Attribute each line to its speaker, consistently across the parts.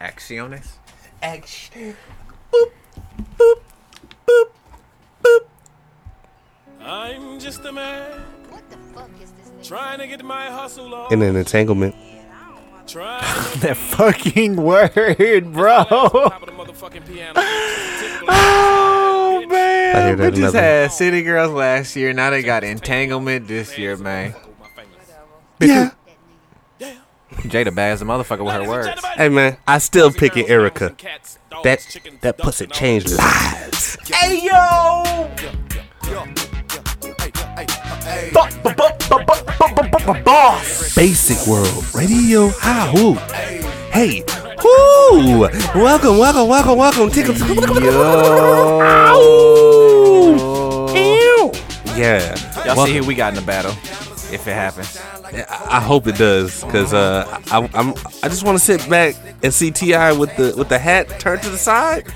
Speaker 1: Acciones.
Speaker 2: Action.
Speaker 3: I'm just a man
Speaker 4: What the fuck is this nigga?
Speaker 3: trying to get my hustle on.
Speaker 2: In an entanglement.
Speaker 3: Trying to
Speaker 5: That fucking word, bro.
Speaker 3: top of the motherfucking piano.
Speaker 1: Oh
Speaker 2: I hear
Speaker 1: man,
Speaker 2: that
Speaker 1: bitches
Speaker 2: another-
Speaker 1: had city girls last year. Now they got entanglement this year, man.
Speaker 5: yeah.
Speaker 1: Jada bags the motherfucker with her words.
Speaker 2: Hey man, I still picking Erica. That that pussy
Speaker 3: pussy
Speaker 2: changed lives.
Speaker 1: Hey yo!
Speaker 2: Basic World Radio. Hi, who? Hey, who? Welcome, welcome, welcome, welcome. Tickle, tickle, tickle, tickle, Ow! Ew. Yeah.
Speaker 1: Y'all see
Speaker 2: Welcome.
Speaker 1: who we got in the battle. If it happens.
Speaker 2: I I hope it does, cause uh, I, I'm I just want to sit back and see Ti with the with the hat turned to the side.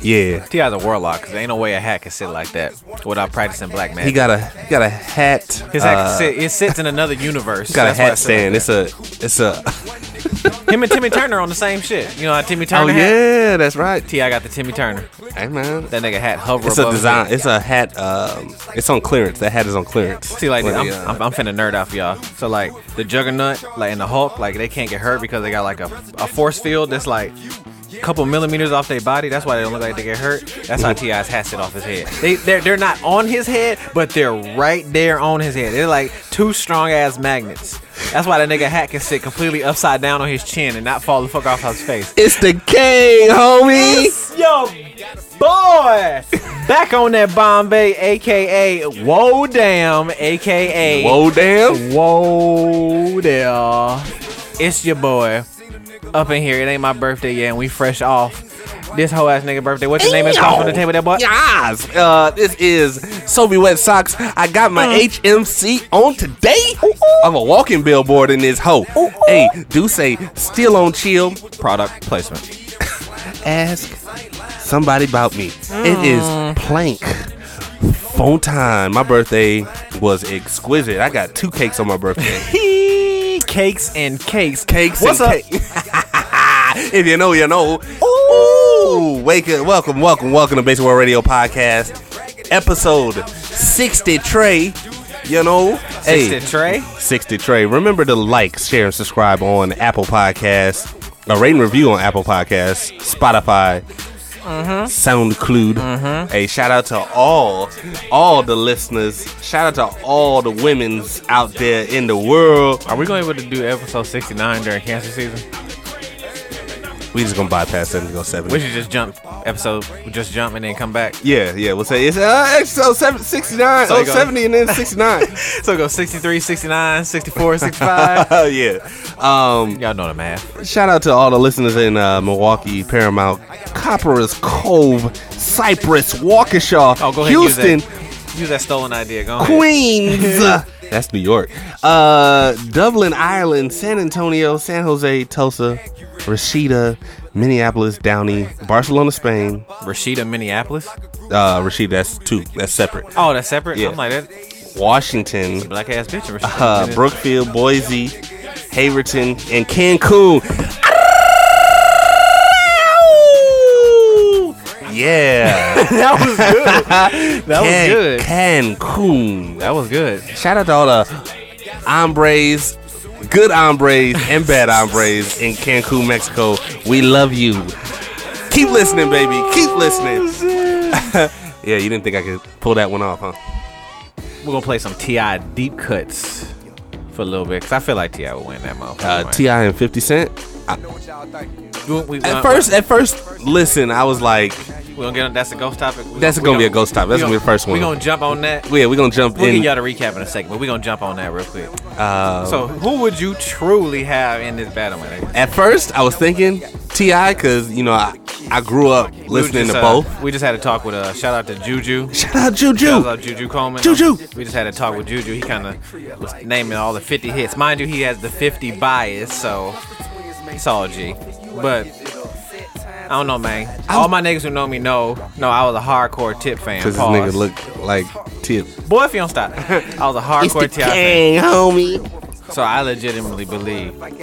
Speaker 2: Yeah,
Speaker 1: T.I.'s a warlock, because ain't no way a hat can sit like that without practicing black man.
Speaker 2: he got a he got a hat.
Speaker 1: His hat
Speaker 2: uh,
Speaker 1: can sit, it sits in another universe.
Speaker 2: he got a
Speaker 1: That's why
Speaker 2: hat
Speaker 1: it's sitting
Speaker 2: stand. It's a it's a.
Speaker 1: there. Him and Timmy Turner on the same shit. You know how Timmy
Speaker 2: Oh
Speaker 1: Turner had?
Speaker 2: yeah, that's right.
Speaker 1: T.I. got the Timmy Turner.
Speaker 2: Hey man,
Speaker 1: That nigga hat hover
Speaker 2: It's a
Speaker 1: above his head.
Speaker 2: design. It's a hat. Um, it's on clearance. That hat is on clearance.
Speaker 1: See, like,
Speaker 2: When
Speaker 1: I'm,
Speaker 2: they, uh,
Speaker 1: I'm, I'm finna nerd off y'all. So, like, the Juggernaut, like, and the Hulk, like, they can't get hurt because they got, like, a, a force field that's, like, a couple millimeters off their body. That's why they don't look like they get hurt. That's how T.I.'s hat sit off his head. They, they're, they're not on his head, but they're right there on his head. They're, like, two strong-ass magnets. That's why that nigga hat can sit completely upside down on his chin and not fall the fuck off his face.
Speaker 2: it's the king, homie.
Speaker 1: Yo, boy, back on that Bombay, aka Whoa Damn, aka
Speaker 2: Whoa, damn.
Speaker 1: Whoa there. It's your boy. Up in here. It ain't my birthday yet, and we fresh off this whole ass nigga birthday. What's your name? It's off on the table, that boy.
Speaker 2: Yes. Uh, this is Sobe Wet Socks. I got my
Speaker 1: Mm.
Speaker 2: HMC on today. I'm a walking billboard in this hoe. Hey, do say still on chill.
Speaker 1: Product placement.
Speaker 2: Ask somebody about me. It
Speaker 1: Mm.
Speaker 2: is plank. Phone time. My birthday was exquisite. I got two cakes on my birthday.
Speaker 1: Cakes and cakes.
Speaker 2: Cakes
Speaker 1: What's
Speaker 2: and
Speaker 1: up?
Speaker 2: cake. if you know, you know. Ooh, wake up! Welcome, welcome, welcome to Basic World Radio Podcast, episode sixty. Trey, you know, hey,
Speaker 1: Hey. Trey.
Speaker 2: sixty Trey. Remember to like, share, and subscribe on Apple Podcasts. A rate and review on Apple Podcasts, Spotify,
Speaker 1: Mm-hmm.
Speaker 2: SoundCloud. Hey, shout out to all, all the listeners. Shout out to all the women's out there in the world.
Speaker 1: Are we going to be able to do episode 69 during cancer season?
Speaker 2: We just gonna bypass that and go seven.
Speaker 1: We should just jump episode, just jump and then come back.
Speaker 2: Yeah, yeah, we'll say it's uh, episode seven, 69,
Speaker 1: So
Speaker 2: oh,
Speaker 1: you go-
Speaker 2: 70 and then 69.
Speaker 1: So go 63, 69, 64, 65.
Speaker 2: Oh, yeah. Um,
Speaker 1: Y'all know the math.
Speaker 2: shout out to all the listeners in uh, Milwaukee, Paramount, Copperas Cove, Cypress, Waukesha,
Speaker 1: Oh, go ahead. use that-
Speaker 2: Houston,
Speaker 1: Use that stolen idea. Go ahead.
Speaker 2: Queens. That's New York. Uh, Dublin, Ireland, San Antonio, San Jose, Tulsa, Rashida, Minneapolis, Downey, Barcelona, Spain.
Speaker 1: Rashida, Minneapolis.
Speaker 2: Uh, Rashida, that's two. That's separate.
Speaker 1: Oh, that's separate?
Speaker 2: Yeah.
Speaker 1: I'm like, that
Speaker 2: Washington,
Speaker 1: black ass bitch. in Rashida.
Speaker 2: uh, Brookfield, Boise, Haverton, and Cancun. Yeah,
Speaker 1: that was good. That was
Speaker 2: Can-
Speaker 1: good.
Speaker 2: Cancun.
Speaker 1: That was good.
Speaker 2: Shout out to all the hombres, good hombres, and bad hombres in Cancun, Mexico. We love you. Keep listening, baby. Keep listening. yeah, you didn't think I could pull that one off, huh?
Speaker 1: We're gonna play some Ti deep cuts for a little bit because I feel like Ti would win that motherfucker.
Speaker 2: Uh,
Speaker 1: right?
Speaker 2: Ti and Fifty Cent.
Speaker 1: We- we-
Speaker 2: At
Speaker 1: uh,
Speaker 2: first, at first, listen, I was like,
Speaker 1: we gonna get on. That's a ghost topic. We
Speaker 2: That's gonna be a ghost topic. That's
Speaker 1: we
Speaker 2: gonna be the first one.
Speaker 1: We gonna jump on that.
Speaker 2: yeah, we're gonna jump
Speaker 1: We'll
Speaker 2: in.
Speaker 1: get y'all to recap in a second, but we gonna jump on that real quick.
Speaker 2: Uh,
Speaker 1: So, who would you truly have in this battle? Man?
Speaker 2: at first, I was thinking Ti because you know I, I grew up
Speaker 1: We was
Speaker 2: listening
Speaker 1: just,
Speaker 2: to
Speaker 1: uh,
Speaker 2: both.
Speaker 1: We just had a talk with uh, shout out to Juju.
Speaker 2: Shout out
Speaker 1: Shout
Speaker 2: Juju.
Speaker 1: out Juju Coleman.
Speaker 2: Juju.
Speaker 1: We just had a talk with Juju. He kind of was naming all the 50 hits. Mind you, he has the 50 bias, so it's all G. But I don't know, man. all my niggas who know me know. No, I was a hardcore Tip fan.
Speaker 2: Because this
Speaker 1: Pause.
Speaker 2: nigga look like Tip.
Speaker 1: Boy, if you don't stop, I was a hardcore Tip fan.
Speaker 2: homie.
Speaker 1: So I legitimately believe. Like,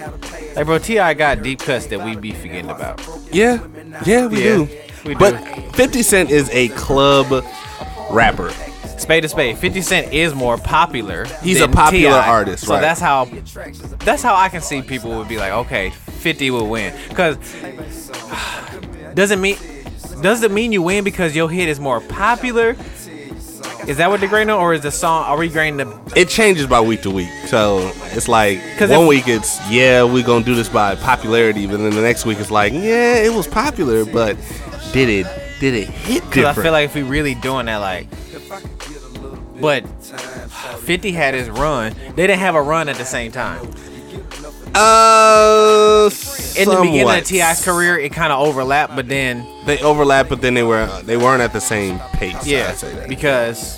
Speaker 1: bro, Ti got deep cuts that we be forgetting about.
Speaker 2: Yeah, yeah, we
Speaker 1: Yeah,
Speaker 2: do.
Speaker 1: we
Speaker 2: but
Speaker 1: do.
Speaker 2: Fifty Cent is a club rapper.
Speaker 1: Spade to spade, Fifty Cent is more popular.
Speaker 2: He's
Speaker 1: than
Speaker 2: a popular
Speaker 1: T.I..
Speaker 2: artist,
Speaker 1: so
Speaker 2: right.
Speaker 1: that's how that's how I can see people would be like, okay, Fifty will win, because doesn't mean does it mean you win because your hit is more popular? Is that what the grading on, or is the song? Are we grading the?
Speaker 2: It changes by week to week, so it's like
Speaker 1: 'Cause
Speaker 2: one
Speaker 1: if-
Speaker 2: week it's yeah we're gonna do this by popularity, but then the next week it's like yeah it was popular, but did it did it hit
Speaker 1: Because I
Speaker 2: different?
Speaker 1: feel like if we really doing that, like, but Fifty had his run. They didn't have a run at the same time.
Speaker 2: uh,
Speaker 1: In the beginning
Speaker 2: somewhat.
Speaker 1: of Ti's career, it kind of overlapped, but then
Speaker 2: they overlap, but then they were they weren't at the same pace.
Speaker 1: Yeah,
Speaker 2: I'd say that.
Speaker 1: because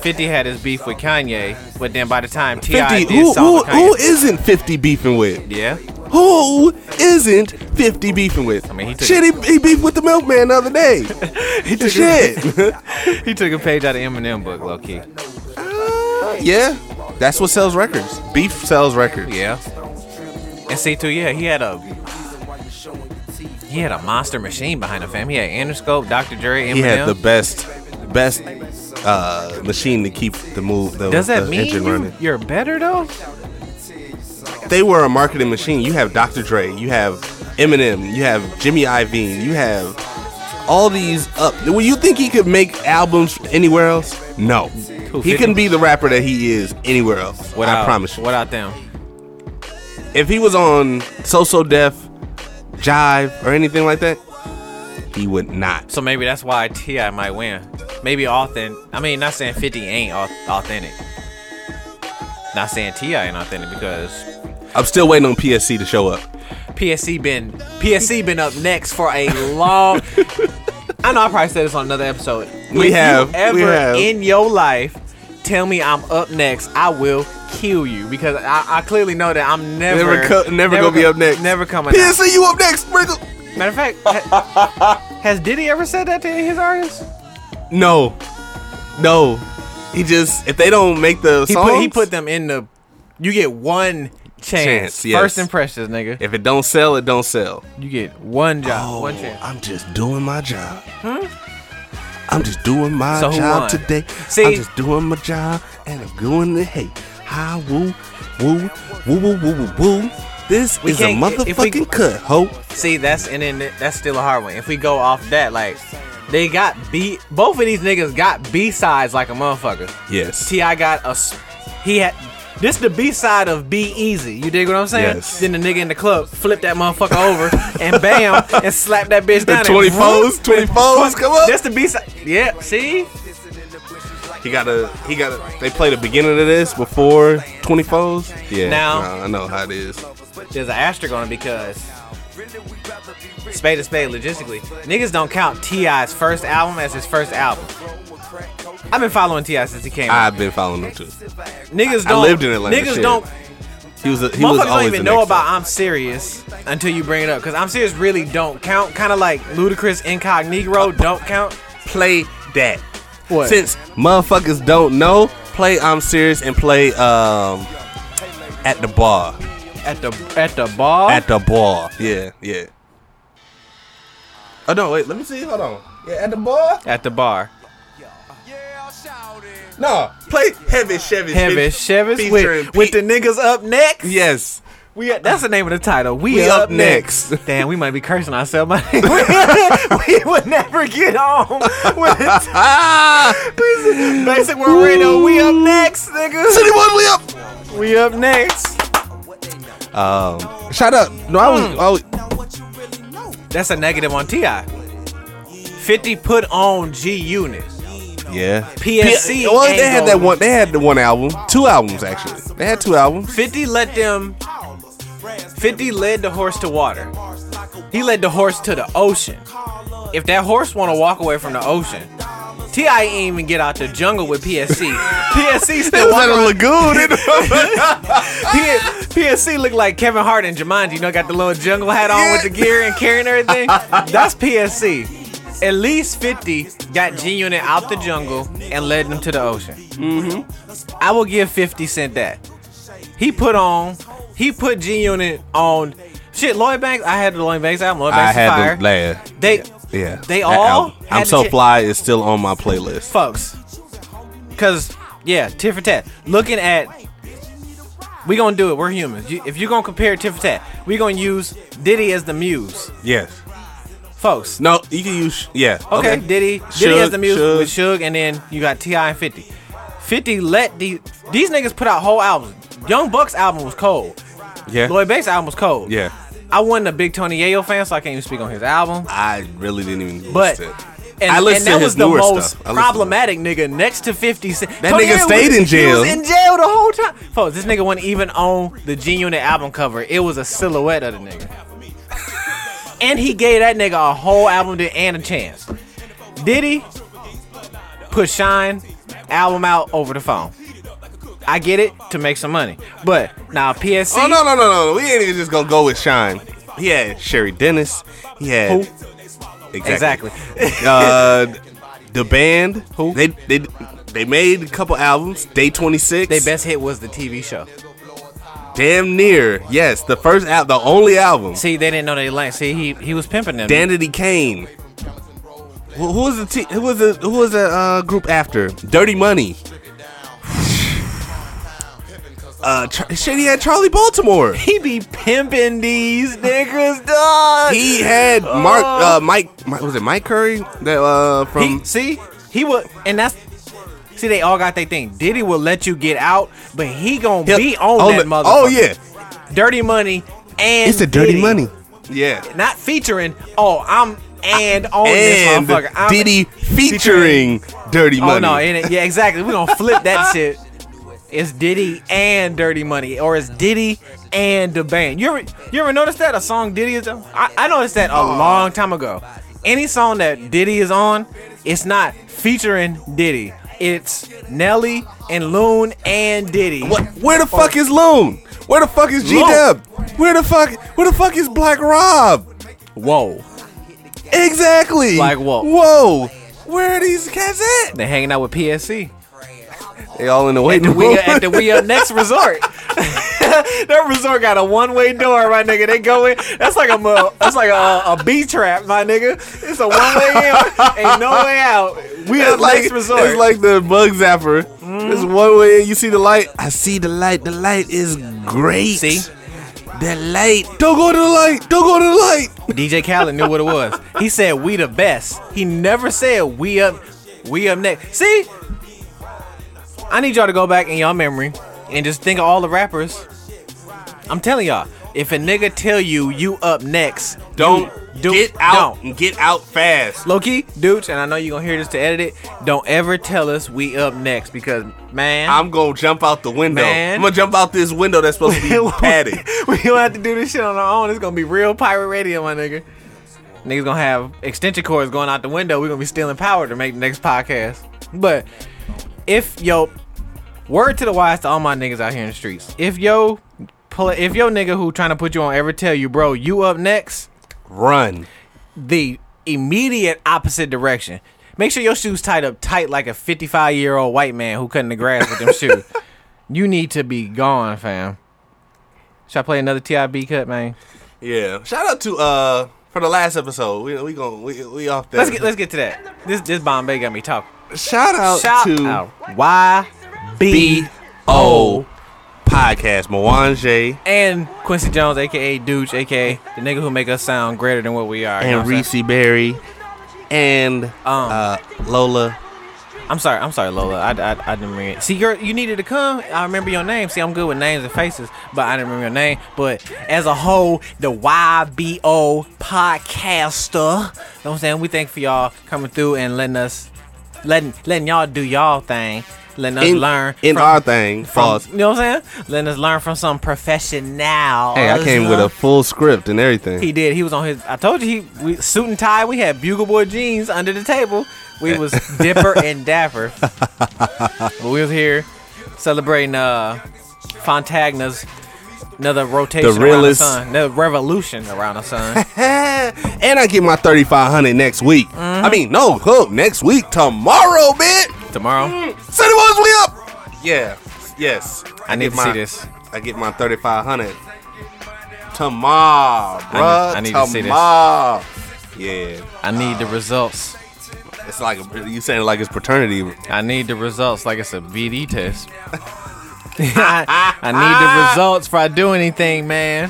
Speaker 1: 50 had his beef with Kanye, but then by the time T.I.
Speaker 2: 50
Speaker 1: did
Speaker 2: who,
Speaker 1: song
Speaker 2: who,
Speaker 1: with
Speaker 2: who
Speaker 1: Kanye,
Speaker 2: isn't 50 beefing with
Speaker 1: yeah,
Speaker 2: who isn't 50 beefing with I
Speaker 1: mean, he took
Speaker 2: shit he, he beefed with the milkman the other day shit
Speaker 1: he took a page out of Eminem book, low key.
Speaker 2: yeah that's what sells records beef sells records
Speaker 1: Yeah, and see too, yeah, he had a he had a monster machine behind the fam. He had Interscope, Dr. Dre, Eminem.
Speaker 2: he had the best best uh, machine to keep the move the,
Speaker 1: Does that
Speaker 2: the
Speaker 1: mean
Speaker 2: engine
Speaker 1: you,
Speaker 2: running
Speaker 1: you're better though?
Speaker 2: they were a marketing machine you have Dr Dre you have Eminem you have Jimmy Iovine you have all these up well you think he could make albums anywhere else no he
Speaker 1: 50?
Speaker 2: couldn't be the rapper that he is anywhere else
Speaker 1: Without,
Speaker 2: I promise you
Speaker 1: Without them,
Speaker 2: if he was on So So Def, Jive, or anything like that, he would not.
Speaker 1: so maybe that's why T.I. might win. Maybe authentic. I mean, not saying 50 ain't au- authentic. Not saying T.I. ain't authentic because
Speaker 2: I'm still waiting on PSC to show up.
Speaker 1: PSC been PSC been up next for a long. I know I probably said this on another episode.
Speaker 2: We
Speaker 1: If
Speaker 2: have,
Speaker 1: you ever
Speaker 2: we have.
Speaker 1: in your life tell me I'm up next, I will kill you because I, I clearly know that I'm never
Speaker 2: Never, co- never, gonna be
Speaker 1: co-
Speaker 2: up next.
Speaker 1: Never coming. out.
Speaker 2: PSC, you up next? Sprinkle.
Speaker 1: Matter of fact, ha- has Diddy ever said that to his artists?
Speaker 2: No, no. He just if they don't make the
Speaker 1: He
Speaker 2: songs,
Speaker 1: put he put them in the. You get one chance.
Speaker 2: Chance, yes.
Speaker 1: First impressions, nigga.
Speaker 2: If it don't sell, it don't sell.
Speaker 1: You get one job,
Speaker 2: Oh,
Speaker 1: one chance.
Speaker 2: I'm just doing my job. I'm just doing my
Speaker 1: So who won?
Speaker 2: job today.
Speaker 1: See-
Speaker 2: I'm just doing my job and I'm going to hate. Hi woo, woo, woo, woo, woo, woo, woo. This
Speaker 1: We
Speaker 2: is a
Speaker 1: can't- if we-
Speaker 2: motherfucking cut, ho.
Speaker 1: See, that's and then that's still a hard one. If we go off that, like they got B. Both of these niggas got B sides like a motherfucker.
Speaker 2: Yes.
Speaker 1: Ti got a. s- He had. This the B side of Be Easy. You dig what I'm saying?
Speaker 2: Yes.
Speaker 1: Then the nigga in the club flipped that motherfucker over and bam and slapped that bitch down. and
Speaker 2: 24s,
Speaker 1: vroom.
Speaker 2: 24s, come up.
Speaker 1: That's the B side. Yeah. See.
Speaker 2: He got to he got to they play the beginning of this before 24s. Yeah.
Speaker 1: Now-
Speaker 2: nah, I know how it is.
Speaker 1: there's an asterisk on it because spade to spade logistically niggas don't count ti's first album as his first album i've been following ti since he came out
Speaker 2: I've been following him too.
Speaker 1: niggas
Speaker 2: I
Speaker 1: don't
Speaker 2: lived in Atlanta,
Speaker 1: niggas
Speaker 2: shit.
Speaker 1: don't
Speaker 2: He was a, he was
Speaker 1: motherfuckers
Speaker 2: always
Speaker 1: don't even
Speaker 2: the
Speaker 1: know
Speaker 2: next
Speaker 1: about
Speaker 2: up.
Speaker 1: i'm serious until you bring it up because i'm serious really don't count kind of like ludacris incognito don't count
Speaker 2: play that.
Speaker 1: What?
Speaker 2: Since motherfuckers don't know, play I'm serious and play um at the bar.
Speaker 1: at the at the bar
Speaker 2: At the bar. Yeah, yeah. Oh no, wait, let me see. Hold on. Yeah, at the bar?
Speaker 1: at the bar
Speaker 2: No. Play Heavy Chevy.
Speaker 1: Heavy Chevis with, with the niggas up next.
Speaker 2: Yes.
Speaker 1: We up- that's the name of the title. We,
Speaker 2: We
Speaker 1: up,
Speaker 2: up
Speaker 1: next.
Speaker 2: next.
Speaker 1: Damn, we might be cursing ourselves. we, we would never get on. with it.
Speaker 2: Ah!
Speaker 1: Basic World Radio. We up next, niggas.
Speaker 2: City One, we up.
Speaker 1: We up next.
Speaker 2: Um, shout out. No, I was. I was
Speaker 1: That's a negative on Ti. Fifty put on G Unit.
Speaker 2: yeah.
Speaker 1: PSC
Speaker 2: P- well,
Speaker 1: ain't
Speaker 2: they had
Speaker 1: gonna-
Speaker 2: that one. They had the one album. Two albums actually. They had two albums.
Speaker 1: Fifty let them. Fifty led the horse to water. He led the horse to the ocean. If that horse want to walk away from the ocean, Ti ain't even get out the jungle with PSC. PSC
Speaker 2: They
Speaker 1: still
Speaker 2: was
Speaker 1: walking
Speaker 2: at a lagoon.
Speaker 1: P- PSC looked like Kevin Hart and Jumanji. You know, got the little jungle hat on with the gear and carrying everything. That's PSC. At least 50 got G Unit out the jungle and led them to the ocean. Mm-hmm. I will give 50 Cent that. He put on. He put G Unit on. Shit, Lloyd Banks. I had the Lloyd Banks album. Lloyd Banks
Speaker 2: I
Speaker 1: is
Speaker 2: had
Speaker 1: fire.
Speaker 2: to laugh.
Speaker 1: they
Speaker 2: Yeah,
Speaker 1: They
Speaker 2: that
Speaker 1: all
Speaker 2: album.
Speaker 1: had
Speaker 2: I'm
Speaker 1: to
Speaker 2: so
Speaker 1: ch-
Speaker 2: fly is still on my playlist.
Speaker 1: folks. Cause yeah, tit for tat. Looking at we gonna do it. We're humans. You, if you're gonna compare tit for tat, we gonna use Diddy as the muse,
Speaker 2: Yes.
Speaker 1: folks.
Speaker 2: No, you can use yeah.
Speaker 1: Okay, Diddy, Diddy
Speaker 2: Suge,
Speaker 1: as the muse
Speaker 2: Suge.
Speaker 1: with Suge, and then you got Ti and Fifty. Fifty let the these niggas put out whole albums. Young Buck's album was cold.
Speaker 2: Yeah.
Speaker 1: Lloyd Banks' album was cold.
Speaker 2: Yeah.
Speaker 1: I wasn't a big Tony Yayo fan, so I can't even speak on his album.
Speaker 2: I really didn't even.
Speaker 1: But
Speaker 2: listen.
Speaker 1: and,
Speaker 2: I listened
Speaker 1: and that
Speaker 2: to his
Speaker 1: was the
Speaker 2: newer
Speaker 1: most
Speaker 2: stuff. I listened to-
Speaker 1: problematic nigga next to 50 Cent.
Speaker 2: That
Speaker 1: Tony
Speaker 2: nigga
Speaker 1: Harris
Speaker 2: stayed
Speaker 1: was-
Speaker 2: in jail.
Speaker 1: He was in jail the whole time. Folks, this nigga wasn't even on the G Unit album cover. It was a silhouette of the nigga. and he gave that nigga a whole album to, and a chance. Diddy put Shine album out over the phone. I get it to make some money. But now PSC
Speaker 2: Oh no no no no! We ain't even just gonna go with Shine. He had Sherry Dennis. He had
Speaker 1: Who? Exactly.
Speaker 2: exactly. uh, the band.
Speaker 1: Who?
Speaker 2: they they they made a couple albums. Day twenty six.
Speaker 1: They best hit was the TV show.
Speaker 2: damn near. Yes, the first out the only album.
Speaker 1: See, they didn't know they like. See, he he was pimping them.
Speaker 2: Danity Kane. Who who was the t- who was the who was the uh, group after? Dirty Money. Uh, Char- shit, he had Charlie Baltimore.
Speaker 1: He be pimping these niggas, dog. He,
Speaker 2: He had Mark,
Speaker 1: Oh.
Speaker 2: uh, Mike, Mike, was it Mike Curry that uh from?
Speaker 1: see, he would, and that's see, they all got their thing. Diddy will let you get out, but he gonna
Speaker 2: He'll-
Speaker 1: be on, that
Speaker 2: the-
Speaker 1: motherfucker.
Speaker 2: Oh yeah,
Speaker 1: dirty money and
Speaker 2: it's the Dirty
Speaker 1: Diddy.
Speaker 2: Money. Yeah,
Speaker 1: not featuring. Oh, I'm and on
Speaker 2: and
Speaker 1: this motherfucker. I'm,
Speaker 2: Diddy featuring Dirty
Speaker 1: Oh
Speaker 2: Money.
Speaker 1: no, and it, yeah, exactly. We gonna flip that shit. It's Diddy and Dirty Money, or it's Diddy and the band. You ever you ever notice that a song Diddy is on? I, I noticed that a long time ago. Any song that Diddy is on, it's not featuring Diddy. It's Nelly and Loon and Diddy.
Speaker 2: What? Where the fuck is Loon? Where the fuck is G Dub? Where the fuck? Where the fuck is Black Rob?
Speaker 1: Whoa,
Speaker 2: Exactly.
Speaker 1: Like what?
Speaker 2: Whoa. Where are these cats at?
Speaker 1: they hanging out with PSC.
Speaker 2: They all in the
Speaker 1: At
Speaker 2: waiting
Speaker 1: the we
Speaker 2: room.
Speaker 1: at the we up next resort. that resort got a one way door, my nigga. They go in. That's like a mo- that's like a, a B trap, my nigga. It's a one way in, ain't no way out. We
Speaker 2: it's
Speaker 1: up
Speaker 2: like
Speaker 1: next resort.
Speaker 2: it's like the bug zapper. It's one way in. You see the light. I see the light. The light is great.
Speaker 1: See?
Speaker 2: the light. Don't go to the light. Don't go to the light.
Speaker 1: DJ Khaled knew what it was. He said we the best. He never said we up we up next. See, I need y'all to go back in y'all memory and just think of all the rappers. I'm telling y'all, if a nigga tell you you up next, you do- don't.
Speaker 2: and get out fast.
Speaker 1: Low key, dudes, and I know you're gonna hear this to edit it. Don't ever tell us we up next because man,
Speaker 2: I'm gonna jump out the window.
Speaker 1: Man.
Speaker 2: I'm gonna jump out this window that's supposed to be padded.
Speaker 1: we gonna have to do this shit on our own. It's gonna be real pirate radio, my nigga. Niggas gonna have extension cords going out the window. We're gonna be stealing power to make the next podcast. But if yo word to the wise to all my niggas out here in the streets, if yo pull if yo nigga who trying to put you on ever tell you, bro, you up next,
Speaker 2: Run.
Speaker 1: the immediate opposite direction. Make sure your shoes tied up tight like a 55 year old white man who cutting the grass with them shoes. You need to be gone, fam. Should I play another TIB cut, man?
Speaker 2: Yeah. Shout out to uh for the last episode. We we gonna we, we off that.
Speaker 1: Let's get let's get to that. This this Bombay got me talking.
Speaker 2: shout out
Speaker 1: Shout
Speaker 2: to
Speaker 1: out Y B
Speaker 2: O podcast Mwanje
Speaker 1: and Quincy Jones, aka Dooch, aka the nigga who make us sound greater than what we are. you know
Speaker 2: and
Speaker 1: what I'm
Speaker 2: Reese
Speaker 1: saying?
Speaker 2: Berry
Speaker 1: Um,
Speaker 2: and uh, Lola.
Speaker 1: I'm sorry, I'm sorry, Lola. I, I, I didn't mean it. See, girl, you needed to come. I remember your name. See, I'm good with names and faces, but I didn't remember your name. But as a whole, the YBO podcaster, you know what I'm saying? We thank for y'all coming through and letting us, letting letting y'all do y'all thing, letting us
Speaker 2: In,
Speaker 1: learn
Speaker 2: in
Speaker 1: from-
Speaker 2: our thing.
Speaker 1: from-
Speaker 2: Pause.
Speaker 1: You know what I'm saying? Letting us learn from some professional.
Speaker 2: Hey, I came with a full script and everything.
Speaker 1: He did. He was on his. I told you he we, suit and tie. We had bugle boy jeans under the table. We was dipper and dapper. but we was here celebrating uh Fontagna's another rotation around the
Speaker 2: realest-
Speaker 1: sun, another revolution around the sun.
Speaker 2: and I get my 3500 next week.
Speaker 1: Mm-hmm.
Speaker 2: I mean, no, hook next week tomorrow, bitch.
Speaker 1: Tomorrow,
Speaker 2: City Boys, we up. Yeah. Yes.
Speaker 1: I need
Speaker 2: get
Speaker 1: to see
Speaker 2: my-
Speaker 1: this.
Speaker 2: I get my 3500 tomorrow, bruh.
Speaker 1: I need- I need to see this.
Speaker 2: tomorrow. Yeah,
Speaker 1: I need the results.
Speaker 2: it's like you saying it like it's paternity.
Speaker 1: I need the results like it's a BD test. I, I need the results before I do anything, man.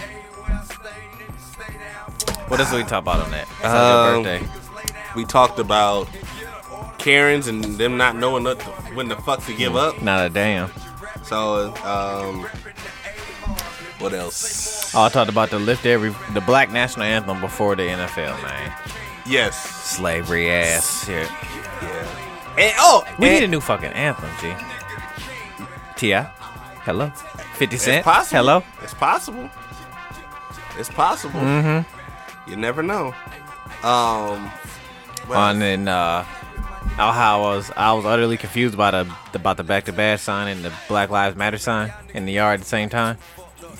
Speaker 1: What else we talk about on that? It's
Speaker 2: Um,
Speaker 1: on your birthday.
Speaker 2: We talked about Karens and them not knowing what the, when the fuck to give up.
Speaker 1: Not a damn.
Speaker 2: So, um, what else?
Speaker 1: Oh, I talked about the lift every the black national anthem before the NFL, man.
Speaker 2: Yes.
Speaker 1: Slavery ass shit.
Speaker 2: Yeah. And, oh,
Speaker 1: We
Speaker 2: and-
Speaker 1: need a new fucking anthem, G. Ti, hello. Fifty Cent,
Speaker 2: It's possible.
Speaker 1: hello.
Speaker 2: It's possible. It's possible. Mm-hmm. You never know. Um. what
Speaker 1: On
Speaker 2: else?
Speaker 1: and uh, oh, how I was I was utterly confused about the about the back to bad sign and the Black Lives Matter sign in the yard at the same time.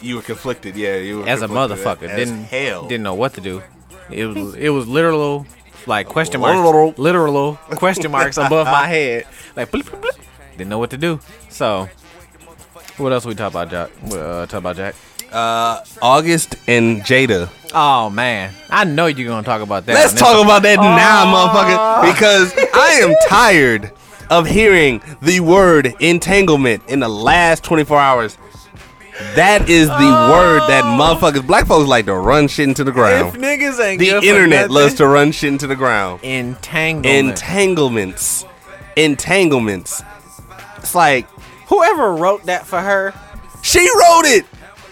Speaker 2: you were conflicted. Yeah, you were
Speaker 1: As a
Speaker 2: conflicted
Speaker 1: motherfucker,
Speaker 2: as
Speaker 1: didn't
Speaker 2: hell.
Speaker 1: didn't know what to do. It was it was literal like question
Speaker 2: Literal.
Speaker 1: marks, literal question marks above my head. Like bleep, bleep, bleep. didn't know what to do. So, what else we talk about, Jack? Uh, talk about Jack.
Speaker 2: Uh, August and Jada.
Speaker 1: Oh man, I know you're gonna talk about that.
Speaker 2: Let's
Speaker 1: on this
Speaker 2: talk about that now, motherfucker, because I am tired of hearing the word entanglement in the last 24 hours. That is the word that motherfuckers, black folks like to run shit into the
Speaker 1: If
Speaker 2: ground.
Speaker 1: niggas ain't
Speaker 2: The internet loves to run shit into the ground.
Speaker 1: entanglement.
Speaker 2: Entanglements. Entanglements. It's like,
Speaker 1: Whoever wrote that for her,
Speaker 2: she wrote it.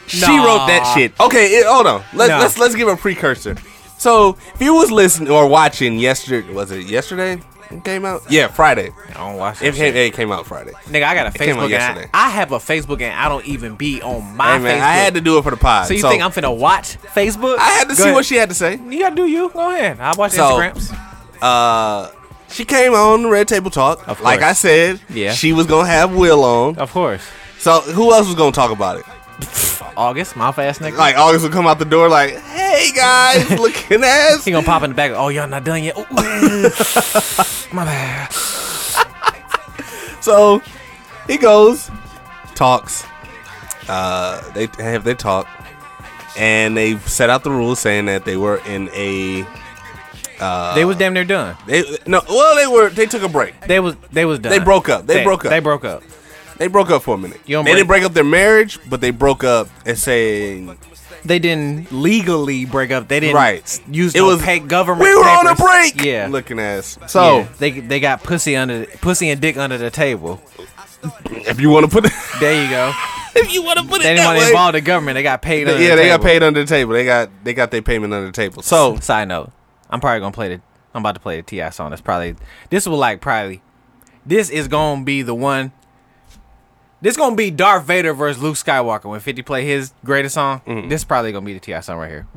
Speaker 2: She
Speaker 1: Nah.
Speaker 2: wrote that shit. Okay, it, hold on. Let's,
Speaker 1: Nah.
Speaker 2: let's let's give a precursor. So if you was listening or watching yesterday, was it yesterday? It came out. Yeah, Friday.
Speaker 1: I don't watch that
Speaker 2: It
Speaker 1: Oh, shit.
Speaker 2: came, it came out Friday.
Speaker 1: Nigga, I got a
Speaker 2: came out
Speaker 1: Facebook. And I,
Speaker 2: yesterday.
Speaker 1: I have a Facebook, and I don't even be on my
Speaker 2: Hey man,
Speaker 1: Facebook.
Speaker 2: I had to do it for the pod.
Speaker 1: so you think I'm finna watch Facebook?
Speaker 2: I had to see what she had to say.
Speaker 1: You gotta do you. Go ahead. I watch
Speaker 2: So-
Speaker 1: Instagrams.
Speaker 2: Uh, she came on Red Table Talk.
Speaker 1: Of
Speaker 2: like
Speaker 1: course.
Speaker 2: I said,
Speaker 1: Yeah. Oh.
Speaker 2: she was gonna have Will on.
Speaker 1: Of course.
Speaker 2: So who else was gonna talk about it?
Speaker 1: August, mouth ass nigga.
Speaker 2: Like August would come out the door like, "Hey guys, looking ass."
Speaker 1: he gonna pop in the back. Oh, y'all not done yet. Ooh, ooh. my bad.
Speaker 2: So he goes, talks. Uh, they have their talk, and they set out the rules saying that they were in a
Speaker 1: they was damn near done.
Speaker 2: they no well they were they took a break.
Speaker 1: They was they was done.
Speaker 2: They broke up. They broke up.
Speaker 1: They broke up.
Speaker 2: They broke up for a minute.
Speaker 1: You don't
Speaker 2: they didn't
Speaker 1: break-
Speaker 2: break up their marriage, but they broke up and saying
Speaker 1: they didn't legally break up. They didn't
Speaker 2: right.
Speaker 1: use
Speaker 2: it
Speaker 1: no
Speaker 2: was
Speaker 1: fake government.
Speaker 2: We were on a
Speaker 1: papers.
Speaker 2: break.
Speaker 1: Yeah.
Speaker 2: looking ass.
Speaker 1: so
Speaker 2: So
Speaker 1: they they got pussy under pussy and dick under the table.
Speaker 2: if you want to put it,
Speaker 1: There you go.
Speaker 2: if you want to put
Speaker 1: They didn't
Speaker 2: it that
Speaker 1: want to
Speaker 2: way,
Speaker 1: involve the government. They got paid. Under
Speaker 2: yeah,
Speaker 1: the
Speaker 2: they
Speaker 1: table.
Speaker 2: got paid under the table. They got they got their payment under the table. So
Speaker 1: Side note: I'm probably gonna play the. I'm about to play the Ti song. That's probably this will like probably. This is gonna be the one. This gonna be Darth Vader versus Luke Skywalker when 50 play his greatest song. This is probably gonna be the Ti song right here.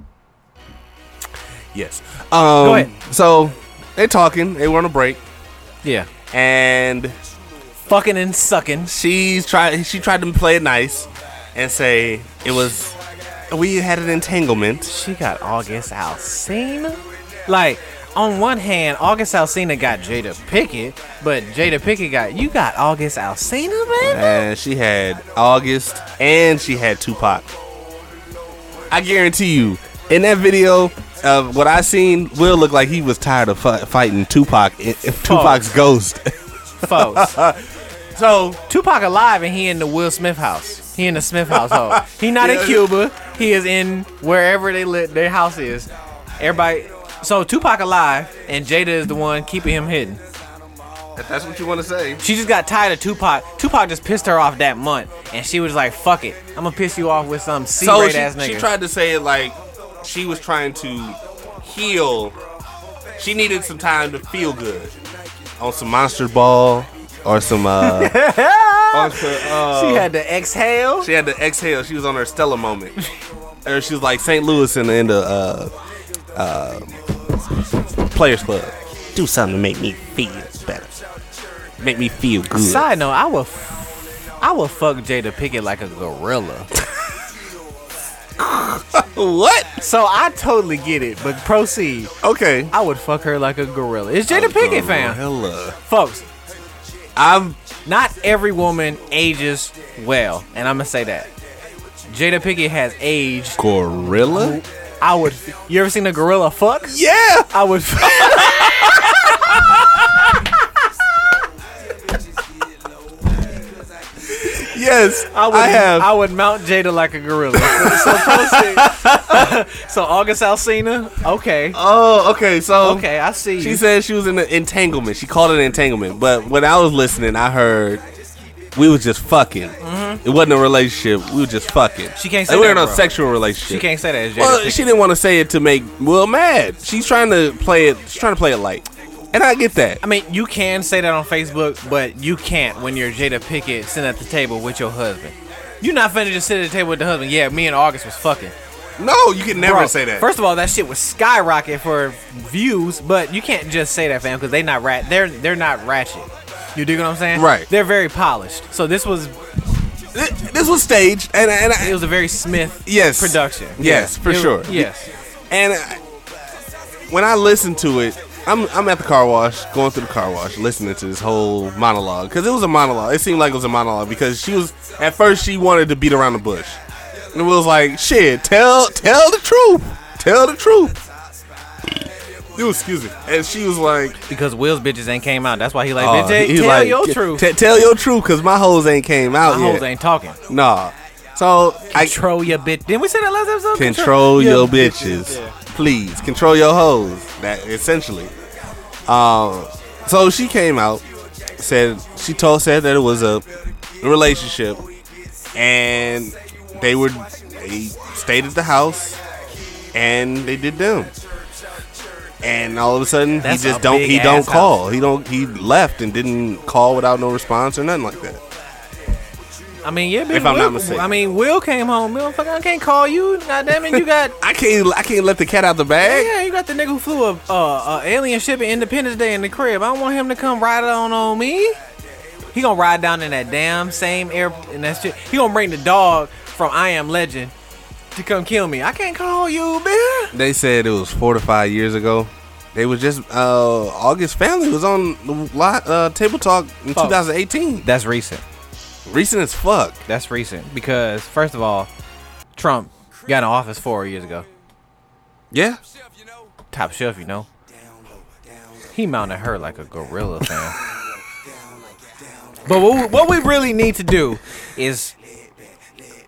Speaker 2: Yes. Um, Go
Speaker 1: ahead.
Speaker 2: So they talking. They were on a break,
Speaker 1: Yeah,
Speaker 2: and
Speaker 1: fucking and sucking.
Speaker 2: she's try. She tried to play it nice and say it was. We had an entanglement.
Speaker 1: She got August Alsina. Like, on one hand, August Alsina got Jada Pickett, but Jada Pickett got you got August Alsina, man.
Speaker 2: And she had August, and she had Tupac. I guarantee you, in that video of what I seen, Will looked like he was tired of fi- fighting Tupac. If Tupac's ghost.
Speaker 1: Folks.
Speaker 2: so
Speaker 1: Tupac alive and he in the Will Smith house. He in the Smith household. He not in
Speaker 2: Yeah.
Speaker 1: Cuba. He is in wherever they lit their house is. Everybody so Tupac alive and Jada is the one keeping him hidden.
Speaker 2: if that's what you want to say.
Speaker 1: She just got tired of Tupac. Tupac just pissed her off that month, and she was like, "Fuck it, I'm gonna piss you off with some C
Speaker 2: so
Speaker 1: rate
Speaker 2: she,
Speaker 1: ass
Speaker 2: she
Speaker 1: nigga."
Speaker 2: tried to say it like she was trying to heal. She needed some time to feel good on some monster ball or some. Uh, on some, uh,
Speaker 1: She had to exhale.
Speaker 2: she had to exhale. She was on her Stella moment, or she was like St. Louis in the in the uh, uh, Players Club. Do something to make me feel better. Make me feel good.
Speaker 1: Side note, I will, f- I will fuck Jada Pickett like a gorilla.
Speaker 2: What?
Speaker 1: so I totally get it, but proceed.
Speaker 2: Okay. Oh,
Speaker 1: I would fuck her like a gorilla. It's Jada Pickett, fam,
Speaker 2: Hella.
Speaker 1: folks.
Speaker 2: I'm
Speaker 1: Not every woman ages well, and I'm gonna say that. Jada Pinkett has aged.
Speaker 2: Gorilla?
Speaker 1: I would. You ever seen a gorilla fuck?
Speaker 2: Yeah.
Speaker 1: I would.
Speaker 2: Yes. I,
Speaker 1: I would.
Speaker 2: I have.
Speaker 1: I would mount Jada like a gorilla. so, so, posting- so August Alsina. Okay.
Speaker 2: oh, okay. So
Speaker 1: Okay, I see you.
Speaker 2: She said she was in an entanglement. She called it an entanglement. But when I was listening, I heard we was just fucking. It wasn't a relationship. We were just fucking.
Speaker 1: Mm-hmm. She can't say
Speaker 2: like, we were
Speaker 1: that,
Speaker 2: in a
Speaker 1: bro.
Speaker 2: sexual relationship.
Speaker 1: she can't say that. It's Jada
Speaker 2: Well,
Speaker 1: Pinkett.
Speaker 2: she didn't want to say it to make Will mad. She's trying to play it. She's trying to play it light, and I get that.
Speaker 1: I mean, you can say that on Facebook, but you can't when you're Jada Pickett sitting at the table with your husband. You're not finna just sit at the table with the husband. Yeah, me and August was fucking.
Speaker 2: No, you can never
Speaker 1: Bro,
Speaker 2: say that.
Speaker 1: First of all, that shit was skyrocket for views, but you can't just say that, fam, because they not rat. They're they're not ratchet. You dig what I'm saying?
Speaker 2: Right.
Speaker 1: They're very polished. So this was
Speaker 2: Th- this was staged, and and
Speaker 1: it
Speaker 2: I,
Speaker 1: was a very Smith
Speaker 2: Yes.
Speaker 1: production.
Speaker 2: Yes,
Speaker 1: Yeah.
Speaker 2: for
Speaker 1: It-
Speaker 2: sure.
Speaker 1: Yes.
Speaker 2: and I, when I listened to it, I'm I'm at the car wash, going through the car wash, listening to this whole monologue because it was a monologue. It seemed like it was a monologue because she was at first she wanted to beat around the bush, and it was like shit. Tell tell the truth. Tell the truth. Dude, excuse me. And she was like,
Speaker 1: Because Will's bitches ain't came out. That's why he like,
Speaker 2: uh,
Speaker 1: bitch, hey,
Speaker 2: he
Speaker 1: tell
Speaker 2: like,
Speaker 1: your
Speaker 2: "T-
Speaker 1: truth.
Speaker 2: t- tell your truth, cause my hoes ain't came out
Speaker 1: My
Speaker 2: yet.
Speaker 1: hoes ain't talking.
Speaker 2: Nah. So I
Speaker 1: Control your bitch. Didn't we say that last episode?
Speaker 2: control
Speaker 1: yeah.
Speaker 2: your bitches, please. Control your hoes. That essentially. Um. So she came out, said she told said that it was a relationship, and they were they stayed at the house, and they did them. And all of a sudden,
Speaker 1: That's
Speaker 2: he
Speaker 1: a
Speaker 2: just don't he
Speaker 1: big
Speaker 2: don't
Speaker 1: ass
Speaker 2: call. He don't he left and didn't call without no response or nothing like that.
Speaker 1: I mean, yeah, bitch.
Speaker 2: If I'm
Speaker 1: Will,
Speaker 2: not mistaken.
Speaker 1: I mean, Will came home. Motherfucker, I can't call you. God damn it, you got.
Speaker 2: I can't I can't let the cat out the bag.
Speaker 1: Yeah, you got the nigga who flew a, uh, a alien ship at Independence Day in the crib. I don't want him to come ride on on me. He gonna ride down in that damn same air and that shit. He gonna bring the dog from I Am Legend to come kill me. I can't call you, bitch.
Speaker 2: They said it was four to five years ago. They was just uh August family was on the lot uh table talk in
Speaker 1: Fuck.
Speaker 2: 2018.
Speaker 1: That's recent.
Speaker 2: Recent as fuck.
Speaker 1: That's recent because first of all, Trump got in office four years ago.
Speaker 2: Yeah.
Speaker 1: Top shelf, you know. He mounted her like a gorilla fan. but what we, what we really need to do is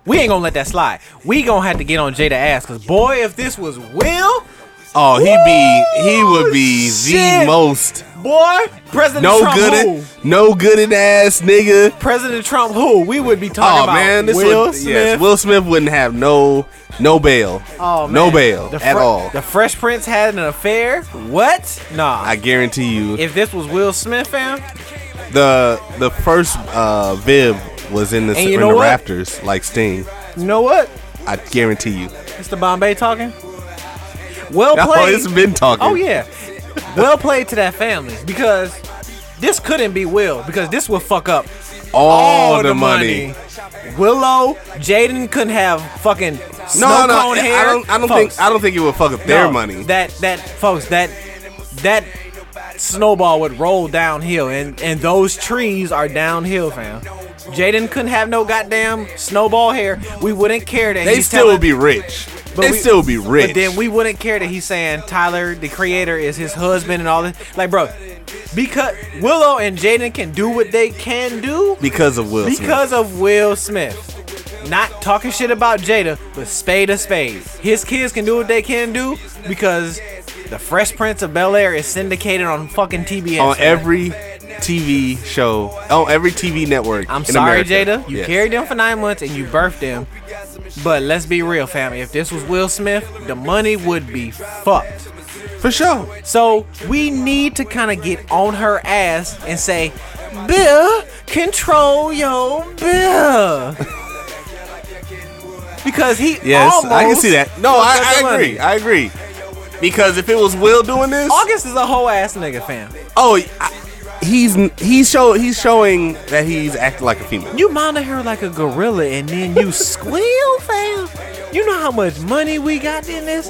Speaker 1: we ain't gonna let that slide. We gonna have to get on Jada ass because boy, if this was Will,
Speaker 2: Oh, he be he would be the
Speaker 1: Shit.
Speaker 2: most
Speaker 1: boy, President
Speaker 2: no
Speaker 1: Trump
Speaker 2: good
Speaker 1: who?
Speaker 2: no good ass nigga.
Speaker 1: President Trump who? We would be talking
Speaker 2: Oh
Speaker 1: about
Speaker 2: man, this
Speaker 1: Will
Speaker 2: would,
Speaker 1: Smith.
Speaker 2: yes, Will Smith wouldn't have no no bail.
Speaker 1: Oh, man.
Speaker 2: no bail
Speaker 1: The
Speaker 2: at
Speaker 1: Fre-
Speaker 2: all.
Speaker 1: The Fresh Prince had an affair. What? Nah.
Speaker 2: I guarantee you.
Speaker 1: if this was Will Smith, fam,
Speaker 2: the the first uh Viv was in the
Speaker 1: And you
Speaker 2: in
Speaker 1: know
Speaker 2: the
Speaker 1: what?
Speaker 2: rafters like Sting.
Speaker 1: you know what?
Speaker 2: I guarantee you.
Speaker 1: Mr. Bombay talking. Well
Speaker 2: Oh,
Speaker 1: played.
Speaker 2: it's been talking.
Speaker 1: Oh yeah. well played to that family because this couldn't be Will because this would fuck up
Speaker 2: all, the, money.
Speaker 1: Willow, Jaden couldn't have fucking
Speaker 2: No,
Speaker 1: snow
Speaker 2: no,
Speaker 1: cone
Speaker 2: I-
Speaker 1: hair.
Speaker 2: I don't. I don't
Speaker 1: Folks,
Speaker 2: think. I don't think it would fuck up their
Speaker 1: no,
Speaker 2: money.
Speaker 1: That that folks that that snowball would roll downhill and and those trees are downhill, fam. Jaden couldn't have no goddamn snowball hair. We wouldn't care that
Speaker 2: they
Speaker 1: he's
Speaker 2: still
Speaker 1: telling-
Speaker 2: would be rich.
Speaker 1: But
Speaker 2: They
Speaker 1: we-
Speaker 2: still would be rich.
Speaker 1: But then we wouldn't care that he's saying Tyler, the creator, is his husband and all this. Like, bro, because Willow and Jaden can do what they can do
Speaker 2: because of Will. Smith.
Speaker 1: because of Will Smith. Not talking shit about Jada, but spade a spade. His kids can do what they can do because the Fresh Prince of Bel Air is syndicated on fucking TBS.
Speaker 2: on every TV show, on every TV network.
Speaker 1: I'm
Speaker 2: in
Speaker 1: sorry,
Speaker 2: America.
Speaker 1: Jada. You
Speaker 2: Yes.
Speaker 1: carried them for nine months and you birthed them. But let's be real, family. If this was Will Smith, the money would be fucked.
Speaker 2: for sure.
Speaker 1: So we need to kind of get on her ass and say, Bill, control your bill. because he
Speaker 2: Yes,
Speaker 1: almost
Speaker 2: I can see that. No, I,
Speaker 1: fucked up
Speaker 2: I
Speaker 1: money.
Speaker 2: agree. I agree. Because if it was Will doing this,
Speaker 1: August is a whole ass nigga, fam.
Speaker 2: oh, I, he's he's show he's showing that he's acting like a female.
Speaker 1: You mounted her like a gorilla and then you squeal, fam. You know how much money we got in this?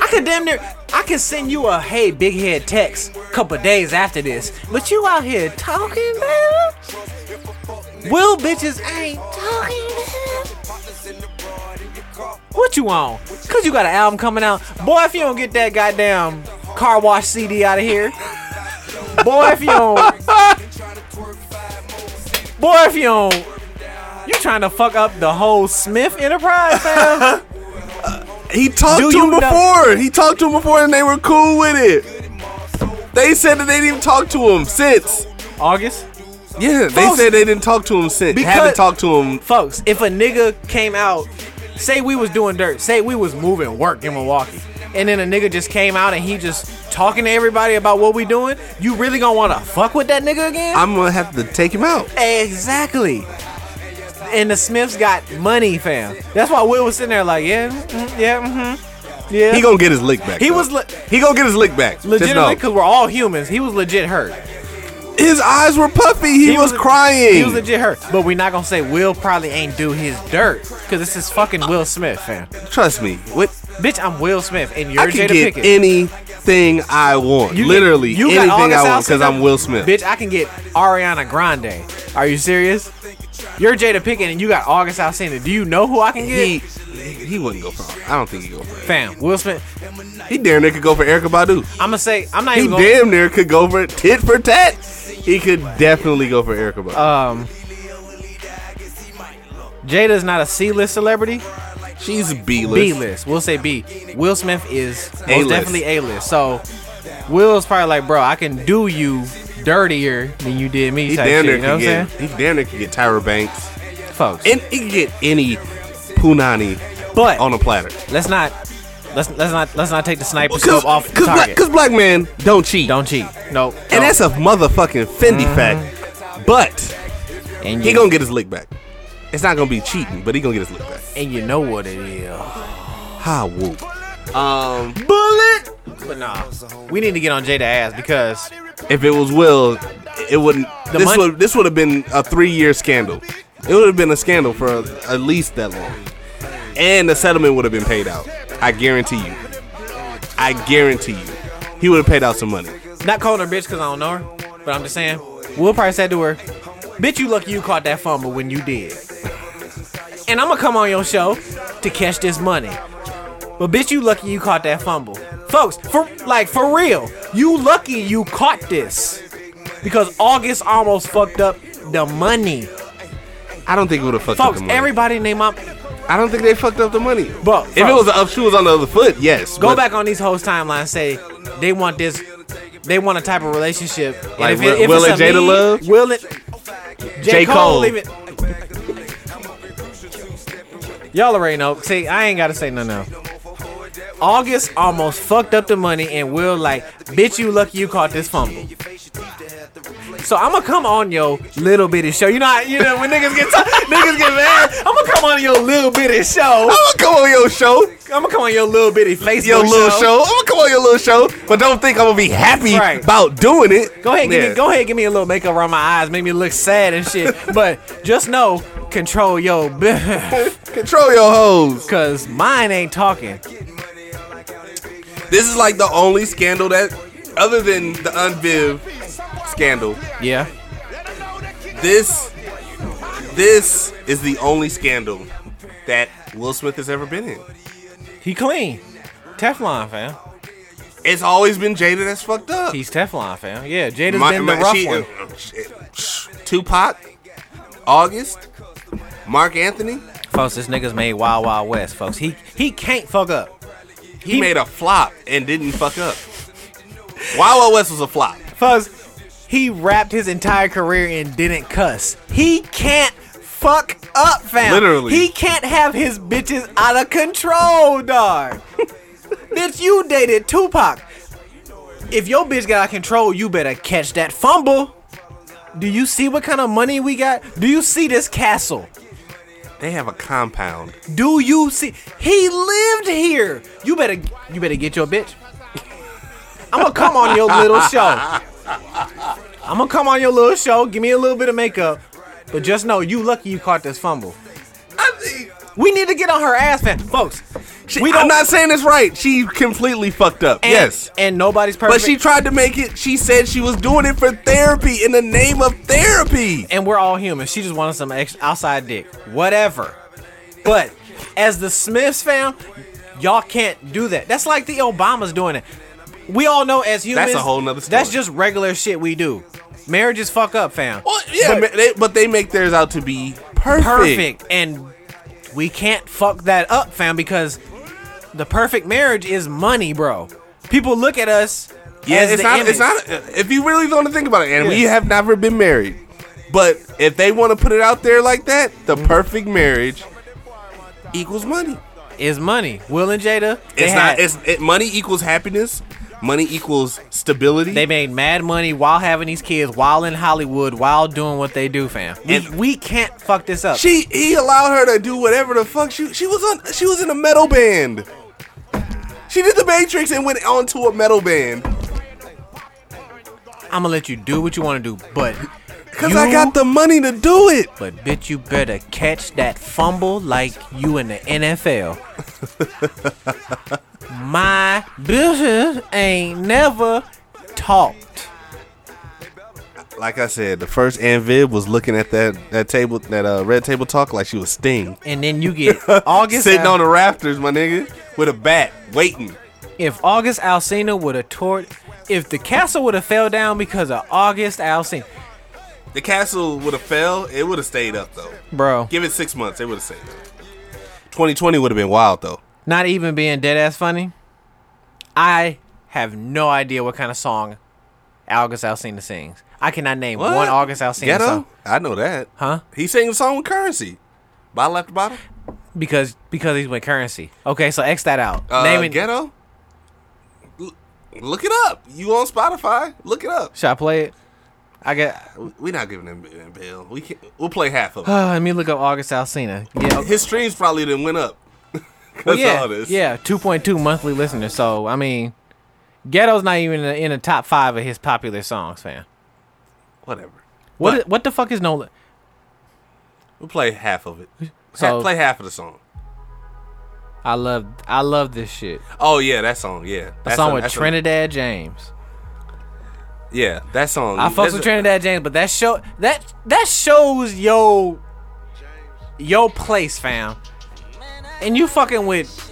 Speaker 1: I could damn near, I could send you a hey big head text a couple days after this, but you out here talking, man. Will bitches ain't talking. man.
Speaker 3: What you on? Cause you got an album coming out. Boy, if you don't get that goddamn car wash CD out of here. Boy, if you don't. Boy, if you don't. You trying to fuck up the whole Smith Enterprise, fam?
Speaker 2: He talked
Speaker 3: Do
Speaker 2: to
Speaker 3: you
Speaker 2: him
Speaker 3: know-
Speaker 2: before. He talked to him before, and they were cool with it. They said that they didn't even talk to him since.
Speaker 3: August?
Speaker 2: Yeah, they
Speaker 3: Folks-
Speaker 2: said they didn't talk to him since.
Speaker 3: Because-
Speaker 2: haven't talked to him.
Speaker 3: Folks, if a nigga came out, say we was doing dirt, say we was moving work in Milwaukee, and then a nigga just came out and he just talking to everybody about what we doing, you really gonna wanna fuck with that nigga again?
Speaker 2: I'm gonna have to take him out.
Speaker 3: Exactly. And the Smiths got money, fam. That's why Will was sitting there like, yeah, mm, yeah, mm-hmm, yeah.
Speaker 2: He gonna get his lick back.
Speaker 3: He
Speaker 2: though.
Speaker 3: was le-
Speaker 2: he gonna get his lick back. Just
Speaker 3: legitimately
Speaker 2: know.
Speaker 3: because we're all humans. He was legit hurt.
Speaker 2: his eyes were puffy. He, was, crying.
Speaker 3: He was legit hurt. But we're not gonna say Will probably ain't do his dirt because this is fucking Will Smith, fam.
Speaker 2: Trust me. What?
Speaker 3: Bitch, I'm Will Smith, and you're
Speaker 2: I can
Speaker 3: Jada
Speaker 2: get
Speaker 3: Pickett.
Speaker 2: anything I want.
Speaker 3: You get-
Speaker 2: Literally
Speaker 3: you got
Speaker 2: anything
Speaker 3: all this
Speaker 2: I want
Speaker 3: outfit
Speaker 2: because I'm
Speaker 3: up?
Speaker 2: Will Smith.
Speaker 3: Bitch, I can get Ariana Grande. Are you serious? You're Jada Pickett, and you got August Alsina. Do you know who I can get?
Speaker 2: He, he he wouldn't go for. I don't think he go for. It.
Speaker 3: fam, Will Smith.
Speaker 2: He damn near could go for Erica Badu.
Speaker 3: I'm gonna say I'm not
Speaker 2: He
Speaker 3: even gonna.
Speaker 2: damn near could go for tit for tat. He could definitely go for Erica Badu.
Speaker 3: Um, Jada's not a C-list celebrity.
Speaker 2: She's B list.
Speaker 3: B-list. We'll say B. Will Smith is most
Speaker 2: A-list.
Speaker 3: definitely A-list. So Will's probably like, bro, I can do you dirtier than you did me.
Speaker 2: He
Speaker 3: type shit,
Speaker 2: damn near
Speaker 3: you know what I'm
Speaker 2: could get.
Speaker 3: saying,
Speaker 2: He damn near could get Tyra Banks.
Speaker 3: folks?
Speaker 2: And he could get any punani
Speaker 3: but
Speaker 2: on a platter.
Speaker 3: let's not let's let's not let's not take the sniper
Speaker 2: Cause,
Speaker 3: scope off
Speaker 2: cause black,
Speaker 3: target.
Speaker 2: cause black man don't cheat.
Speaker 3: Don't cheat. Nope.
Speaker 2: And that's a motherfucking Fendi fact. But
Speaker 3: and
Speaker 2: he
Speaker 3: you,
Speaker 2: gonna get his lick back. It's not gonna be cheating, but he gonna get his lick back.
Speaker 3: and you know what it is.
Speaker 2: Ha woo.
Speaker 3: Um, Bullet. But nah, we need to get on Jada ass because
Speaker 2: If it was Will, it wouldn't.
Speaker 3: The
Speaker 2: this
Speaker 3: mon-
Speaker 2: would this would have been a three year scandal. It would have been a scandal for at least that long, and the settlement would have been paid out. I guarantee you. I guarantee you. He would have paid out some money.
Speaker 3: Not calling her bitch because I don't know her, but I'm just saying, Will probably said to her, Bitch, you lucky you caught that fumble when you did. And I'm going to come on your show to catch this money. But bitch, you lucky you caught that fumble. Folks, for like for real, you lucky you caught this. Because August almost fucked up the money.
Speaker 2: I don't think it would have fucked up
Speaker 3: Folks,
Speaker 2: the money.
Speaker 3: everybody name up.
Speaker 2: I don't think they fucked up the money.
Speaker 3: Bro,
Speaker 2: if it was a up shoe was on the other foot, yes.
Speaker 3: Go
Speaker 2: but
Speaker 3: back on these hoes' timeline. Say they want this. They want a type of relationship. And
Speaker 2: Like Will- Will
Speaker 3: it's
Speaker 2: and
Speaker 3: a
Speaker 2: Jada
Speaker 3: me,
Speaker 2: love?
Speaker 3: Will it? J.
Speaker 2: J.
Speaker 3: Cole.
Speaker 2: Cole.
Speaker 3: Leave it. Y'all already know. See, I ain't gotta say nothing else. August almost fucked up the money, and Will like, bitch, you lucky you caught this fumble. So I'm gonna come on your little bitty show. You know, how, you know when niggas get niggas get mad. I'm gonna come on your little bitty show.
Speaker 2: I'ma come on your show,
Speaker 3: I'm gonna come on your little bitty Facebook
Speaker 2: your little show. I'ma come on your little show, but don't think I'm gonna be happy
Speaker 3: Right.
Speaker 2: about doing it.
Speaker 3: Go ahead, give
Speaker 2: Yeah.
Speaker 3: me, go ahead, give me a little makeup around my eyes, make me look sad and shit. but just know, control yo,
Speaker 2: Control your hoes.
Speaker 3: cause mine ain't talking.
Speaker 2: This is like the only scandal that, other than the Unviv scandal,
Speaker 3: Yeah,
Speaker 2: this this is the only scandal that Will Smith has ever been in.
Speaker 3: he clean, Teflon fam.
Speaker 2: It's always been Jada that's fucked up.
Speaker 3: He's Teflon fam. Yeah, Jada's
Speaker 2: My-
Speaker 3: been the
Speaker 2: my-
Speaker 3: rough
Speaker 2: she-
Speaker 3: one.
Speaker 2: uh, shit. Tupac, August, Mark Anthony.
Speaker 3: Folks, this nigga's made Wild Wild West, folks. He he can't fuck up.
Speaker 2: He, made a flop and didn't fuck up. Wild Wild West was a flop.
Speaker 3: Folks, he rapped his entire career and didn't cuss. He can't fuck up, fam.
Speaker 2: Literally.
Speaker 3: He can't have his bitches out of control, dog. Bitch, you dated Tupac. If your bitch got out of control, you better catch that fumble. Do you see what kind of money we got? Do you see this castle?
Speaker 2: They have a compound.
Speaker 3: Do you see? He lived here. You better, you better get your bitch. I'm gonna come on your little show. I'm gonna come on your little show. Give me a little bit of makeup, but just know you lucky you caught this fumble.
Speaker 2: I think
Speaker 3: We need to get on her ass, fan, folks.
Speaker 2: she, I'm not saying this right. She completely fucked up.
Speaker 3: and-
Speaker 2: yes.
Speaker 3: and nobody's perfect.
Speaker 2: But she tried to make it. She said she was doing it for therapy in the name of therapy.
Speaker 3: and we're all human. She just wanted some extra outside dick, whatever. But As the Smiths fam, y'all can't do that. That's like the Obamas doing it. We all know as humans.
Speaker 2: a whole nother story. Oh,
Speaker 3: That's just regular shit we do. Marriages fuck up, fam.
Speaker 2: Well, yeah, but they, but they make theirs out to be perfect.
Speaker 3: perfect. And we can't fuck that up, fam, because the perfect marriage is money, bro. People look at us.
Speaker 2: Yeah,
Speaker 3: as
Speaker 2: it's
Speaker 3: the
Speaker 2: not.
Speaker 3: image.
Speaker 2: It's not. If you really want to think about it, and we
Speaker 3: Yeah.
Speaker 2: have never been married, but if they want to put it out there like that, the
Speaker 3: Mm-hmm.
Speaker 2: perfect marriage equals money.
Speaker 3: It's money. Will and Jada. They
Speaker 2: It's
Speaker 3: had-
Speaker 2: not. It's it, money equals happiness. Money equals stability.
Speaker 3: They made mad money while having these kids, while in Hollywood, while doing what they do, fam. We,
Speaker 2: And-
Speaker 3: we can't fuck this up.
Speaker 2: she he allowed her to do whatever the fuck she she was on. She was in a metal band. She did the Matrix and went on to a metal band.
Speaker 3: I'm gonna let you do what you want to do, but
Speaker 2: Cause
Speaker 3: you-
Speaker 2: I got the money to do it.
Speaker 3: But bitch, you better catch that fumble like you in the NFL. My business ain't never talked.
Speaker 2: Like I said, the first Anvid was looking at that that table that uh, red table talk like she was Sting.
Speaker 3: And then you get August.
Speaker 2: sitting
Speaker 3: Al-
Speaker 2: on the rafters, my nigga, with a bat, waiting.
Speaker 3: if August Alsina would have tore, if the castle would have fell down because of August Alsina,
Speaker 2: The castle would have fell. It would have stayed up though.
Speaker 3: bro.
Speaker 2: Give it six months, it would have stayed up. 2020 would have been wild though.
Speaker 3: not even being dead ass funny, I have no idea what kind of song August Alsina sings. I cannot name
Speaker 2: What?
Speaker 3: one August Alsina
Speaker 2: Ghetto,
Speaker 3: song
Speaker 2: I know that.
Speaker 3: Huh?
Speaker 2: He sang a song with Currency. Bottle after bottle.
Speaker 3: because because he's with currency. Okay, so X that out.
Speaker 2: Uh,
Speaker 3: name it.
Speaker 2: Ghetto. L- Look it up. You on Spotify? Look it up.
Speaker 3: Should I play it? I got.
Speaker 2: We're not giving him a bill. We can not We'll play half of it.
Speaker 3: Uh, let me look up August Alsina. Yeah, okay.
Speaker 2: His streams probably didn't went up.
Speaker 3: Well,
Speaker 2: That's
Speaker 3: yeah,
Speaker 2: all this.
Speaker 3: yeah. Two point two monthly listeners. So I mean, Ghetto's not even in the, in the top five of his popular songs, fam.
Speaker 2: Whatever.
Speaker 3: What
Speaker 2: But-
Speaker 3: what, the fuck is no?
Speaker 2: We'll play half of it. Ha-
Speaker 3: So-
Speaker 2: play half of the song.
Speaker 3: I love I love this shit.
Speaker 2: Oh yeah, that song. Yeah,
Speaker 3: A
Speaker 2: that
Speaker 3: song with
Speaker 2: that's a-
Speaker 3: Trinidad James.
Speaker 2: yeah, that song.
Speaker 3: I fucks
Speaker 2: that's
Speaker 3: with
Speaker 2: a-
Speaker 3: Trinidad James, but that show that that shows yo yo place, fam. And you fucking with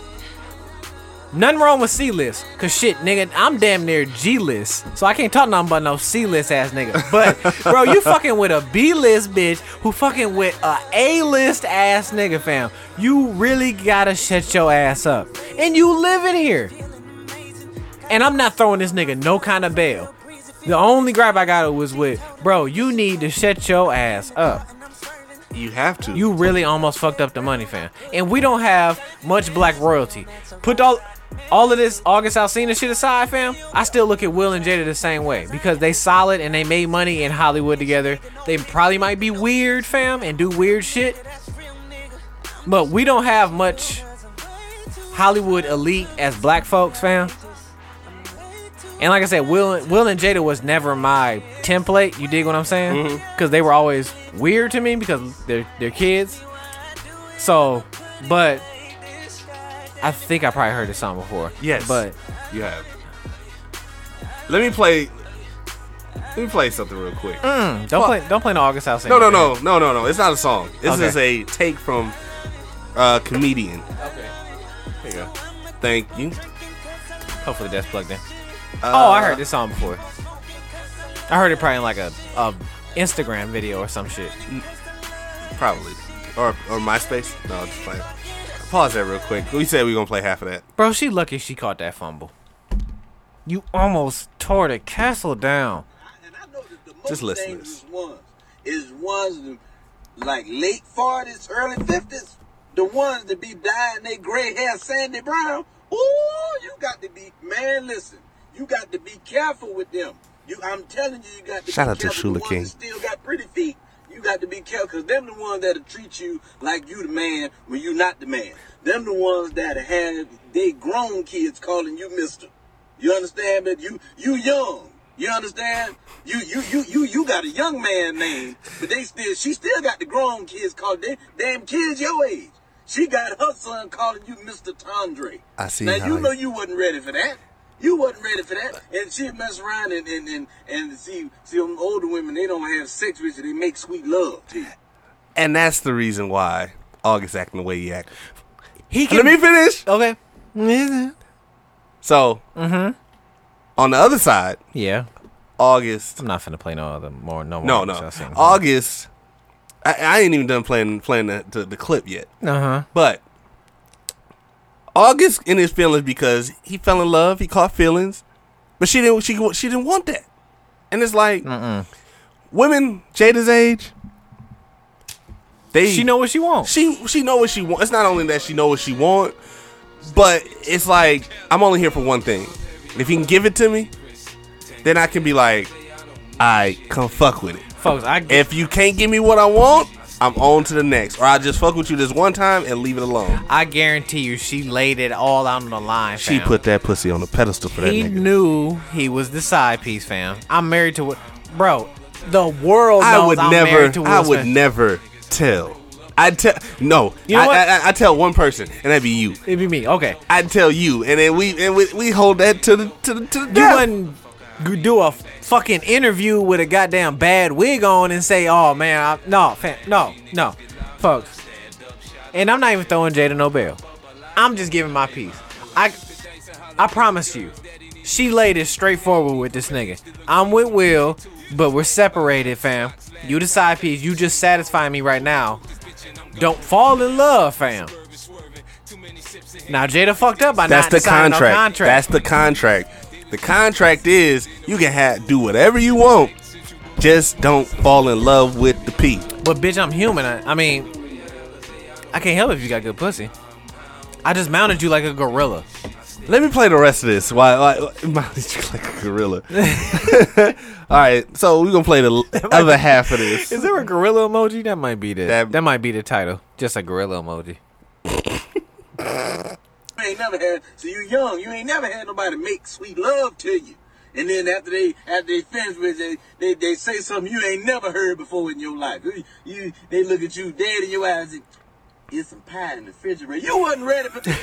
Speaker 3: nothing wrong with C list, cause shit, nigga, I'm damn near G list, so I can't talk nothing about no C list ass nigga. But bro, you fucking with a B list bitch who fucking with a A list ass nigga, fam. You really gotta shut your ass up, and you living here. And I'm not throwing this nigga no kind of bail. The only gripe I got was with, bro, you need to shut your ass up.
Speaker 2: You have to.
Speaker 3: You really almost fucked up the money, fam. And we don't have much black royalty. Put all all of this August Alsina shit aside, fam. I still look at Will and Jada the same way because they solid and they made money in Hollywood together. They probably might be weird, fam, and do weird shit. But we don't have much Hollywood elite as black folks, fam. And like I said, Will Will and Jada was never my template. You dig what I'm saying? Because
Speaker 2: Mm-hmm.
Speaker 3: they were always weird to me because they're they're kids. So, but I think I probably heard this song before.
Speaker 2: Yes.
Speaker 3: but
Speaker 2: You have. Let me play. Let me play something real quick.
Speaker 3: mm, don't play don't play no August House.
Speaker 2: No, no, no, no, no, no. It's not a song. This
Speaker 3: Okay.
Speaker 2: is a take from a comedian.
Speaker 3: Okay.
Speaker 2: There you go. Thank you.
Speaker 3: Hopefully that's plugged
Speaker 2: Uh,
Speaker 3: in. oh, I heard this song before. I heard it probably in like a, a Instagram video or some shit.
Speaker 2: Probably. Or or MySpace. No, just play. it. Pause that real quick. We said we gonna play half of that.
Speaker 3: Bro, she lucky she caught that fumble. You almost tore the castle down.
Speaker 6: And I know that the most
Speaker 2: Just listen to
Speaker 6: dangerous ones is ones like late forties, early fifties. The ones that be dying they gray hair sandy brown. Ooh, you got to be man. Listen, you got to be careful with them. You, I'm telling you, you got to
Speaker 2: Shout
Speaker 6: be
Speaker 2: out to
Speaker 6: careful.
Speaker 2: Shula
Speaker 6: The ones
Speaker 2: King.
Speaker 6: that Still got pretty feet. You got to be careful because them the ones that'll treat you like you the man when you not the man. Them the ones that have they grown kids calling you Mister. You understand that you you young. You understand? You you you you you got a young man name, but they still she still got the grown kids calling them damn kids your age. She got her son calling you Mr. Tondre.
Speaker 2: I see
Speaker 6: Now
Speaker 2: how
Speaker 6: you
Speaker 2: you-
Speaker 6: know you wasn't ready for that. You wasn't ready for that. And she mess around and and and, and see see them older women they don't have sex with you. They make sweet love to you.
Speaker 2: And that's the reason why August acting the way he acted.
Speaker 3: He
Speaker 2: Let me finish.
Speaker 3: Okay.
Speaker 2: So, on the other side,
Speaker 3: Yeah.
Speaker 2: August.
Speaker 3: I'm not finna play no other more no
Speaker 2: No,
Speaker 3: more.
Speaker 2: no, August. I, I ain't even done playing playing the, the, the clip yet.
Speaker 3: Uh huh.
Speaker 2: But August in his feelings because he fell in love, he caught feelings, but she didn't. She she didn't want that, and it's like women Jada's age. They
Speaker 3: She know what she wants.
Speaker 2: she she know what she want. It's not only that she know what she want, but it's like I'm only here for one thing. If you can give it to me, then I can be like, I come fuck with it.
Speaker 3: Folks, I get
Speaker 2: If you can't give me what I want, I'm on to the next, or I just fuck with you this one time and leave it alone.
Speaker 3: I guarantee you, she laid it all out on the line.
Speaker 2: She
Speaker 3: fam.
Speaker 2: put that pussy on a pedestal for that
Speaker 3: He
Speaker 2: nigga.
Speaker 3: knew he was the side piece, fam. I'm married to what, bro? The world. Knows
Speaker 2: I would
Speaker 3: am Married to
Speaker 2: never.
Speaker 3: Will
Speaker 2: I would
Speaker 3: Smith.
Speaker 2: never tell. I tell no.
Speaker 3: You know
Speaker 2: I,
Speaker 3: what?
Speaker 2: I, I, I tell one person, and that'd be you.
Speaker 3: It'd be me. Okay.
Speaker 2: I'd tell you, and then we and we, we hold that to the to the to the
Speaker 3: You
Speaker 2: death.
Speaker 3: wouldn't g- do a fucking interview with a goddamn bad wig on and say, "Oh man, I, no, fam, no, no, folks." And I'm not even throwing Jada no bail. I'm just giving my piece. I, I promise you, she laid it straightforward with this nigga. I'm with Will, but we're separated, fam. You the side piece. You just satisfy me right now. Don't fall in love, fam. Now Jada fucked up by
Speaker 2: That's
Speaker 3: not
Speaker 2: the
Speaker 3: signing no
Speaker 2: contract.
Speaker 3: contract.
Speaker 2: That's the contract. The contract is you can have do whatever you want. Just don't fall in love with the P.
Speaker 3: But bitch, I'm human. I, I mean, I can't help it if you got good pussy. I just mounted you like a gorilla.
Speaker 2: Let me play the rest of this. Why? why my, you like a gorilla. All right, so we're gonna play the l- other half of this.
Speaker 3: Is there a gorilla emoji? That might be the
Speaker 2: That-
Speaker 3: that, might be the title. Just a gorilla emoji.
Speaker 6: You ain't never had, so you young, you ain't never had nobody make sweet love to you. And then after they after they finish with it, they, they say something you ain't never heard before in your life. You, you- they look at you dead in your eyes and it's some pie in the refrigerator. You wasn't ready for this.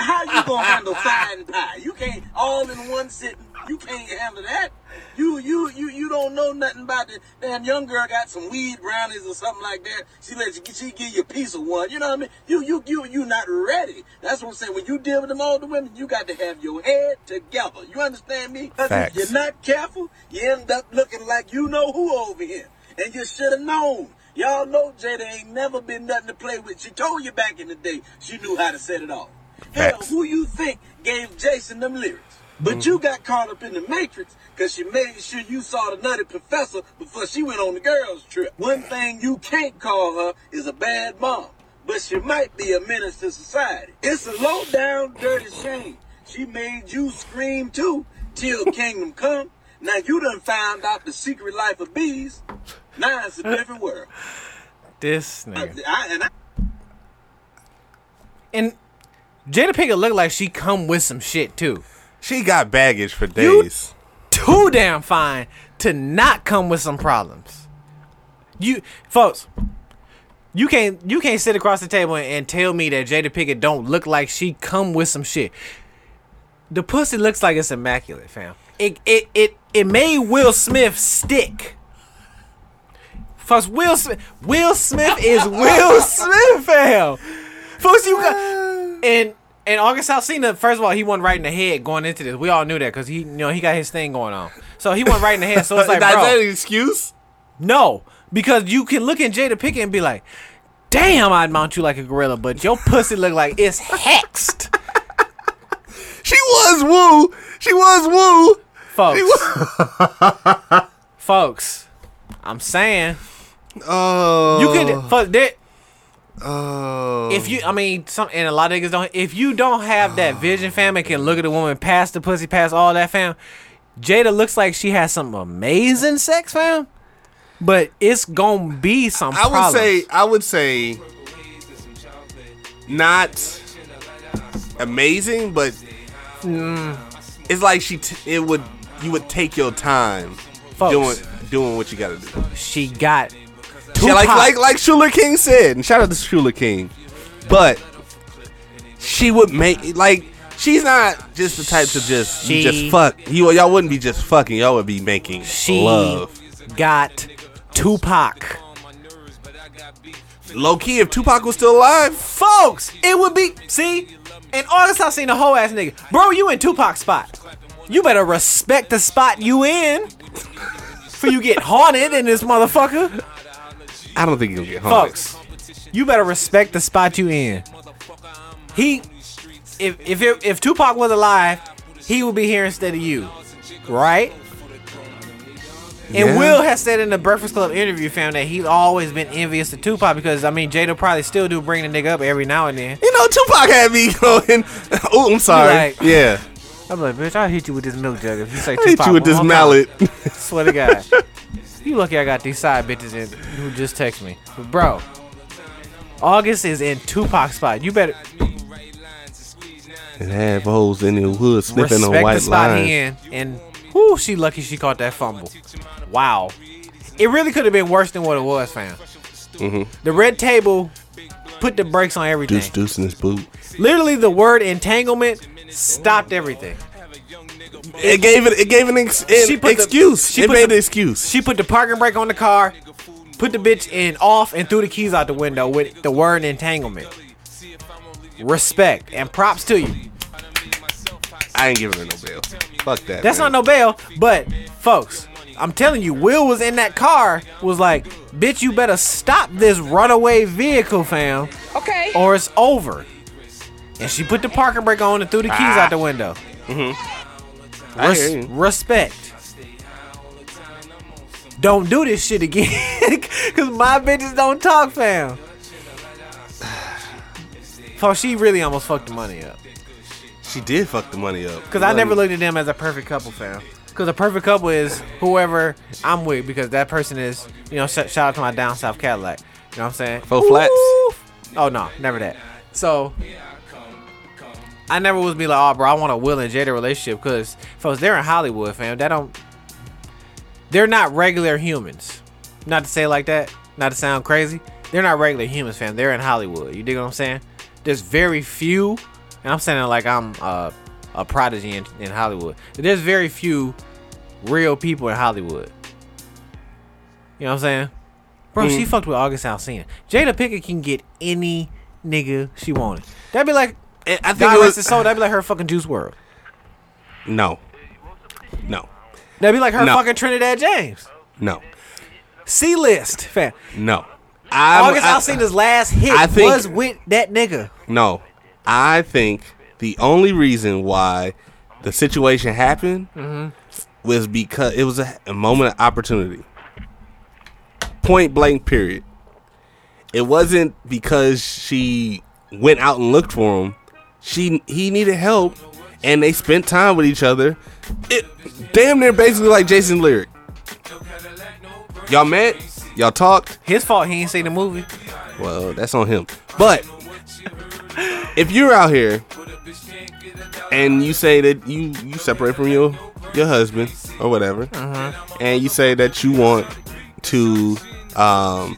Speaker 6: How you gonna handle pie and pie? You can't all in one sitting. You can't handle that. You you you you don't know nothing about the damn young girl got some weed brownies or something like that. She let you she give you a piece of one. You know what I mean? You you you you not ready. That's what I'm saying. When you deal with them older women, you got to have your head together. You understand me? Because
Speaker 2: Facts.
Speaker 6: if You're not careful. You end up looking like you know who over here, and you should have known. Y'all know Jada ain't never been nothing to play with. She told you back in the day she knew how to set it off. Hell,
Speaker 2: Facts.
Speaker 6: who you think gave Jason them lyrics? But you got caught up in the matrix because she made sure you saw the nutty professor before she went on the girls' trip. One thing you can't call her is a bad mom, but she might be a menace to society. It's a low down, dirty shame. She made you scream too till kingdom come. Now you done found out the secret life of bees. Now it's a different world.
Speaker 3: This
Speaker 6: I,
Speaker 3: nigga.
Speaker 6: I, and I
Speaker 3: And Jada Pinkett looked like she come with some shit too.
Speaker 2: She got baggage for days.
Speaker 3: Too damn fine to not come with some problems. You folks, you can't you can't sit across the table and, and tell me that Jada Pinkett don't look like she come with some shit. The pussy looks like it's immaculate, fam. It it it it made Will Smith stick. Folks, Will Smith Will Smith is Will Smith, fam. Folks, you got and and August Alsina. First of all, he wasn't right in the head going into this. We all knew that because he you know he got his thing going on. So he wasn't right in the head. So it's like,
Speaker 2: Is that
Speaker 3: bro,
Speaker 2: an excuse?
Speaker 3: no, because you can look at Jada Pinkett and be like, "Damn, I'd mount you like a gorilla, but your pussy look like it's hexed."
Speaker 2: She was woo. She was woo.
Speaker 3: folks. folks, I'm saying
Speaker 2: Oh,
Speaker 3: you could fuck that.
Speaker 2: Oh,
Speaker 3: If you, I mean, some and a lot of niggas don't. If you don't have that vision, fam, and can look at a woman past the pussy, past all that, fam. Jada looks like she has some amazing sex, fam. But it's gonna be some.
Speaker 2: I would
Speaker 3: problems.
Speaker 2: say, I would say, not amazing, but
Speaker 3: Mm.
Speaker 2: it's like she. T- it would you would take your time
Speaker 3: Folks.
Speaker 2: doing doing what you got to do.
Speaker 3: she got.
Speaker 2: Yeah, like
Speaker 3: Tupac.
Speaker 2: like like Shula King said, and shout out to Shula King, but she would make like she's not just the type to just you
Speaker 3: She-
Speaker 2: just fuck you. Y'all wouldn't be just fucking. Y'all would be making
Speaker 3: she
Speaker 2: love.
Speaker 3: got Tupac.
Speaker 2: Low key, if Tupac was still alive,
Speaker 3: Folks, it would be see, in August I seen a whole ass nigga. Bro, you in Tupac spot. You better respect the spot you in. For you get haunted in this motherfucker.
Speaker 2: I don't think he'll get home.
Speaker 3: Folks, you better respect the spot you in. He if if it, if Tupac was alive, he would be here instead of you. Right?
Speaker 2: Yeah.
Speaker 3: And Will has said in the Breakfast Club interview, fam, that he's always been envious to Tupac because I mean Jada probably still do bring the nigga up every now and then.
Speaker 2: You know, Tupac had me going. oh, I'm sorry.
Speaker 3: like-
Speaker 2: yeah,
Speaker 3: I'm like, bitch, I'll hit you with this milk jug if you say
Speaker 2: I hit you with this mallet.
Speaker 3: Swear to God. you lucky I got these side bitches in who just text me. But bro, August is in Tupac spot. You better
Speaker 2: and have holes in the wood sniffing on
Speaker 3: respect
Speaker 2: white
Speaker 3: the spot
Speaker 2: lines.
Speaker 3: he in. And whoo, she lucky she caught that fumble. Wow. It really could have been worse than what it was, fam. The red table put the brakes on everything.
Speaker 2: Deuce, deuce in his boot.
Speaker 3: Literally, the word entanglement stopped everything.
Speaker 2: It gave it. It gave an, ex, an
Speaker 3: She put the-
Speaker 2: excuse.
Speaker 3: she
Speaker 2: it
Speaker 3: put
Speaker 2: made
Speaker 3: the-
Speaker 2: an excuse.
Speaker 3: She put the parking brake on the car, put the bitch in off, and threw the keys out the window with the word entanglement. Respect and props to you.
Speaker 2: I ain't giving her no bail. Fuck that.
Speaker 3: That's
Speaker 2: man.
Speaker 3: not no bail, but folks, I'm telling you, Will was in that car, was like, bitch, you better stop this runaway vehicle, fam,
Speaker 7: Okay.
Speaker 3: or it's over. And she put the parking brake on and threw the keys out the window.
Speaker 2: Ah. I
Speaker 3: Res-
Speaker 2: hear you.
Speaker 3: respect. Don't do this shit again, cause my bitches don't talk, fam. So she really almost fucked the money up,
Speaker 2: She did fuck the money up.
Speaker 3: cause I never looked at them as a perfect couple, fam. Cause a perfect couple is whoever I'm with, because that person is, you know, sh- shout out to my down south Cadillac. You know what I'm saying?
Speaker 2: Four flats.
Speaker 3: Oh no, never that. So I never was be like, oh bro, I want a Will and Jada relationship because folks, they're in Hollywood, fam. That don't they're not regular humans. Not to say it like that, not to sound crazy. They're not regular humans, fam. They're in Hollywood. You dig what I'm saying? There's very few, and I'm saying it like I'm uh, a prodigy in, in Hollywood. There's very few real people in Hollywood. You know what I'm saying? Bro,
Speaker 2: Hmm.
Speaker 3: she fucked with August Alsina. Jada Pickett can get any nigga she wanted. That'd be like,
Speaker 2: And I think
Speaker 3: God
Speaker 2: it
Speaker 3: rest
Speaker 2: was
Speaker 3: his soul, that'd be like her fucking Juice World.
Speaker 2: no, no,
Speaker 3: That'd be like her
Speaker 2: No.
Speaker 3: fucking Trinidad James.
Speaker 2: no,
Speaker 3: C list, fam.
Speaker 2: no. I,
Speaker 3: August
Speaker 2: I-
Speaker 3: Alcina's last hit
Speaker 2: I think-
Speaker 3: was with that nigga.
Speaker 2: No, I think the only reason why the situation happened was because it was a, a moment of opportunity. Point blank, period. It wasn't because she went out and looked for him. She he needed help, and they spent time with each other. It damn near basically like Jason Lyric. Y'all met, y'all talked,
Speaker 3: His fault he ain't seen the movie.
Speaker 2: well, that's on him. But if you're out here and you say that you you separate from your your husband or whatever,
Speaker 3: Mm-hmm.
Speaker 2: and you say that you want to um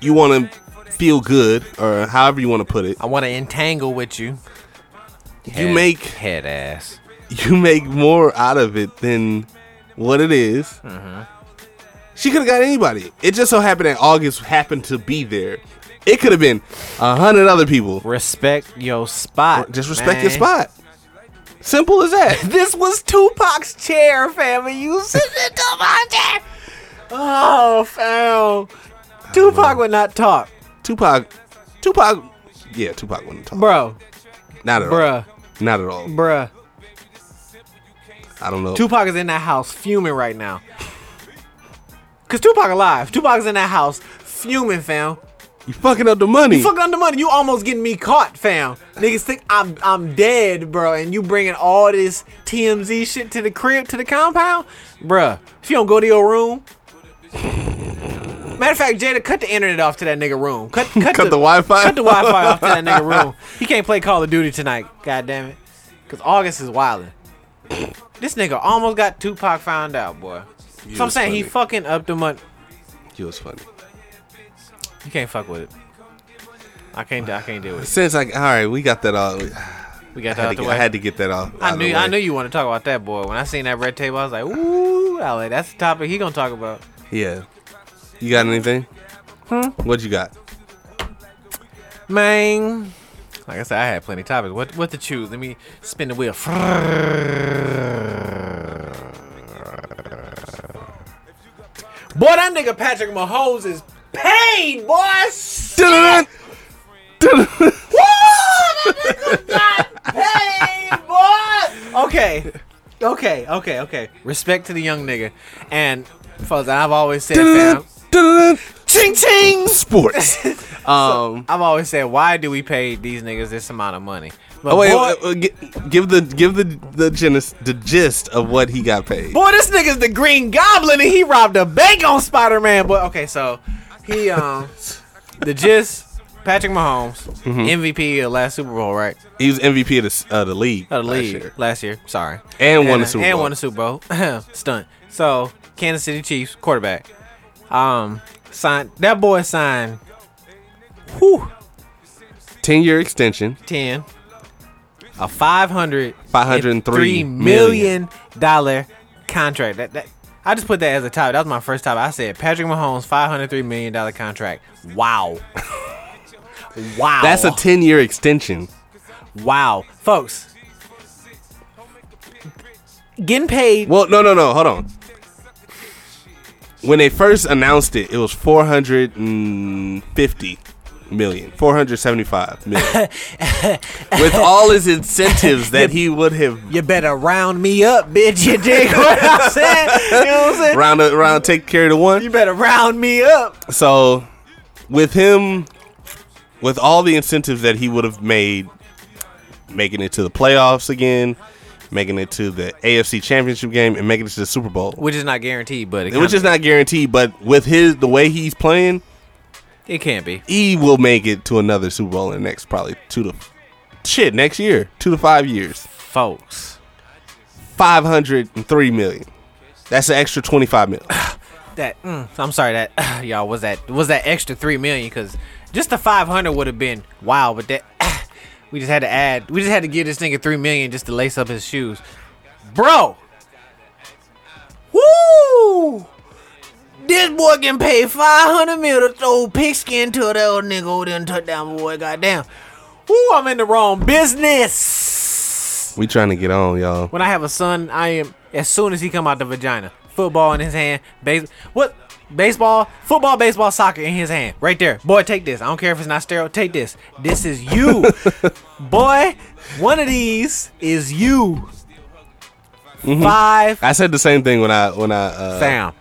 Speaker 2: you want to feel good or however you want to put it,
Speaker 3: I want to entangle with you.
Speaker 2: you make
Speaker 3: head ass.
Speaker 2: you make more out of it than what it is.
Speaker 3: Mm-hmm.
Speaker 2: She could have got anybody. It just so happened that August happened to be there. It could have been a hundred other people.
Speaker 3: Respect your spot.
Speaker 2: Just respect your
Speaker 3: man.
Speaker 2: spot. Simple as that.
Speaker 3: This was Tupac's chair, fam. and You sitting in Tupac's chair. Oh, fam. Tupac would not talk,
Speaker 2: Tupac, Tupac, yeah, Tupac wouldn't talk.
Speaker 3: bro,
Speaker 2: Not at all.
Speaker 3: bruh,
Speaker 2: Not at all.
Speaker 3: bruh.
Speaker 2: I don't know.
Speaker 3: Tupac is in that house fuming right now. Cause Tupac alive. Tupac's in that house fuming, fam.
Speaker 2: you fucking up the money.
Speaker 3: You fucking under money. You almost getting me caught, fam. Niggas think I'm I'm dead, bro. And you bringing all this TMZ shit to the crib, to the compound, bruh. If you don't go to your room. Matter of fact, Jada, cut the internet off to that nigga room. Cut, cut,
Speaker 2: Cut the Wi-Fi?
Speaker 3: Cut the Wi-Fi off to that nigga room. He can't play Call of Duty tonight. God damn it, because August is wilding. This nigga almost got Tupac found out, boy. so I'm
Speaker 2: was
Speaker 3: saying he
Speaker 2: funny.
Speaker 3: fucking up the money.
Speaker 2: He was funny.
Speaker 3: You can't fuck with it. I can't. I can't deal with it.
Speaker 2: Since like, all right, we got that all. I
Speaker 3: We got that
Speaker 2: had,
Speaker 3: out
Speaker 2: to
Speaker 3: the
Speaker 2: get,
Speaker 3: way.
Speaker 2: I had to get that off.
Speaker 3: I
Speaker 2: out of
Speaker 3: knew
Speaker 2: the
Speaker 3: I
Speaker 2: way.
Speaker 3: knew you want to talk about that boy. When I seen that red table, I was like, ooh, Ale, that's the topic he gonna talk about.
Speaker 2: Yeah. You got anything? What you got?
Speaker 3: Man. Like I said, I had plenty of topics. What what to choose? Let me spin the wheel. Boy, that nigga Patrick Mahomes is paid, boy.
Speaker 2: Dun-dun-dun.
Speaker 3: paid, boy. Okay, okay, okay, okay. Respect to the young nigga, and folks, I've always said, fam,
Speaker 2: Dun-dun-dun.
Speaker 3: ching ching.
Speaker 2: Sports.
Speaker 3: Um, I've always said, why do we pay these niggas this amount of money? But
Speaker 2: Oh wait,
Speaker 3: boy,
Speaker 2: uh, uh, gi- give the give the the gist the gist of what he got paid.
Speaker 3: boy, this nigga's the Green Goblin, and he robbed a bank on Spider Man. But okay, so he um, the gist. Patrick Mahomes,
Speaker 2: Mm-hmm.
Speaker 3: MVP of last Super Bowl, right?
Speaker 2: He was MVP of the, s- uh, the league.
Speaker 3: Of the
Speaker 2: last
Speaker 3: league
Speaker 2: year.
Speaker 3: last year. Sorry.
Speaker 2: And won the Super
Speaker 3: and
Speaker 2: Bowl.
Speaker 3: won the Super Bowl. Stunt. So Kansas City Chiefs quarterback. Um, signed that boy signed. Whew,
Speaker 2: Ten year extension.
Speaker 3: ten. A five hundred.
Speaker 2: $503
Speaker 3: million dollar contract. That that. I just put that as a topic. That was my first topic. I said Patrick Mahomes, five hundred three million dollar contract. Wow, wow.
Speaker 2: That's a ten year extension.
Speaker 3: wow, folks. Getting paid.
Speaker 2: Well, no, no, no. Hold on. When they first announced it, it was four hundred and fifty million, four hundred seventy-five million, with all his incentives that he would have
Speaker 3: You better round me up, bitch. You dig what I'm saying? You know what I'm saying?
Speaker 2: round around take care of the one.
Speaker 3: You better round me up.
Speaker 2: So, with him, with all the incentives that he would have made, making it to the playoffs again, making it to the AFC Championship game, and making it to the Super Bowl,
Speaker 3: Which is not guaranteed, but it,
Speaker 2: which is not guaranteed, but with his the way he's playing,
Speaker 3: it can't be.
Speaker 2: he will make it to another Super Bowl in the next probably two to shit next year, two to five years,
Speaker 3: Folks,
Speaker 2: five hundred and three million. That's an extra twenty five million.
Speaker 3: that mm, I'm sorry that y'all was that was that extra 3 million cuz just the 500 would have been wow, but that we just had to add we just had to give this nigga 3 million just to lace up his shoes. Bro. Woo! This boy getting paid 500 mil to throw pigskin to that old nigga over there and touchdown boy. Goddamn. Woo, I'm in the wrong business.
Speaker 2: We trying to get on, y'all.
Speaker 3: When I have a son, I am as soon as he come out the vagina, football in his hand, base what baseball, football, baseball, soccer in his hand, right there. Boy, take this. I don't care if it's not sterile. Take this. This is you, boy. One of these is you. Five,
Speaker 2: I said the same thing when I when I uh,
Speaker 3: Sam,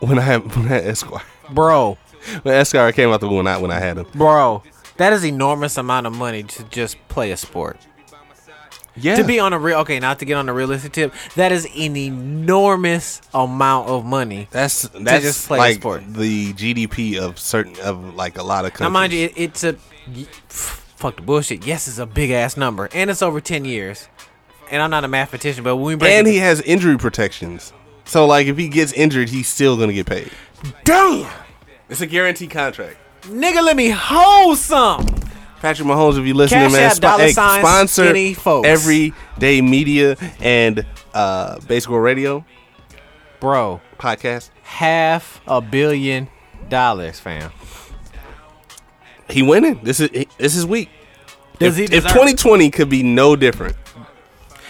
Speaker 2: when I when I had Esquire.
Speaker 3: bro,
Speaker 2: When Esquire came out the womb, not when I had him.
Speaker 3: bro. That is enormous amount of money to just play a sport.
Speaker 2: Yeah.
Speaker 3: To be on a real okay, not to get on a realistic tip, that is an enormous amount of money.
Speaker 2: that's that's
Speaker 3: just play a
Speaker 2: like
Speaker 3: sport.
Speaker 2: the GDP of certain of like a lot of countries.
Speaker 3: Now, mind you, it, it's a y- f- fuck the bullshit. Yes, it's a big ass number, and it's over ten years. And I'm not a mathematician, but when we break
Speaker 2: and
Speaker 3: it,
Speaker 2: he has injury protections. So like if he gets injured, he's still gonna get paid.
Speaker 3: damn
Speaker 2: It's a guaranteed contract.
Speaker 3: nigga, let me hold some.
Speaker 2: Patrick Mahomes, if you listening,
Speaker 3: Cash
Speaker 2: man,
Speaker 3: App,
Speaker 2: spo-
Speaker 3: dollar
Speaker 2: hey,
Speaker 3: signs, skinny
Speaker 2: sponsor
Speaker 3: folks.
Speaker 2: everyday media and uh Basic World Radio
Speaker 3: Bro,
Speaker 2: podcast.
Speaker 3: half a billion dollars, fam.
Speaker 2: He winning. This is this is weak.
Speaker 3: Does
Speaker 2: if,
Speaker 3: he
Speaker 2: if
Speaker 3: deserve-
Speaker 2: 2020 could be no different,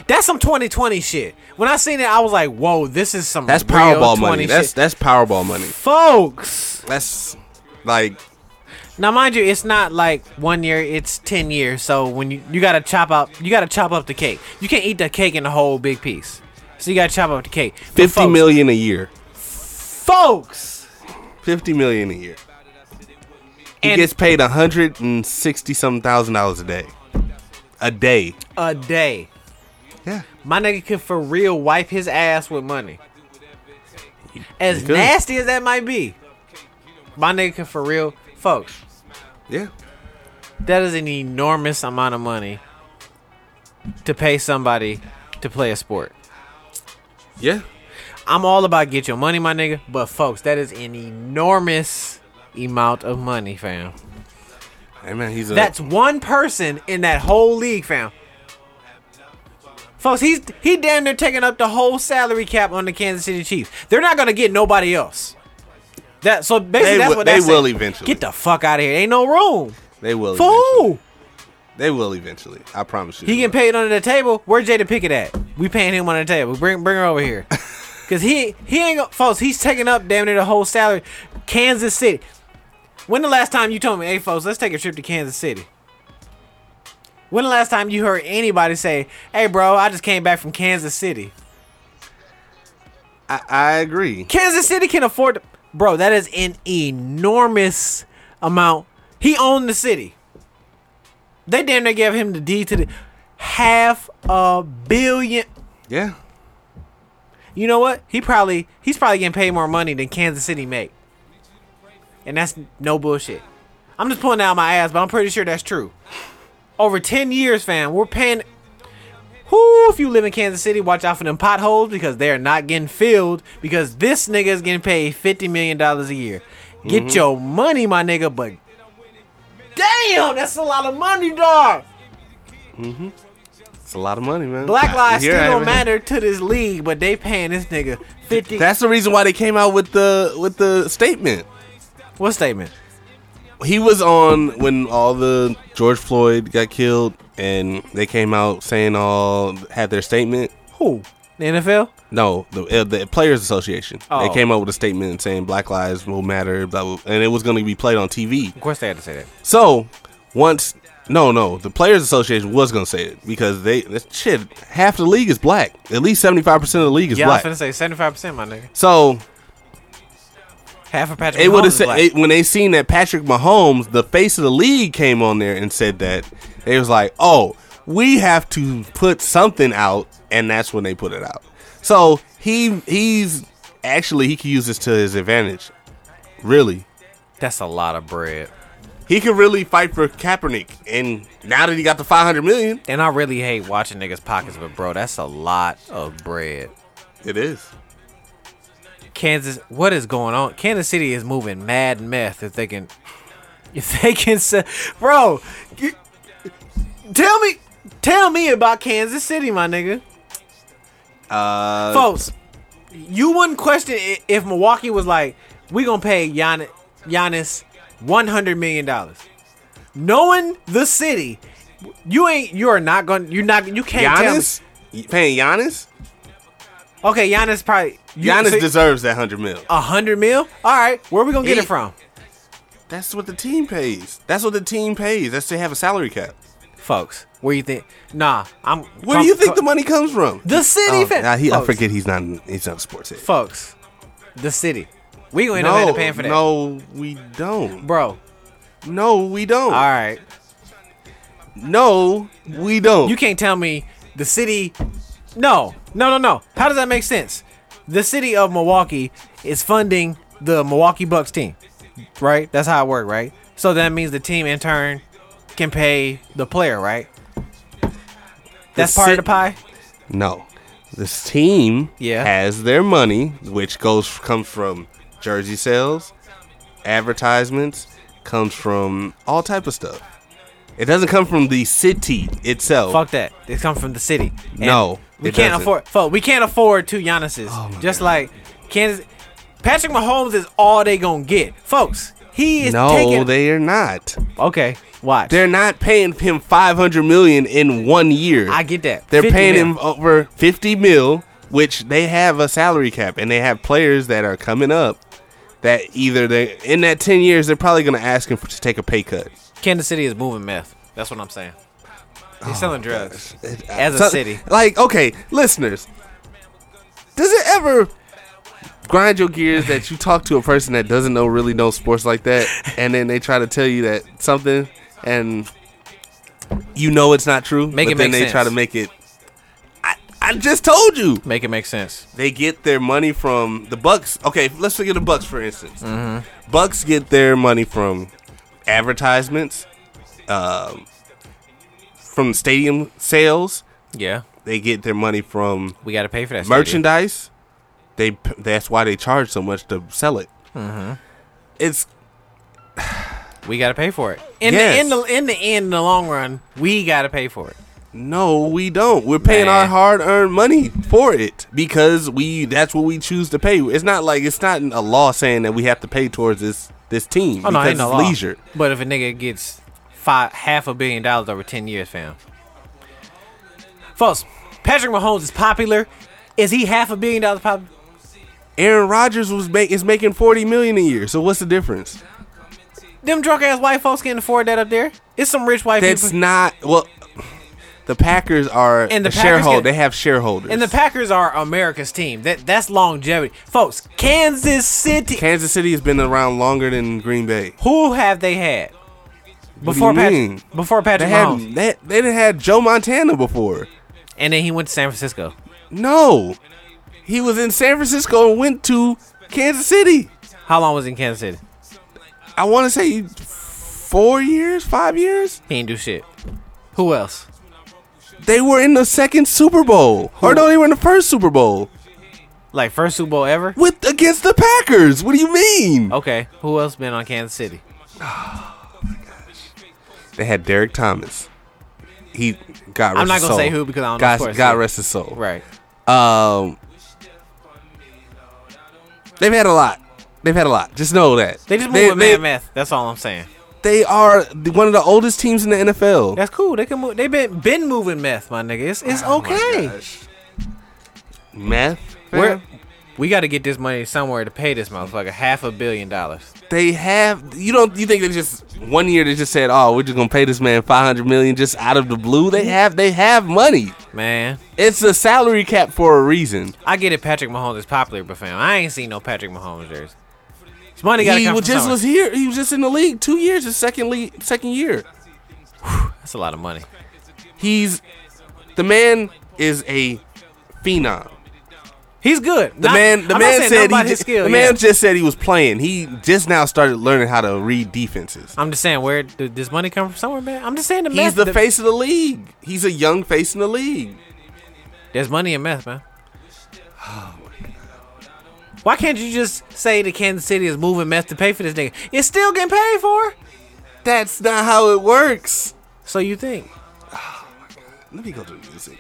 Speaker 3: That's some 2020 shit. When I seen it, I was like, "Whoa, this is some
Speaker 2: that's
Speaker 3: real
Speaker 2: Powerball
Speaker 3: 20
Speaker 2: money.
Speaker 3: shit.
Speaker 2: That's that's Powerball money.
Speaker 3: folks."
Speaker 2: That's like
Speaker 3: Now, mind you, it's not like one year; it's ten years. So when you, you gotta chop up, you gotta chop up the cake. You can't eat the cake in the whole big piece. So you gotta chop up the cake. But
Speaker 2: Fifty
Speaker 3: folks,
Speaker 2: million a year.
Speaker 3: folks.
Speaker 2: 50 million a year. He
Speaker 3: And-
Speaker 2: gets paid 160 something thousand dollars a day. A day.
Speaker 3: A day,
Speaker 2: Yeah.
Speaker 3: my nigga could for real wipe his ass with money. As
Speaker 2: He could.
Speaker 3: nasty as that might be, my nigga could for real, folks.
Speaker 2: Yeah.
Speaker 3: That is an enormous amount of money to pay somebody to play a sport.
Speaker 2: Yeah.
Speaker 3: I'm all about get your money, my nigga. But folks, that is an enormous amount of money, fam.
Speaker 2: Hey man, he's a
Speaker 3: That's one person in that whole league, fam. Folks, he's he damn near taking up the whole salary cap on the Kansas City Chiefs. They're not gonna get nobody else. That so basically
Speaker 2: They
Speaker 3: that's
Speaker 2: will-
Speaker 3: what
Speaker 2: they
Speaker 3: that's
Speaker 2: will eventually.
Speaker 3: Get the fuck out of here. Ain't no room.
Speaker 2: They will.
Speaker 3: For
Speaker 2: eventually.
Speaker 3: who?
Speaker 2: They will eventually. I promise you.
Speaker 3: He
Speaker 2: they
Speaker 3: getting
Speaker 2: will.
Speaker 3: paid under the table. Where Jada Pickett at? We paying him under the table. Bring bring her over here. Cause he he ain't go- folks. He's taking up damn near the whole salary. Kansas City. When the last time you told me, hey folks, let's take a trip to Kansas City? When the last time you heard anybody say, hey bro, I just came back from Kansas City?
Speaker 2: I, I agree.
Speaker 3: Kansas City can afford, to- bro. That is an enormous amount. He owned the city. They damn near gave him the deed to the half a billion.
Speaker 2: Yeah.
Speaker 3: You know what? He probably he's probably getting paid more money than Kansas City make, and that's no bullshit. I'm just pulling out my ass, but I'm pretty sure that's true. Over ten years, fam, we're paying. Who, if you live in Kansas City, watch out for them potholes because they are not getting filled because this nigga is getting paid fifty million dollars a year. Get your money, my nigga, but damn, that's a lot of money, dog.
Speaker 2: It's a lot of money, man.
Speaker 3: Black lives
Speaker 2: Here
Speaker 3: still
Speaker 2: I
Speaker 3: don't
Speaker 2: am.
Speaker 3: matter to this league, but they paying this nigga fifty.
Speaker 2: That's the reason why they came out with the with the statement.
Speaker 3: what statement?
Speaker 2: He was on when all the George Floyd got killed, and they came out saying all had their statement.
Speaker 3: Who? The NFL?
Speaker 2: No, the uh, the Players Association.
Speaker 3: Oh.
Speaker 2: They came up with a statement saying Black Lives Will Matter, blah, blah, and it was going to be played on TV.
Speaker 3: Of course they had to say that.
Speaker 2: So once, no, no, the Players Association was going to say it because they this shit half the league is black. At least seventy five percent of the league is
Speaker 3: yeah,
Speaker 2: black.
Speaker 3: I was finna say 75%, my nigga.
Speaker 2: so
Speaker 3: Half of Patrick
Speaker 2: They
Speaker 3: Mahomes
Speaker 2: would have
Speaker 3: is
Speaker 2: said
Speaker 3: black.
Speaker 2: it- when they seen that Patrick Mahomes, the face of the league, came on there and said that they was like, "Oh, we have to put something out," and that's when they put it out. So he he's actually he can use this to his advantage. Really,
Speaker 3: That's a lot of bread.
Speaker 2: he could really fight for Kaepernick, and now that he got the five hundred million,
Speaker 3: And I really hate watching niggas' pockets, but bro, that's a lot of bread.
Speaker 2: it is.
Speaker 3: Kansas, what is going on? Kansas City is moving mad meth if they can. If they can se- Bro, you- tell me. Tell me about Kansas City, my nigga.
Speaker 2: Uh,
Speaker 3: Folks, you wouldn't question i- if Milwaukee was like, we gonna pay Gian- Giannis one hundred million dollars. Knowing the city, you ain't you are not gonna you're not you can't tell me-
Speaker 2: Giannis You paying Giannis.
Speaker 3: Okay, Giannis probably you,
Speaker 2: Giannis
Speaker 3: so-
Speaker 2: deserves that hundred mil.
Speaker 3: a hundred mil. All right, where we gonna get
Speaker 2: He-
Speaker 3: it from?
Speaker 2: That's what the team pays. That's what the team pays. That's they have a salary cap.
Speaker 3: Folks, where you think? Nah, I'm. Oh,
Speaker 2: Where do you think the money comes from?
Speaker 3: the city? fan-
Speaker 2: Oh, nah, he- I
Speaker 3: folks,
Speaker 2: forget he's not he's not a sports head.
Speaker 3: Folks, the city. We gonna end up having
Speaker 2: No,
Speaker 3: to paying for that,
Speaker 2: no, we don't.
Speaker 3: bro. All
Speaker 2: No, we don't.
Speaker 3: right,
Speaker 2: No, we don't.
Speaker 3: You can't tell me the city. No, no, no, no. How does that make sense? The city of Milwaukee is funding the Milwaukee Bucks team, right? That's how it works, right? So that means the team in turn can pay the player, right? That's part of the
Speaker 2: cit-
Speaker 3: pie.
Speaker 2: no, this team
Speaker 3: Yeah.
Speaker 2: has their money, which goes comes from jersey sales, advertisements, comes from all type of stuff. It doesn't come from the city itself.
Speaker 3: Fuck that. It comes from the city. And
Speaker 2: No,
Speaker 3: we
Speaker 2: it
Speaker 3: can't
Speaker 2: doesn't. Oh
Speaker 3: afford. Fuck, we can't afford two Giannis's. just like Kansas, Patrick Mahomes is all they gonna get, folks. He is
Speaker 2: no,
Speaker 3: taking.
Speaker 2: they are not.
Speaker 3: okay, watch.
Speaker 2: They're not paying him five hundred million in one year.
Speaker 3: I get that.
Speaker 2: They're
Speaker 3: 50
Speaker 2: paying
Speaker 3: mil.
Speaker 2: him over 50 mil, which they have a salary cap and they have players that are coming up that either they in that 10 years they're probably going to ask him for, to take a pay cut.
Speaker 3: Kansas City is moving meth. That's what I'm saying.
Speaker 2: Oh
Speaker 3: They're selling drugs as a
Speaker 2: uh, So-
Speaker 3: city.
Speaker 2: Like, okay, listeners. Does it ever grind your gears that you talk to a person that doesn't know really know sports like that and then they try to tell you that something and you know it's not true,
Speaker 3: Make
Speaker 2: but
Speaker 3: it
Speaker 2: then
Speaker 3: make
Speaker 2: they try
Speaker 3: sense.
Speaker 2: to make it I, I just told you.
Speaker 3: Make it make sense.
Speaker 2: they get their money from the Bucks. Okay, let's look at the Bucks for instance. Bucks get their money from advertisements, um, from stadium sales.
Speaker 3: Yeah,
Speaker 2: They get their money from
Speaker 3: we got to pay for that. stadium.
Speaker 2: merchandise. They p- that's why they charge so much to sell it.
Speaker 3: Mm-hmm.
Speaker 2: It's
Speaker 3: We got to pay for it. In
Speaker 2: Yes.
Speaker 3: the in the in the end, in the long run, we got to pay for it.
Speaker 2: No, we don't. We're paying
Speaker 3: Man.
Speaker 2: our hard-earned money for it because we—that's what we choose to pay. It's not like it's not a law saying that we have to pay towards this this team
Speaker 3: Oh no,
Speaker 2: because
Speaker 3: ain't no
Speaker 2: it's
Speaker 3: law.
Speaker 2: leisure.
Speaker 3: But if a nigga gets five half a billion dollars over ten years, fam. Folks, Patrick Mahomes is popular. Is he half a billion dollars pop?
Speaker 2: Aaron Rodgers was ma- is making forty million a year, so what's the difference?
Speaker 3: Them drunk ass white folks can afford that up there. It's some rich white
Speaker 2: That's
Speaker 3: people.
Speaker 2: not well. The Packers are
Speaker 3: And the
Speaker 2: a
Speaker 3: Packers
Speaker 2: shareholder.
Speaker 3: get-
Speaker 2: they have shareholders.
Speaker 3: And the Packers are America's team. That that's longevity, folks. Kansas City.
Speaker 2: Kansas City has been around longer than Green Bay.
Speaker 3: Who have they had
Speaker 2: do
Speaker 3: before
Speaker 2: you
Speaker 3: Patrick?
Speaker 2: mean?
Speaker 3: Before
Speaker 2: They
Speaker 3: Patrick
Speaker 2: had
Speaker 3: Mahomes,
Speaker 2: they, they didn't had Joe Montana before.
Speaker 3: and then he went to San Francisco.
Speaker 2: No, he was in San Francisco and went to Kansas City.
Speaker 3: How long was he in Kansas City?
Speaker 2: I want to say four years, five years.
Speaker 3: He didn't do shit. Who else?
Speaker 2: They were in the second Super Bowl, or no, they were in the first Super Bowl
Speaker 3: Like first Super Bowl ever?
Speaker 2: with against the Packers. What do you mean?
Speaker 3: Okay. Who else been on Kansas City?
Speaker 2: They had Derek Thomas. He got.
Speaker 3: I'm not gonna say who because I don't know
Speaker 2: God,
Speaker 3: sports.
Speaker 2: God rest his soul.
Speaker 3: Right.
Speaker 2: Um, they've had a lot. They've had a lot. Just know that
Speaker 3: They just move with
Speaker 2: they,
Speaker 3: man math. That's all I'm saying.
Speaker 2: they are the- one of the oldest teams in the NFL.
Speaker 3: That's cool. They can move. They've been been moving meth, my nigga. It's it's
Speaker 2: Oh
Speaker 3: okay.
Speaker 2: Math.
Speaker 3: We're, we got to get this money somewhere to pay this motherfucker half a billion dollars.
Speaker 2: They have you don't you think they just one year they just said oh we're just gonna pay this man five hundred million just out of the blue
Speaker 3: Mm-hmm.
Speaker 2: they have they have money
Speaker 3: Man,
Speaker 2: it's a salary cap for a reason
Speaker 3: I get it. Patrick Mahomes is popular, but fam, I ain't seen no Patrick Mahomes jersey. His money got to
Speaker 2: he
Speaker 3: come
Speaker 2: was
Speaker 3: from
Speaker 2: just
Speaker 3: somewhere.
Speaker 2: was here he was just in the league two years his second league second year
Speaker 3: That's a lot of money.
Speaker 2: he's the man is a phenom
Speaker 3: He's good.
Speaker 2: The
Speaker 3: Not-
Speaker 2: man, the
Speaker 3: I'm not
Speaker 2: man
Speaker 3: saying
Speaker 2: said
Speaker 3: nothing
Speaker 2: he
Speaker 3: about his
Speaker 2: ju-
Speaker 3: skill.
Speaker 2: the
Speaker 3: yeah.
Speaker 2: man just said he was playing. He just now started learning how to read defenses.
Speaker 3: I'm just saying, where did this money come from? Somewhere, man. I'm just saying the math.
Speaker 2: He's the face of the league. He's a young face in the league.
Speaker 3: There's money in meth, man. Why can't you just say that Kansas City is moving meth to pay for this nigga? It's still getting paid for.
Speaker 2: That's not how it works.
Speaker 3: So you think?
Speaker 2: Let me go to the music.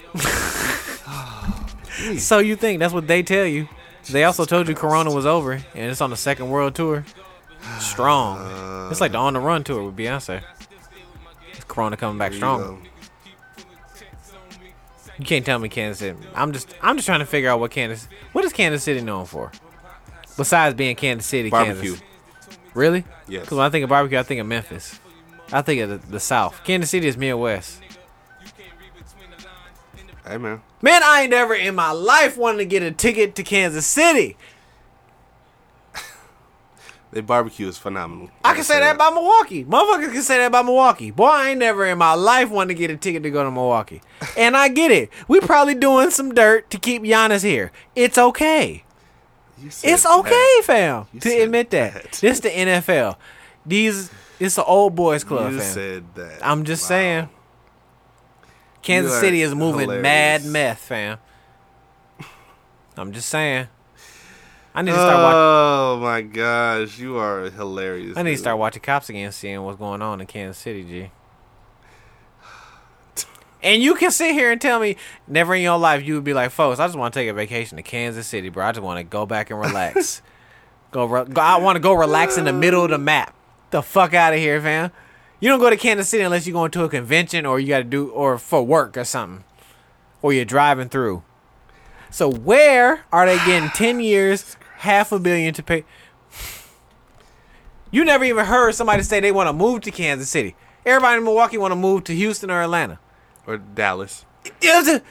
Speaker 3: So you think? That's what they tell you. They also told you Corona was over and it's on the second world tour. Strong. It's like the on the run tour with Beyonce. It's Corona coming back
Speaker 2: Um,
Speaker 3: strong. You can't tell me Kansas City. I'm just I'm just trying to figure out what Kansas what is Kansas City known for? Besides being Kansas City,
Speaker 2: Barbecue.
Speaker 3: Kansas. Really?
Speaker 2: Yes.
Speaker 3: Because when I think of barbecue, I think of Memphis. I think of the, the South. Kansas City is Midwest.
Speaker 2: Hey man,
Speaker 3: Man, I ain't ever in my life wanted to get a ticket to Kansas City.
Speaker 2: the barbecue is phenomenal.
Speaker 3: I can say that about Milwaukee. Motherfuckers can say that about Milwaukee. Boy, I ain't never in my life wanted to get a ticket to go to Milwaukee. And I get it. We probably doing some dirt to keep Giannis here. It's okay.
Speaker 2: You said
Speaker 3: It's
Speaker 2: that.
Speaker 3: okay, fam,
Speaker 2: You
Speaker 3: to
Speaker 2: said
Speaker 3: admit that.
Speaker 2: that.
Speaker 3: This the NFL. These it's the old boys club,
Speaker 2: You
Speaker 3: fam.
Speaker 2: said that.
Speaker 3: I'm just
Speaker 2: Wow.
Speaker 3: saying. Kansas
Speaker 2: You are
Speaker 3: City is moving mad meth,
Speaker 2: hilarious.
Speaker 3: fam. I'm just saying. I need to start watching.
Speaker 2: Oh my gosh, you are hilarious.
Speaker 3: I need to
Speaker 2: dude.
Speaker 3: start watching cops again, seeing what's going on in Kansas City, G. And you can sit here and tell me, never in your life you would be like, folks, I just want to take a vacation to Kansas City, bro. I just want to go back and relax. go, re- go, I want to go relax in the middle of the map. The fuck out of here, fam. You don't go to Kansas City unless you're going to a convention or you got to do or for work or something, or you're driving through. So where are they getting ten years, half a billion to pay? You never even heard somebody say they want to move to Kansas City. Everybody in Milwaukee want to move to Houston or Atlanta.
Speaker 2: Or Dallas.
Speaker 3: It's a-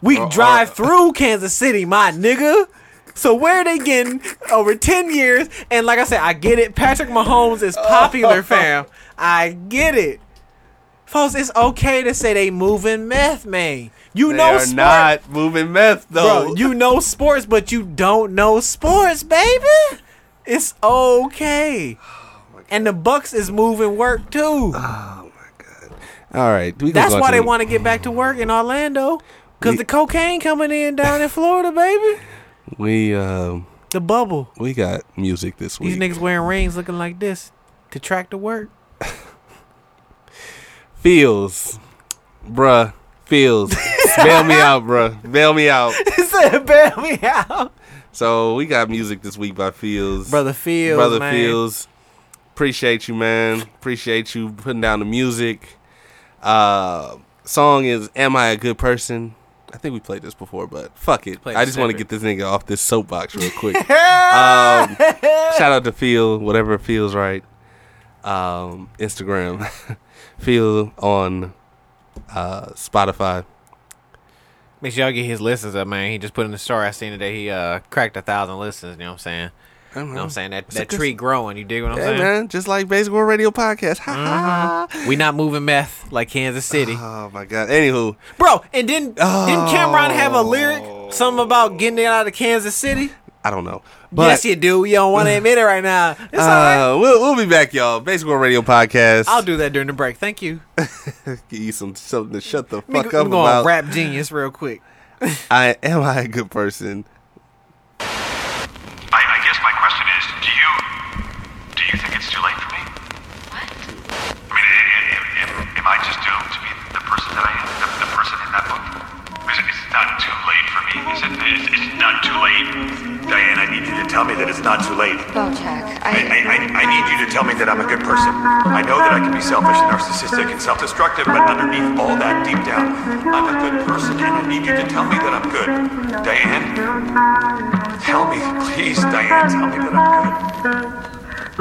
Speaker 3: we
Speaker 2: Or-
Speaker 3: drive
Speaker 2: or-
Speaker 3: through Kansas City, my nigga. So where are they getting over ten years? And like I said, I get it. Patrick Mahomes is popular, fam. I get it, folks. It's okay to say they moving meth, man. You
Speaker 2: They
Speaker 3: know
Speaker 2: are
Speaker 3: sport,
Speaker 2: not moving meth though.
Speaker 3: bro. You know sports, but you don't know sports, baby. It's okay. and the Bucks is moving work too.
Speaker 2: All right, we
Speaker 3: That's why they want to get back to work in Orlando. Cause
Speaker 2: We-
Speaker 3: the cocaine coming in down in Florida, baby.
Speaker 2: We um.
Speaker 3: The bubble.
Speaker 2: We got music this
Speaker 3: These
Speaker 2: week.
Speaker 3: niggas wearing rings looking like this to track the work.
Speaker 2: Feels, bruh. feels. Bail me out, bro. Bail me out.
Speaker 3: He said, "Bail me out,
Speaker 2: So we got music this week by Fields.
Speaker 3: brother Fields,
Speaker 2: Brother
Speaker 3: man.
Speaker 2: Fields. Appreciate you, man. Appreciate you putting down the music. Uh song is Am I a Good Person? I think we played this before, but fuck it.
Speaker 3: Played
Speaker 2: I
Speaker 3: this
Speaker 2: just want to
Speaker 3: every-
Speaker 2: get this nigga off this soapbox real quick. um, shout out to Feel, whatever feels right. Um, Instagram, Feel on uh, Spotify.
Speaker 3: Make sure y'all get his listens up, man. He just put in the story I seen today. He uh cracked a thousand listens. You know what I'm saying?
Speaker 2: don't
Speaker 3: You know what I'm saying? That
Speaker 2: a
Speaker 3: that
Speaker 2: good-
Speaker 3: tree growing. You dig what I'm
Speaker 2: Hey
Speaker 3: saying?
Speaker 2: man, just like Basic World Radio podcast. Ha ha.
Speaker 3: We not moving meth like Kansas City,
Speaker 2: Oh my god. Anywho,
Speaker 3: bro. And didn't didn't Cameron have a lyric something about getting it out of Kansas City?
Speaker 2: I don't know, but
Speaker 3: yes, you do. You don't want to admit it right now. It's all right.
Speaker 2: Uh, we'll, we'll be back, y'all. Basic World Radio Podcast.
Speaker 3: I'll do that during the break. Thank you.
Speaker 2: give you some something to shut the
Speaker 3: We-
Speaker 2: fuck up
Speaker 3: we going
Speaker 2: about.
Speaker 3: rap genius real quick.
Speaker 2: I am I a good person?
Speaker 7: I, I guess my question is, do you do you think it's too late for me? What? I mean, a- a- am, am, am I just doomed to be the person that I am, the, the person in that book? Is it, it's not too late for me. Is it? It's, it's not too late. Diane, I need you to tell me that it's not too late.
Speaker 1: Bojack,
Speaker 7: I, I, I, I need you to tell me that I'm a good person. I know that I can be selfish, narcissistic, and self-destructive, but underneath all that, deep down, I'm a good person, and I need you to tell me that I'm good. Diane, tell me, please, Diane, tell me that I'm good.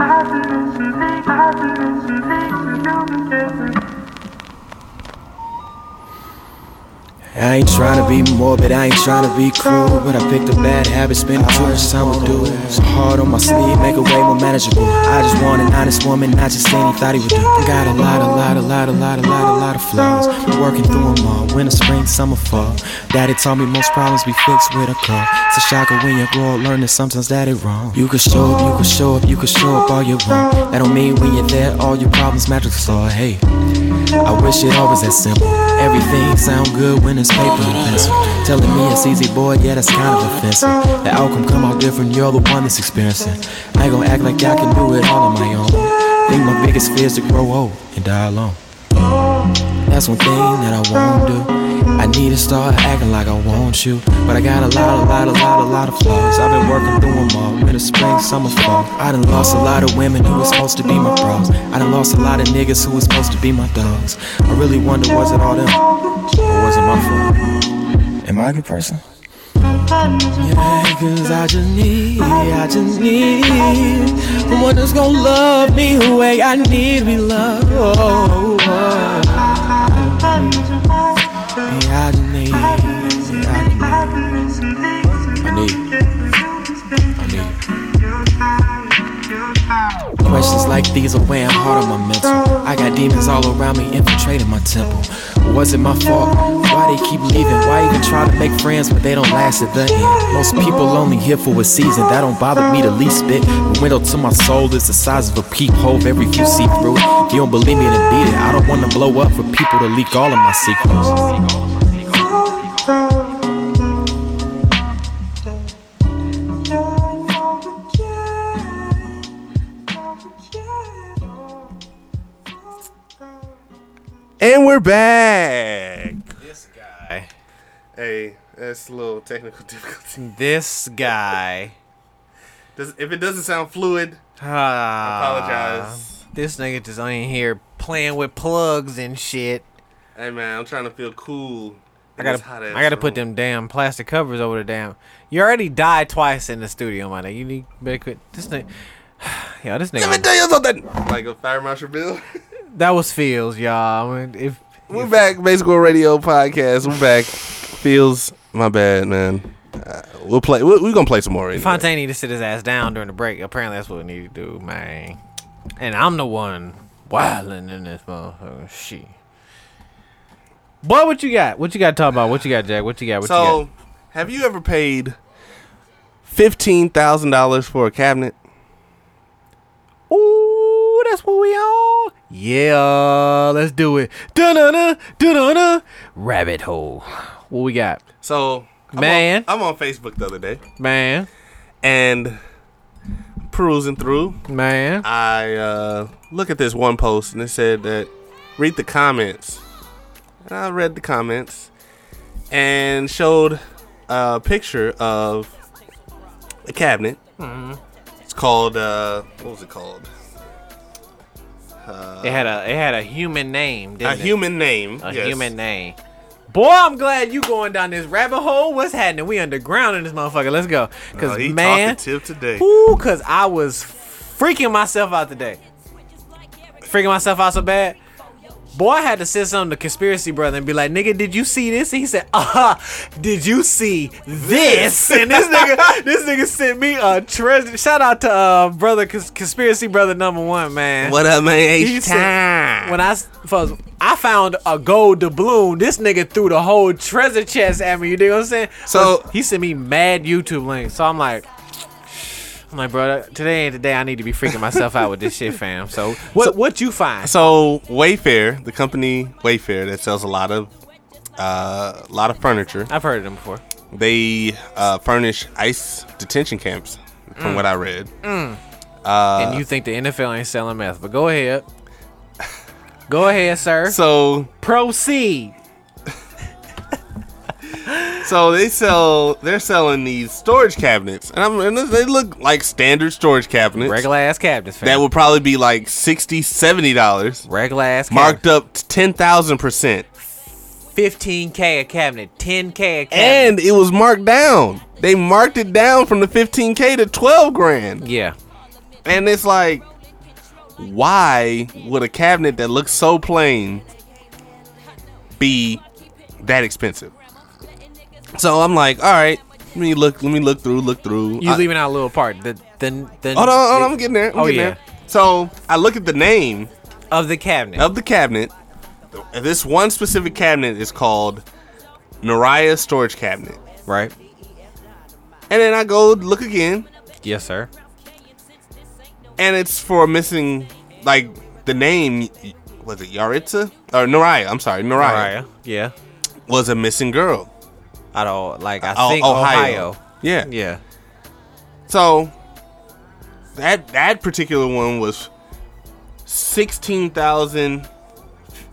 Speaker 8: I ain't tryna be morbid, I ain't tryna be cruel. But I picked up bad habits, been tourists, I would do. Hard on my sleeve, make a way more manageable. I just want an honest woman, not just any thought he would do. Got a lot, a lot, a lot, a lot, a lot, a lot of flaws. Been working through them all, winter, spring, summer, fall. Daddy taught me most problems be fixed with a call. It's a shocker when you grow up, learning sometimes that it wrong. You could show up, you could show up, you could show up all you want. That don't mean when you're there, all your problems magically solved. Hey. I wish it always that simple. Everything sound good when it's paper and pencil. Telling me it's easy, boy, yeah, that's kind of offensive. The outcome come out different, you're the one that's experiencing. I ain't gonna act like I can do it all on my own. Think my biggest fear is to grow old and die alone. That's one thing that I won't do. I need to start acting like I want you. But I got a lot, a lot, a lot, a lot of flaws. I've been working through them all. Winter, spring, summer, fall. I done lost a lot of women who was supposed to be my bros. I done lost a lot of niggas who was supposed to be my dogs. I really wonder, was it all them? Or was it my fault? Am I a good person? Yeah, cause I just need, I just need someone that's gonna love me the way I need to be loved. Yeah, I just need, I just need, I need. Questions like these are weighing hard on my mental. I got demons all around me infiltrating my temple. Was it my fault? Why they keep leaving? Why even try to make friends when they don't last at the end? Most people only here for a season. That don't bother me the least bit. The window to my soul is the size of a peephole. Every few see through it. If you don't believe me, then beat it. I don't want to blow up for people to leak all of my secrets.
Speaker 2: And we're back.
Speaker 3: This guy,
Speaker 2: Hey, that's a little technical difficulty.
Speaker 3: this guy.
Speaker 2: Does, if it doesn't sound fluid, apologize.
Speaker 3: uh, This nigga just on here playing with plugs and shit.
Speaker 2: Hey man, I'm trying to feel cool.
Speaker 3: I gotta, I gotta put them damn plastic covers over the damn. You already died twice in the studio, my nigga. You need better quit. This nigga, yeah, this
Speaker 2: Let me
Speaker 3: nigga.
Speaker 2: tell you something. Like a fire marshal bill.
Speaker 3: That was feels, y'all. I mean, if
Speaker 2: We're back, Basic World Radio podcast. We're back. Feels my bad, man. Uh, we'll play. We're, we're gonna play some more. Anyway.
Speaker 3: Fontaine need to sit his ass down during the break, apparently that's what we need to do, man. And I'm the one wilding in this motherfucking shit. Boy, what you got? What you got to talk about? What you got, Jack? What you got? What you
Speaker 2: So, have you ever paid fifteen thousand dollars for a cabinet?
Speaker 3: got? Ooh, that's what we on. Yeah, let's do it. Dun-dun-dun, dun-dun-dun. Rabbit hole. What we got?
Speaker 2: So, I'm on-
Speaker 3: Man.
Speaker 2: I'm on, Facebook the other day
Speaker 3: Man,
Speaker 2: and perusing through.
Speaker 3: man.
Speaker 2: I uh, look at this one post and it said that read the comments. I read the comments and showed a picture of a cabinet.
Speaker 1: Mm-hmm.
Speaker 2: It's called uh, what was it called?
Speaker 1: It had a it had a human name. Didn't
Speaker 2: A
Speaker 1: it?
Speaker 2: human name.
Speaker 1: a
Speaker 2: yes.
Speaker 1: human name. Boy, I'm glad you going down this rabbit hole. What's happening? We underground in this motherfucker. Let's go. Cause
Speaker 2: Oh, he
Speaker 1: man,
Speaker 2: talked to Tip today.
Speaker 1: Ooh, cause I was freaking myself out today. Freaking myself out so bad. Boy, I had to send something to conspiracy brother and be like, nigga, did you see this? And he said, uh did you see this? And this nigga, this nigga sent me a treasure. Shout out to uh brother cons- conspiracy brother number one, man.
Speaker 2: What up, man?
Speaker 1: He
Speaker 2: H
Speaker 1: said-
Speaker 2: time.
Speaker 1: When I s- first, I found a gold doubloon. This nigga threw the whole treasure chest at me. You dig what I'm saying?
Speaker 2: So-
Speaker 1: he sent me mad YouTube links. So I'm like, I'm like, bro, today ain't the day I need to be freaking myself out with this shit, fam. So what what you find?
Speaker 2: So Wayfair, the company Wayfair that sells a lot of uh, a lot of furniture,
Speaker 1: I've heard of them before.
Speaker 2: they uh, furnish ICE detention camps, from what I read. Uh,
Speaker 1: and you think the NFL ain't selling meth? But go ahead, go ahead, sir.
Speaker 2: So
Speaker 1: Proceed.
Speaker 2: So they sell, they're selling these storage cabinets, and, I'm, and they look like standard storage cabinets
Speaker 1: Regular ass cabinets, fam.
Speaker 2: that would probably be like 60 dollars,
Speaker 1: regular ass
Speaker 2: marked up ten thousand percent,
Speaker 1: 15k a cabinet, 10k a cabinet.
Speaker 2: and it was marked down. They marked it down from the fifteen k to twelve grand,
Speaker 1: yeah.
Speaker 2: and it's like, why would a cabinet that looks so plain be that expensive? So I'm like, all right, let me look, let me look through, look through.
Speaker 1: You
Speaker 2: I-
Speaker 1: leaving out a little part. The the the.
Speaker 2: Hold on, hold on, I'm getting there. I'm
Speaker 1: Oh,
Speaker 2: getting
Speaker 1: yeah.
Speaker 2: there. So I look at the name
Speaker 1: of the cabinet.
Speaker 2: of the cabinet. This one specific cabinet is called Naraya Storage Cabinet.
Speaker 1: Right.
Speaker 2: And then I go look again,
Speaker 1: Yes, sir.
Speaker 2: and it's for missing, like, the name, was it Yaritza? Or Naraya, I'm sorry, Naraya,
Speaker 1: Yeah.
Speaker 2: was a missing girl.
Speaker 1: Out of like I
Speaker 2: O-
Speaker 1: think Oh, Ohio.
Speaker 2: Yeah.
Speaker 1: Yeah.
Speaker 2: So that that particular one was sixteen thousand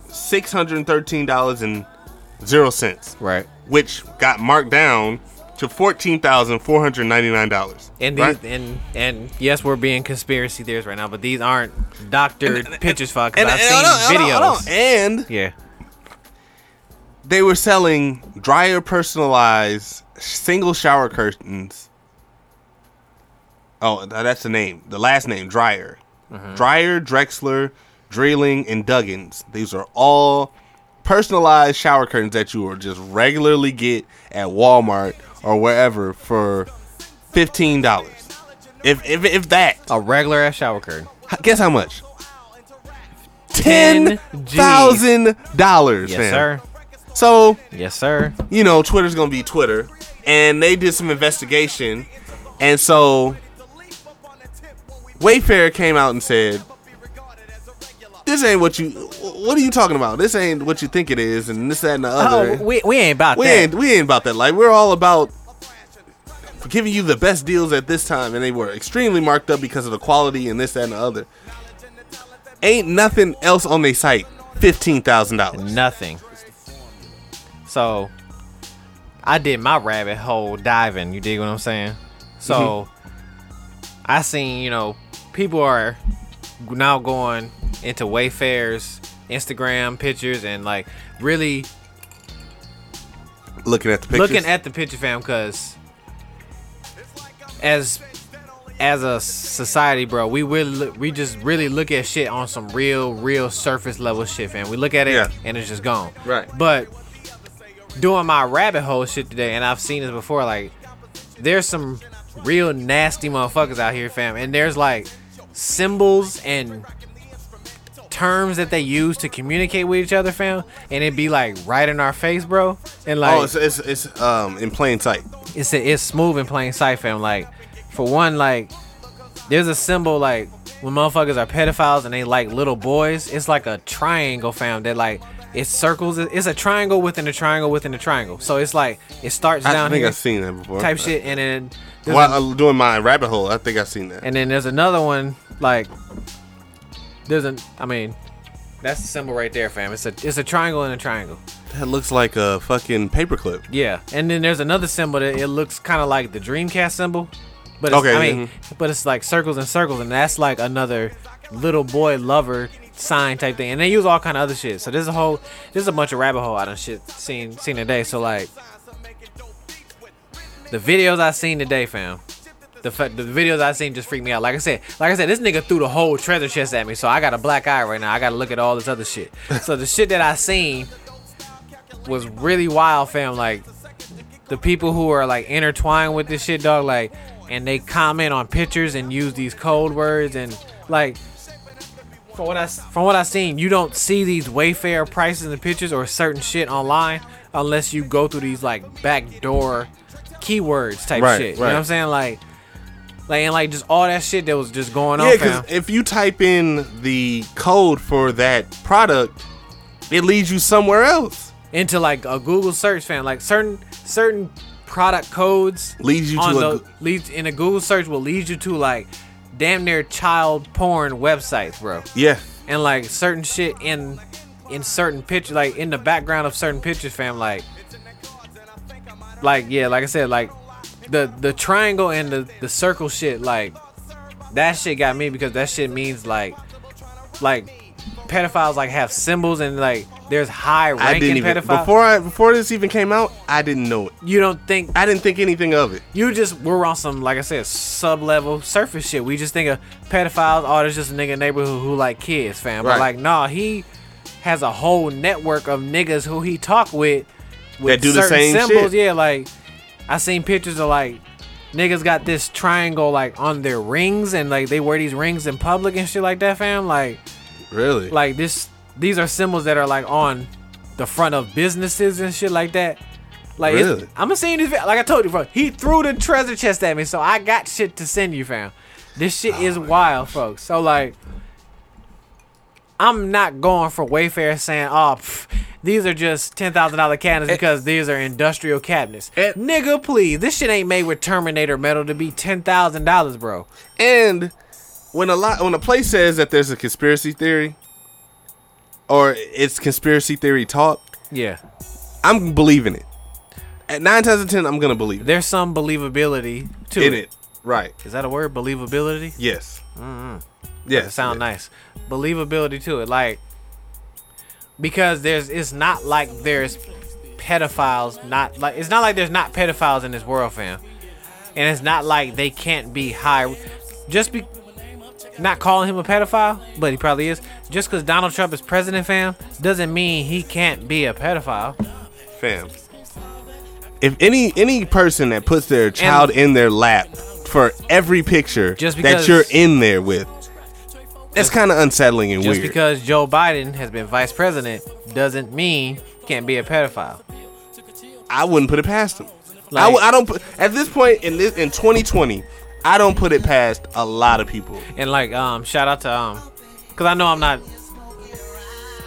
Speaker 2: six hundred thirteen dollars and zero cents,
Speaker 1: Right.
Speaker 2: which got marked down to fourteen thousand four hundred ninety nine dollars.
Speaker 1: And these and and yes, we're being conspiracy theorists right now, but these aren't doctored pictures, fuck. 'cause I've seen videos.
Speaker 2: and
Speaker 1: Yeah.
Speaker 2: they were selling dryer personalized single shower curtains. Oh, th- that's the name. The last name, Dryer.
Speaker 1: Mm-hmm.
Speaker 2: Dryer, Drexler, Dreeling, and Duggins. These are all personalized shower curtains that you will just regularly get at Walmart or wherever for fifteen dollars. If, if if that,
Speaker 1: A regular ass shower curtain.
Speaker 2: H- guess how much? Ten
Speaker 1: 10
Speaker 2: thousand dollars.
Speaker 1: Yes, sir.
Speaker 2: So
Speaker 1: Yes, sir.
Speaker 2: you know, Twitter's gonna be Twitter, and they did some investigation, and so Wayfair came out and said, "This ain't what you. What are you talking about? This ain't what you think it is, and this, that, and the
Speaker 1: Oh,
Speaker 2: other.
Speaker 1: we, we ain't about
Speaker 2: we
Speaker 1: that.
Speaker 2: ain't we ain't about that. Like we're all about." Giving you the best deals at this time, and they were extremely marked up because of the quality and this, that, and the other. Ain't nothing else on their site. Fifteen thousand dollars.
Speaker 1: Nothing. So I did my rabbit hole diving, you dig what I'm saying? So I seen, you know, people are now going into Wayfair's Instagram pictures and like really
Speaker 2: Looking at the pictures.
Speaker 1: looking at the picture fam because as as a society bro we will we just really look at shit on some real real surface level shit fam we look at it
Speaker 2: Yeah.
Speaker 1: and it's just gone
Speaker 2: Right.
Speaker 1: but doing my rabbit hole shit today and i've seen this before like there's some real nasty motherfuckers out here fam and there's like symbols and terms that they use to communicate with each other fam and it be like right in our face bro and like
Speaker 2: oh, it's, it's it's um in plain sight.
Speaker 1: it's it's smooth in plain sight, fam. Like, for one, like there's a symbol like when motherfuckers are pedophiles and they like little boys. It's like a triangle, fam. That like it circles. It's a triangle within a triangle within a triangle. So it's like it starts
Speaker 2: I
Speaker 1: down
Speaker 2: think
Speaker 1: here
Speaker 2: I've seen that before.
Speaker 1: type shit, and then there's
Speaker 2: While I'm doing my rabbit hole, I think I've seen that.
Speaker 1: and then there's another one like there's an I mean that's the symbol right there, fam. It's a it's a triangle and a triangle.
Speaker 2: That looks like a fucking paperclip.
Speaker 3: Yeah, and then there's another symbol that it looks kind of like the Dreamcast symbol, but it's,
Speaker 2: Okay,
Speaker 3: I mean, but it's like circles and circles, and that's like another little boy lover sign type thing. And they use all kind of other shit. So there's a whole, there's a bunch of rabbit hole I done shit seen seen today. So like, the videos I seen today, fam. The, fa- the videos I seen just freaked me out. Like I said, like I said, this nigga threw the whole treasure chest at me, so I got a black eye right now. I got to look at all this other shit. so the shit that I seen was really wild, fam. Like the people who are like intertwined with this shit, dog. Like, and they comment on pictures and use these code words and like. From what I from what I seen, you don't see these Wayfair prices and pictures or certain shit online uh, unless you go through these like backdoor keywords type
Speaker 2: Right,
Speaker 3: shit. You know
Speaker 2: right.
Speaker 3: what I'm saying? Like, like and like just all that shit that was just going
Speaker 2: yeah,
Speaker 3: on.
Speaker 2: because
Speaker 3: Fam.
Speaker 2: if you type in the code for that product, it leads you somewhere else.
Speaker 3: into like a Google search fan. Like certain certain product codes
Speaker 2: Leads you
Speaker 3: on
Speaker 2: to a
Speaker 3: the,
Speaker 2: Goo-
Speaker 3: leads in a Google search will lead you to like damn near child porn websites, bro.
Speaker 2: Yeah.
Speaker 3: And like certain shit in in certain pictures, like in the background of certain pictures, fam. Like like yeah, like I said, like the the triangle and the the circle shit, like that shit got me because that shit means like like pedophiles like have symbols and like there's high ranking
Speaker 2: I didn't even
Speaker 3: pedophiles.
Speaker 2: before I before this even came out, I didn't know it.
Speaker 3: you don't think
Speaker 2: I didn't think anything of it.
Speaker 3: you just we're on some like I said sub level surface shit. We just think of pedophiles. Oh, there's just a nigga in the neighborhood who like kids, fam. But
Speaker 2: Right.
Speaker 3: like, nah, he has a whole network of niggas who he talk with with
Speaker 2: That do the
Speaker 3: certain
Speaker 2: same
Speaker 3: symbols.
Speaker 2: shit.
Speaker 3: Yeah, like I seen pictures of like niggas got this triangle like on their rings and like they wear these rings in public and shit like that, fam. Like
Speaker 2: Really?
Speaker 3: like this these are symbols that are like on the front of businesses and shit like that. Like
Speaker 2: Really?
Speaker 3: I'm gonna send you this. vi- Like I told you, bro, he threw the treasure chest at me, so I got shit to send you, fam. This shit is
Speaker 2: Oh,
Speaker 3: wild, folks. So like, I'm not going for Wayfair saying, "Oh, pff, these are just ten thousand dollar cabinets because these are industrial cabinets."
Speaker 2: Eh.
Speaker 3: Nigga, please, this shit ain't made with Terminator metal to be ten thousand dollars, bro.
Speaker 2: And when a lot when a place says that there's a conspiracy theory, or it's conspiracy theory talk,
Speaker 3: Yeah,
Speaker 2: I'm believing it. At nine times out of ten, I'm gonna believe it.
Speaker 3: there's some believability to
Speaker 2: In
Speaker 3: it.
Speaker 2: it. Right.
Speaker 3: Is that a word? Believability?
Speaker 2: Yes. Yes.
Speaker 3: It Mm-hmm. sound nice. Believability to it, like because there's it's not like there's pedophiles not like it's not like there's not pedophiles in this world, fam. And it's not like they can't be high. Just be not calling him a pedophile, but he probably is. Just because Donald Trump is president, fam, doesn't mean he can't be a pedophile.
Speaker 2: Fam. If any any person that puts their child in their lap for every picture
Speaker 3: Just
Speaker 2: that
Speaker 3: because-
Speaker 2: you're in there with, that's kind of unsettling and
Speaker 3: Just
Speaker 2: weird.
Speaker 3: because Joe Biden has been vice president doesn't mean he can't be a pedophile.
Speaker 2: I wouldn't put it past them. I
Speaker 3: Like-
Speaker 2: w- I, don't put at this point in this in 2020. I don't put it past a lot of people.
Speaker 3: and like um shout out to um because i know i'm not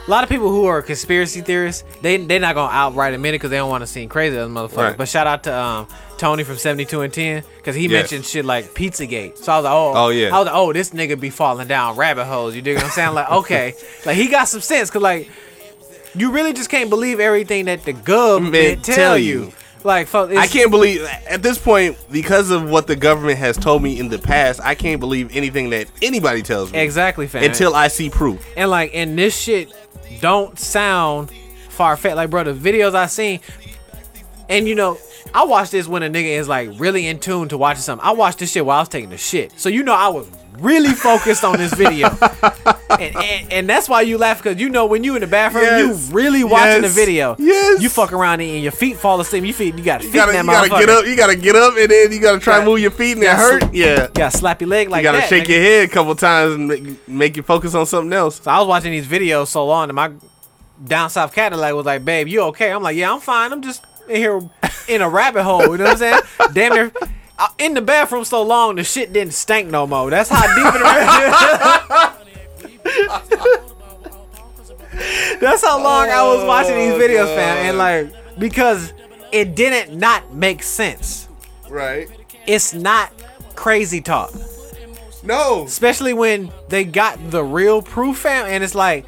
Speaker 3: a lot of people who are conspiracy theorists they they're not gonna outright admit it because they don't want to seem crazy as motherfuckers
Speaker 2: Right.
Speaker 3: but shout out to um tony from 72 and 10 because he
Speaker 2: Yes.
Speaker 3: mentioned shit like pizzagate so i was like oh
Speaker 2: Oh, yeah.
Speaker 3: i was like oh this nigga be falling down rabbit holes you dig what i'm saying like okay like he got some sense because like you really just can't believe everything that the government tell,
Speaker 2: tell
Speaker 3: you.
Speaker 2: you.
Speaker 3: like fuck
Speaker 2: I
Speaker 3: it's-
Speaker 2: can't believe at this point because of what the government has told me in the past. I can't believe anything that anybody tells me
Speaker 3: exactly fam
Speaker 2: until I see proof.
Speaker 3: And like, and this shit don't sound far fetched. Like, bro, the videos I seen, and you know, I watched this when a nigga is like really in tune to watching something. I watched this shit while I was taking the shit, so you know I was really focused on this video, and, and and that's why you laugh because you know when you in the bathroom,
Speaker 2: Yes.
Speaker 3: you really watching the
Speaker 2: Yes.
Speaker 3: video.
Speaker 2: Yes.
Speaker 3: You fuck around and your feet fall asleep. You feet, you got feet
Speaker 2: You gotta,
Speaker 3: in that
Speaker 2: you gotta
Speaker 3: motherfucker.
Speaker 2: get up. You gotta get up, and then you gotta try and
Speaker 3: Gotta-
Speaker 2: move your feet, and it
Speaker 3: gotta
Speaker 2: hurt.
Speaker 3: sl-
Speaker 2: Yeah,
Speaker 3: You gotta slap your leg like
Speaker 2: you gotta
Speaker 3: that.
Speaker 2: shake
Speaker 3: nigga.
Speaker 2: your head a couple times and make, make you focus on something else.
Speaker 3: So I was watching these videos so long, and my down south Cadillac was like, "Babe, you okay?" I'm like, "Yeah, I'm fine. I'm just in here in a rabbit hole." You know what I'm saying? Damn near I- in the bathroom so long, the shit didn't stink no more. That's how deep in the That's how long I was watching these videos, fam, and like because it didn't not make sense.
Speaker 2: Right?
Speaker 3: It's not crazy talk
Speaker 2: No.
Speaker 3: especially when they got the real proof fam and it's like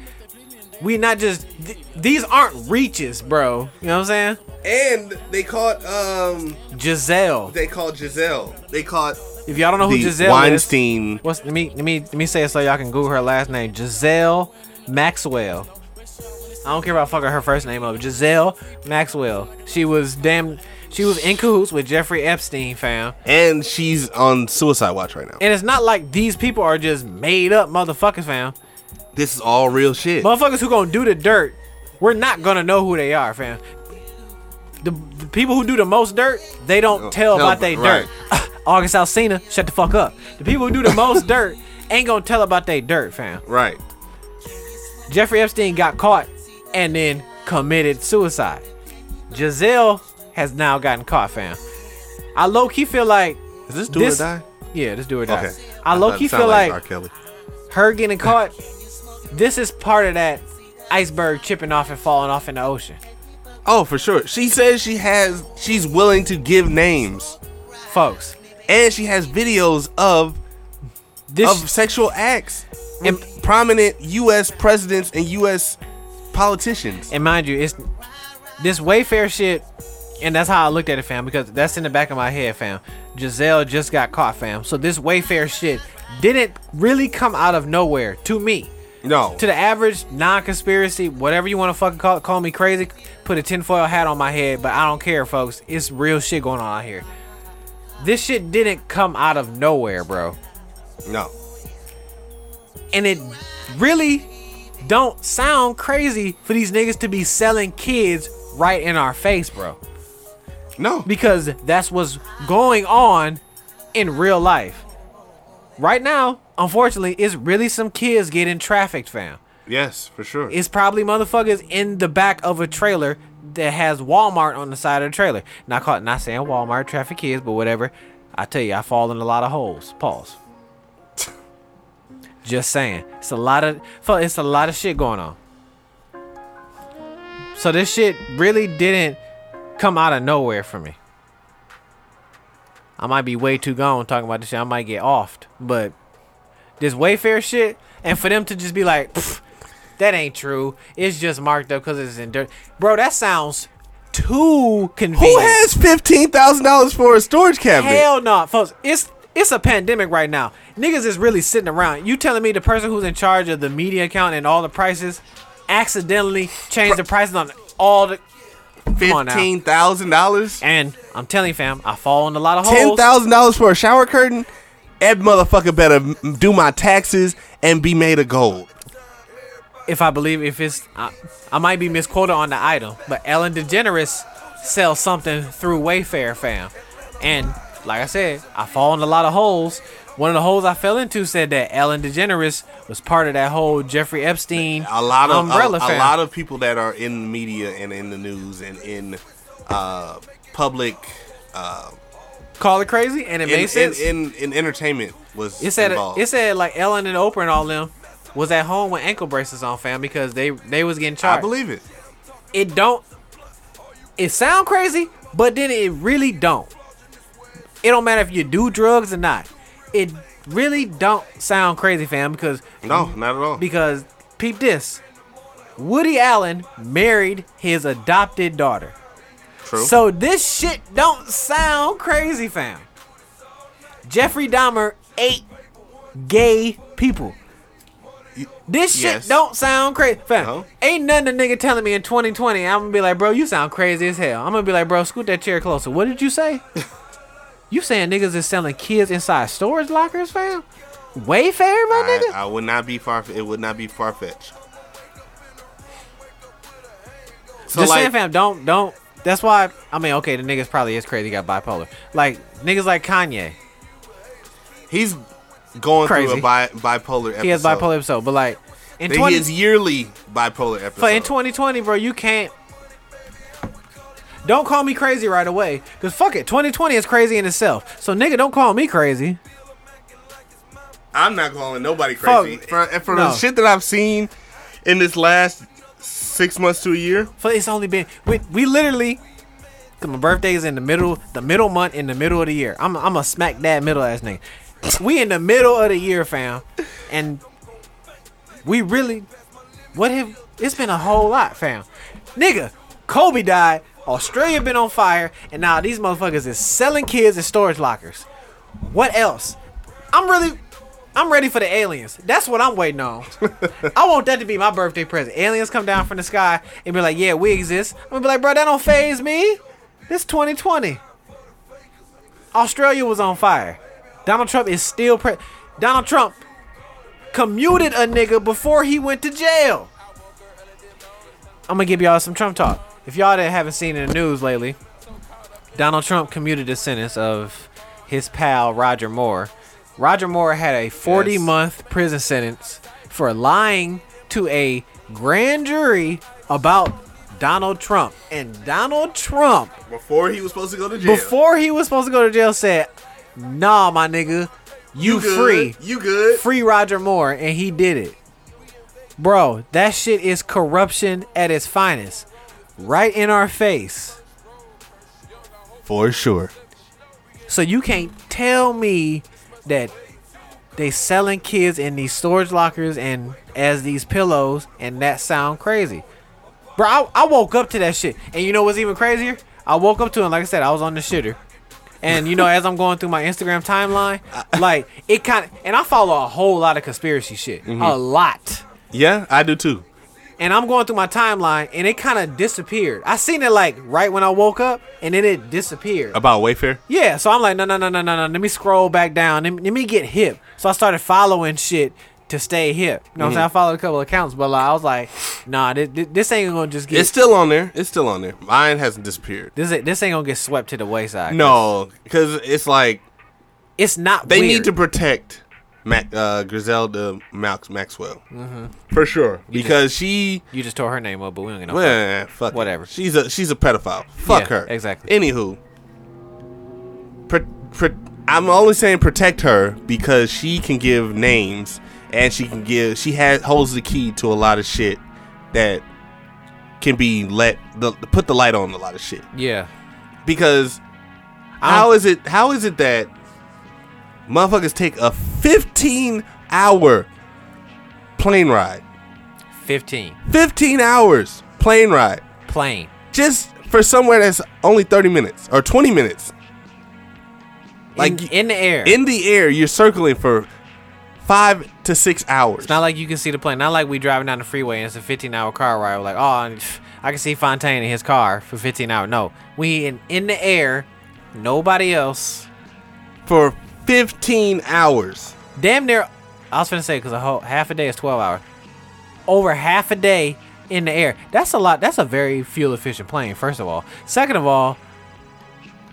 Speaker 1: We not just th- these aren't reaches, bro. You know what I'm saying?
Speaker 2: And they caught um
Speaker 1: Giselle.
Speaker 2: they caught Giselle. They caught
Speaker 1: If y'all don't know who
Speaker 2: the
Speaker 1: Giselle is,
Speaker 2: Weinstein.
Speaker 1: what's let me let me let me say it so y'all can Google her last name, Giselle Maxwell. I don't care about fucking her first name up, Giselle Maxwell. She was damn, she was in cahoots with Jeffrey Epstein, fam.
Speaker 2: And she's on suicide watch right now.
Speaker 1: And it's not like these people are just made up motherfuckers, fam.
Speaker 2: This is all real shit.
Speaker 1: motherfuckers who gonna do the dirt, we're not gonna know who they are, fam. The, the people who do the most dirt, they don't Oh, tell
Speaker 2: tell,
Speaker 1: about they
Speaker 2: right.
Speaker 1: dirt. August Alsina, shut the fuck up. The people who do the most dirt ain't gonna tell about they dirt, fam.
Speaker 2: Right.
Speaker 1: Jeffrey Epstein got caught and then committed suicide. Giselle has now gotten caught, fam. I low key feel like
Speaker 2: Is this do
Speaker 1: This-
Speaker 2: or die?
Speaker 1: yeah, just do it. die.
Speaker 2: Okay.
Speaker 1: I low
Speaker 2: thought it
Speaker 1: key
Speaker 2: sounded
Speaker 1: feel like
Speaker 2: R. Kelly.
Speaker 1: her getting caught, this is part of that iceberg chipping off and falling off in the ocean.
Speaker 2: Oh, for sure. She says she has she's willing to give names.
Speaker 1: Folks,
Speaker 2: And she has videos of of
Speaker 1: this
Speaker 2: sexual acts
Speaker 1: and,
Speaker 2: prominent US presidents and US politicians.
Speaker 1: and mind you, it's this Wayfair shit, and that's how I looked at it, fam, because that's in the back of my head, fam. Giselle just got caught, fam. So this Wayfair shit didn't really come out of nowhere to me.
Speaker 2: No.
Speaker 1: To the average non-conspiracy, whatever you want to fucking call call me crazy, put a tinfoil hat on my head, but I don't care, folks. It's real shit going on out here. This shit didn't come out of nowhere, bro.
Speaker 2: No.
Speaker 1: and it really don't sound crazy for these niggas to be selling kids right in our face, bro.
Speaker 2: No.
Speaker 1: Because that's what's going on in real life. Right now, unfortunately, it's really some kids getting trafficked, fam.
Speaker 2: Yes, for sure.
Speaker 1: It's probably motherfuckers in the back of a trailer that has Walmart on the side of the trailer. Not caught, not saying Walmart traffic kids, but whatever. I tell you, I fall in a lot of holes. Pause. Just saying, it's a lot of fu- it's a lot of shit going on. So this shit really didn't come out of nowhere for me. I might be way too gone talking about this shit. I might get offed, but this Wayfair shit, and for them to just be like, "Pff, that ain't true. It's just marked up because it's in dirt. Bro, that sounds too convenient.
Speaker 2: Who has fifteen thousand dollars for a storage cabinet?
Speaker 1: Hell no, folks. It's it's a pandemic right now. Niggas is really sitting around. You telling me the person who's in charge of the media account and all the prices accidentally changed the prices on all the on now.
Speaker 2: Fifteen thousand dollars?
Speaker 1: and I'm telling you, fam, I fall in a lot of
Speaker 2: Ten
Speaker 1: holes.
Speaker 2: thousand dollars for a shower curtain? That motherfucker better m- do my taxes and be made of gold.
Speaker 1: if I believe if it's I, I might be misquoted on the item, but Ellen DeGeneres sells something through Wayfair, fam. And like I said, I fall in a lot of holes. One of the holes I fell into said that Ellen DeGeneres was part of that whole Jeffrey Epstein
Speaker 2: A lot of
Speaker 1: umbrella
Speaker 2: a, a
Speaker 1: fam.
Speaker 2: lot of people that are in the media and in the news and in uh, public uh,
Speaker 1: Call it crazy, and it
Speaker 2: in,
Speaker 1: makes
Speaker 2: in,
Speaker 1: sense.
Speaker 2: in in entertainment was
Speaker 1: It said
Speaker 2: involved.
Speaker 1: it said like Ellen and Oprah and all them was at home with ankle braces on, fam, because they they was getting charged.
Speaker 2: I believe it.
Speaker 1: it don't it sound crazy but then it really don't it don't matter if you do drugs or not it really don't sound crazy fam because
Speaker 2: No,
Speaker 1: Mm-hmm.
Speaker 2: not at all.
Speaker 1: because peep this woody allen married his adopted daughter
Speaker 2: True.
Speaker 1: so this shit don't sound crazy fam jeffrey dahmer ate gay people this shit
Speaker 2: Yes. Uh-huh.
Speaker 1: don't sound crazy, fam.
Speaker 2: No.
Speaker 1: Ain't nothing a nigga telling me in 2020. I'm gonna be like, bro, you sound crazy as hell. I'm gonna be like, bro, scoot that chair closer. What did you say? you saying niggas is selling kids inside storage lockers, fam? Wayfair, my
Speaker 2: I,
Speaker 1: nigga.
Speaker 2: I would not be far. It would not be far fetched. So
Speaker 1: Just
Speaker 2: like,
Speaker 1: saying, fam. Don't don't. That's why. I mean, okay, the niggas probably is crazy. Got bipolar. Like niggas like Kanye.
Speaker 2: he's going through
Speaker 1: Crazy.
Speaker 2: a bi- bipolar episode.
Speaker 1: He has bipolar episode, but like in
Speaker 2: He
Speaker 1: 20
Speaker 2: is yearly bipolar episode.
Speaker 1: But in 2020, bro, you can't. Don't call me crazy right away, cause fuck it, 2020 is crazy in itself. So nigga, don't call me crazy.
Speaker 2: I'm not calling nobody crazy.
Speaker 1: Fuck.
Speaker 2: From, from
Speaker 1: No.
Speaker 2: the shit that I've seen in this last six months to a year,
Speaker 1: For it's only been we, we literally, cause my birthday is in the middle, the middle month in the middle of the year. I'm I'm a smack dad middle ass nigga. We in the middle of the year, fam, and we really, what have It's been a whole lot, fam. Nigga, Kobe died. Australia been on fire, and now these motherfuckers is selling kids in storage lockers. What else? I'm really, I'm ready for the aliens. That's what I'm waiting on. I want that to be my birthday present. Aliens come down from the sky and be like, "Yeah, we exist." I'm gonna be like, "Bro, that don't phase me. This 2020. Australia was on fire. Donald Trump is still pre. Donald Trump commuted a nigga before he went to jail. I'm gonna give y'all some Trump talk. If y'all that haven't seen in the news lately, Donald Trump commuted the sentence of his pal Roger Moore. Roger Moore had a 40 month prison sentence for lying to a grand jury about Donald Trump. And Donald Trump
Speaker 2: Before he was supposed to go to jail.
Speaker 1: before he was supposed to go to jail said, "Nah, my nigga, you, free,
Speaker 2: You good?
Speaker 1: free Roger Moore," and he did it. Bro, that shit is corruption at its finest, right in our face.
Speaker 2: For sure.
Speaker 1: So you can't tell me that they selling kids in these storage lockers and as these pillows, and that sound crazy. Bro, I, I woke up to that shit, and you know what's even crazier? I woke up to it, and like I said, I was on the shitter. And you know, as I'm going through my Instagram timeline, like it kind of, and I follow a whole lot of conspiracy shit, a lot
Speaker 2: Yeah, I do too.
Speaker 1: and I'm going through my timeline, and it kind of disappeared. I seen it like right when I woke up, and then it disappeared.
Speaker 2: About Wayfair.
Speaker 1: Yeah, so I'm like, no, no, no, no, no, no. Let me scroll back down. Let me, let me get hip. So I started following shit to stay hip. You know what I'm
Speaker 2: Mm-hmm.
Speaker 1: saying? I followed a couple accounts, but like, I was like, nah, this, this ain't gonna just get
Speaker 2: It's still on there. It's still on there. Mine hasn't disappeared.
Speaker 1: this ain't- this ain't gonna get swept to the wayside.
Speaker 2: No, because it's like
Speaker 1: it's not.
Speaker 2: they
Speaker 1: weird.
Speaker 2: need to protect Mac, uh, Griselda Max, Maxwell
Speaker 1: Mm-hmm.
Speaker 2: for sure because she.
Speaker 1: You just tore her name up, but we don't get no. fuck.
Speaker 2: Well, fuck it.
Speaker 1: Whatever.
Speaker 2: She's a she's a pedophile. Fuck
Speaker 1: Yeah,
Speaker 2: her.
Speaker 1: exactly.
Speaker 2: Anywho, pro- pro- I'm only saying protect her because she can give names and she can give she has holds the key to a lot of shit that can be let the put the light on a lot of shit
Speaker 1: Yeah.
Speaker 2: because
Speaker 1: I
Speaker 2: how is it how is it that motherfuckers take a 15 hour plane ride
Speaker 1: 15
Speaker 2: 15 hours plane ride
Speaker 1: plain.
Speaker 2: just for somewhere that's only 30 minutes or 20 minutes
Speaker 1: Like
Speaker 2: Like,
Speaker 1: in, in the air.
Speaker 2: in the air you're circling for five to six hours
Speaker 1: Not like you can see the plane. Not like we driving down the freeway and it's a 15 hour car ride. We're like, oh, and pff, I can see Fontaine in his car for 15 hours. No, we in, in the air, nobody else.
Speaker 2: for 15 hours
Speaker 1: Damn near, I was finna say because a whole half a day is 12 hours. Over half a day in the air. That's a lot. That's a very fuel efficient plane. First of all. Second of all,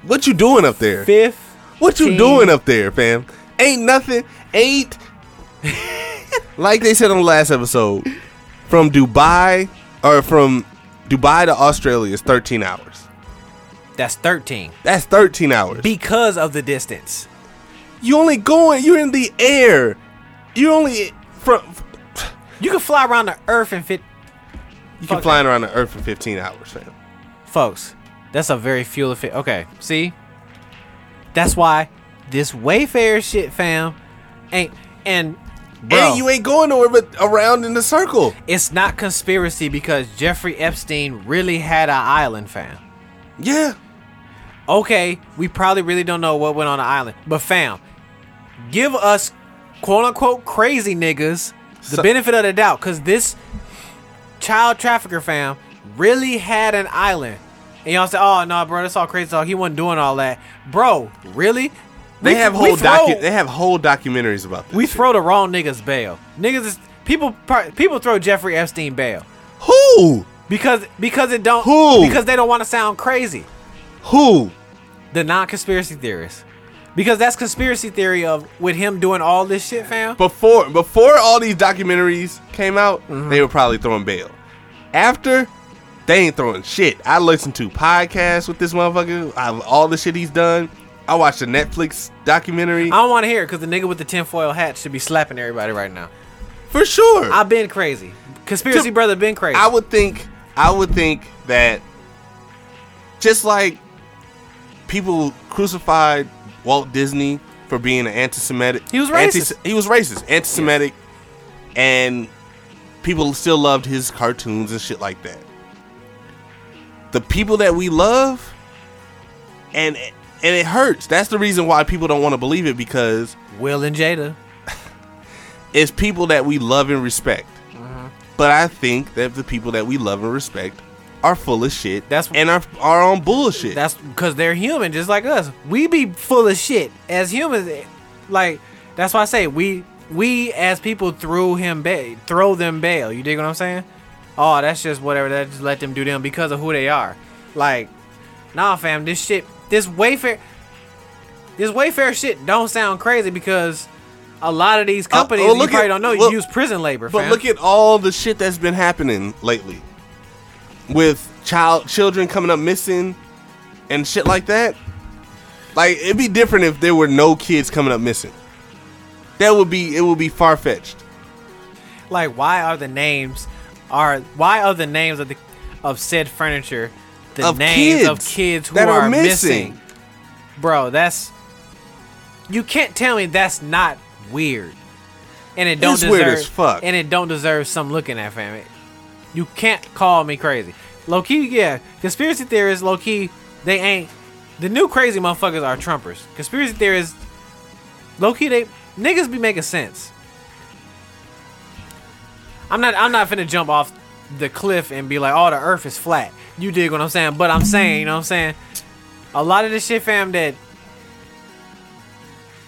Speaker 2: what you doing up there
Speaker 1: fifth.
Speaker 2: What you
Speaker 1: 15.
Speaker 2: doing up there, fam? Ain't nothing. Ain't like they said on the last episode. From Dubai or from Dubai to Australia is 13 hours.
Speaker 1: That's 13
Speaker 2: That's 13 hours.
Speaker 1: because of the distance.
Speaker 2: You only going. You're in the air. You only from.
Speaker 1: You can fly around the earth and fit,
Speaker 2: You
Speaker 1: Fuck
Speaker 2: can flying around the earth in 15 hours, fam.
Speaker 1: folks. That's a very fuel efficient. Okay, see, that's why this Wayfair shit, fam, ain't and bro,
Speaker 2: And you ain't going nowhere but around in the circle.
Speaker 1: it's not conspiracy because Jeffrey Epstein really had an island, fam.
Speaker 2: Yeah.
Speaker 1: Okay, we probably really don't know what went on the island, but fam, give us quote unquote crazy niggas the
Speaker 2: So-
Speaker 1: benefit of the doubt because this child trafficker fam really had an island. And y'all say, oh, no, bro, that's all crazy talk. He wasn't doing all that. Bro, really?
Speaker 2: They
Speaker 1: We-
Speaker 2: have
Speaker 1: we
Speaker 2: whole
Speaker 1: throw-
Speaker 2: docu- They have whole documentaries about this.
Speaker 1: We
Speaker 2: shit.
Speaker 1: throw the wrong niggas bail. Niggas is. People par- people throw Jeffrey Epstein bail
Speaker 2: who
Speaker 1: because because it don't
Speaker 2: Who?
Speaker 1: because they don't want to sound crazy.
Speaker 2: who
Speaker 1: the non-conspiracy theorists because that's conspiracy theory of with him doing all this shit fam
Speaker 2: before before all these documentaries came out, they were probably throwing bail. After, they ain't throwing shit. I listened to podcasts with this motherfucker. I, all the shit he's done. I watched the Netflix documentary
Speaker 1: i don't want to hear it because the nigga with the tinfoil hat should be slapping everybody right now
Speaker 2: for sure. I,
Speaker 1: i've been crazy conspiracy
Speaker 2: To-
Speaker 1: brother been crazy
Speaker 2: would think I would think that just like people crucified Walt Disney for being an anti-Semitic,
Speaker 1: He was
Speaker 2: anti-
Speaker 1: racist.
Speaker 2: he was racist, anti-Semitic, and people still loved his cartoons and shit like that. The people that we love, and and it hurts. That's the reason why people don't want to believe it because
Speaker 1: Will and Jada.
Speaker 2: it's people that we love and respect.
Speaker 1: Mm-hmm.
Speaker 2: But I think that the people that we love and respect are full of shit.
Speaker 1: That's-
Speaker 2: and are are on bullshit.
Speaker 1: That's because they're human, just like us. We be full of shit as humans. eh, Like that's why I say we we as people threw him bail, throw them bail. You dig what I'm saying? Oh, that's just whatever. That just let them do them because of who they are. Like, nah, fam. This shit, this Wayfair, this Wayfair shit don't sound crazy because a lot of these companies
Speaker 2: well,
Speaker 1: you
Speaker 2: Uh, oh, look
Speaker 1: probably
Speaker 2: at-
Speaker 1: don't know
Speaker 2: look-
Speaker 1: use prison labor.
Speaker 2: But
Speaker 1: fam.
Speaker 2: look at all the shit that's been happening lately with child children coming up missing and shit like that. Like it'd be different if there were no kids coming up missing. That would be it would be far fetched.
Speaker 1: like why are the names are why are the names of the of said furniture the
Speaker 2: Of
Speaker 1: names
Speaker 2: kids
Speaker 1: of kids who
Speaker 2: that
Speaker 1: are,
Speaker 2: are
Speaker 1: missing.
Speaker 2: missing.
Speaker 1: bro that's you can't tell me that's not weird and it don't
Speaker 2: It's
Speaker 1: deserve
Speaker 2: weird as fuck.
Speaker 1: and it don't deserve some looking at fam It- you can't call me crazy low key yeah conspiracy theorists low key they ain't the new crazy motherfuckers are trumpers conspiracy theorists low key they niggas be making sense I'm not I'm not finna jump off the cliff and be like, oh, the earth is flat. You dig what I'm saying? But I'm saying, you know what I'm saying? A lot of this shit, fam, that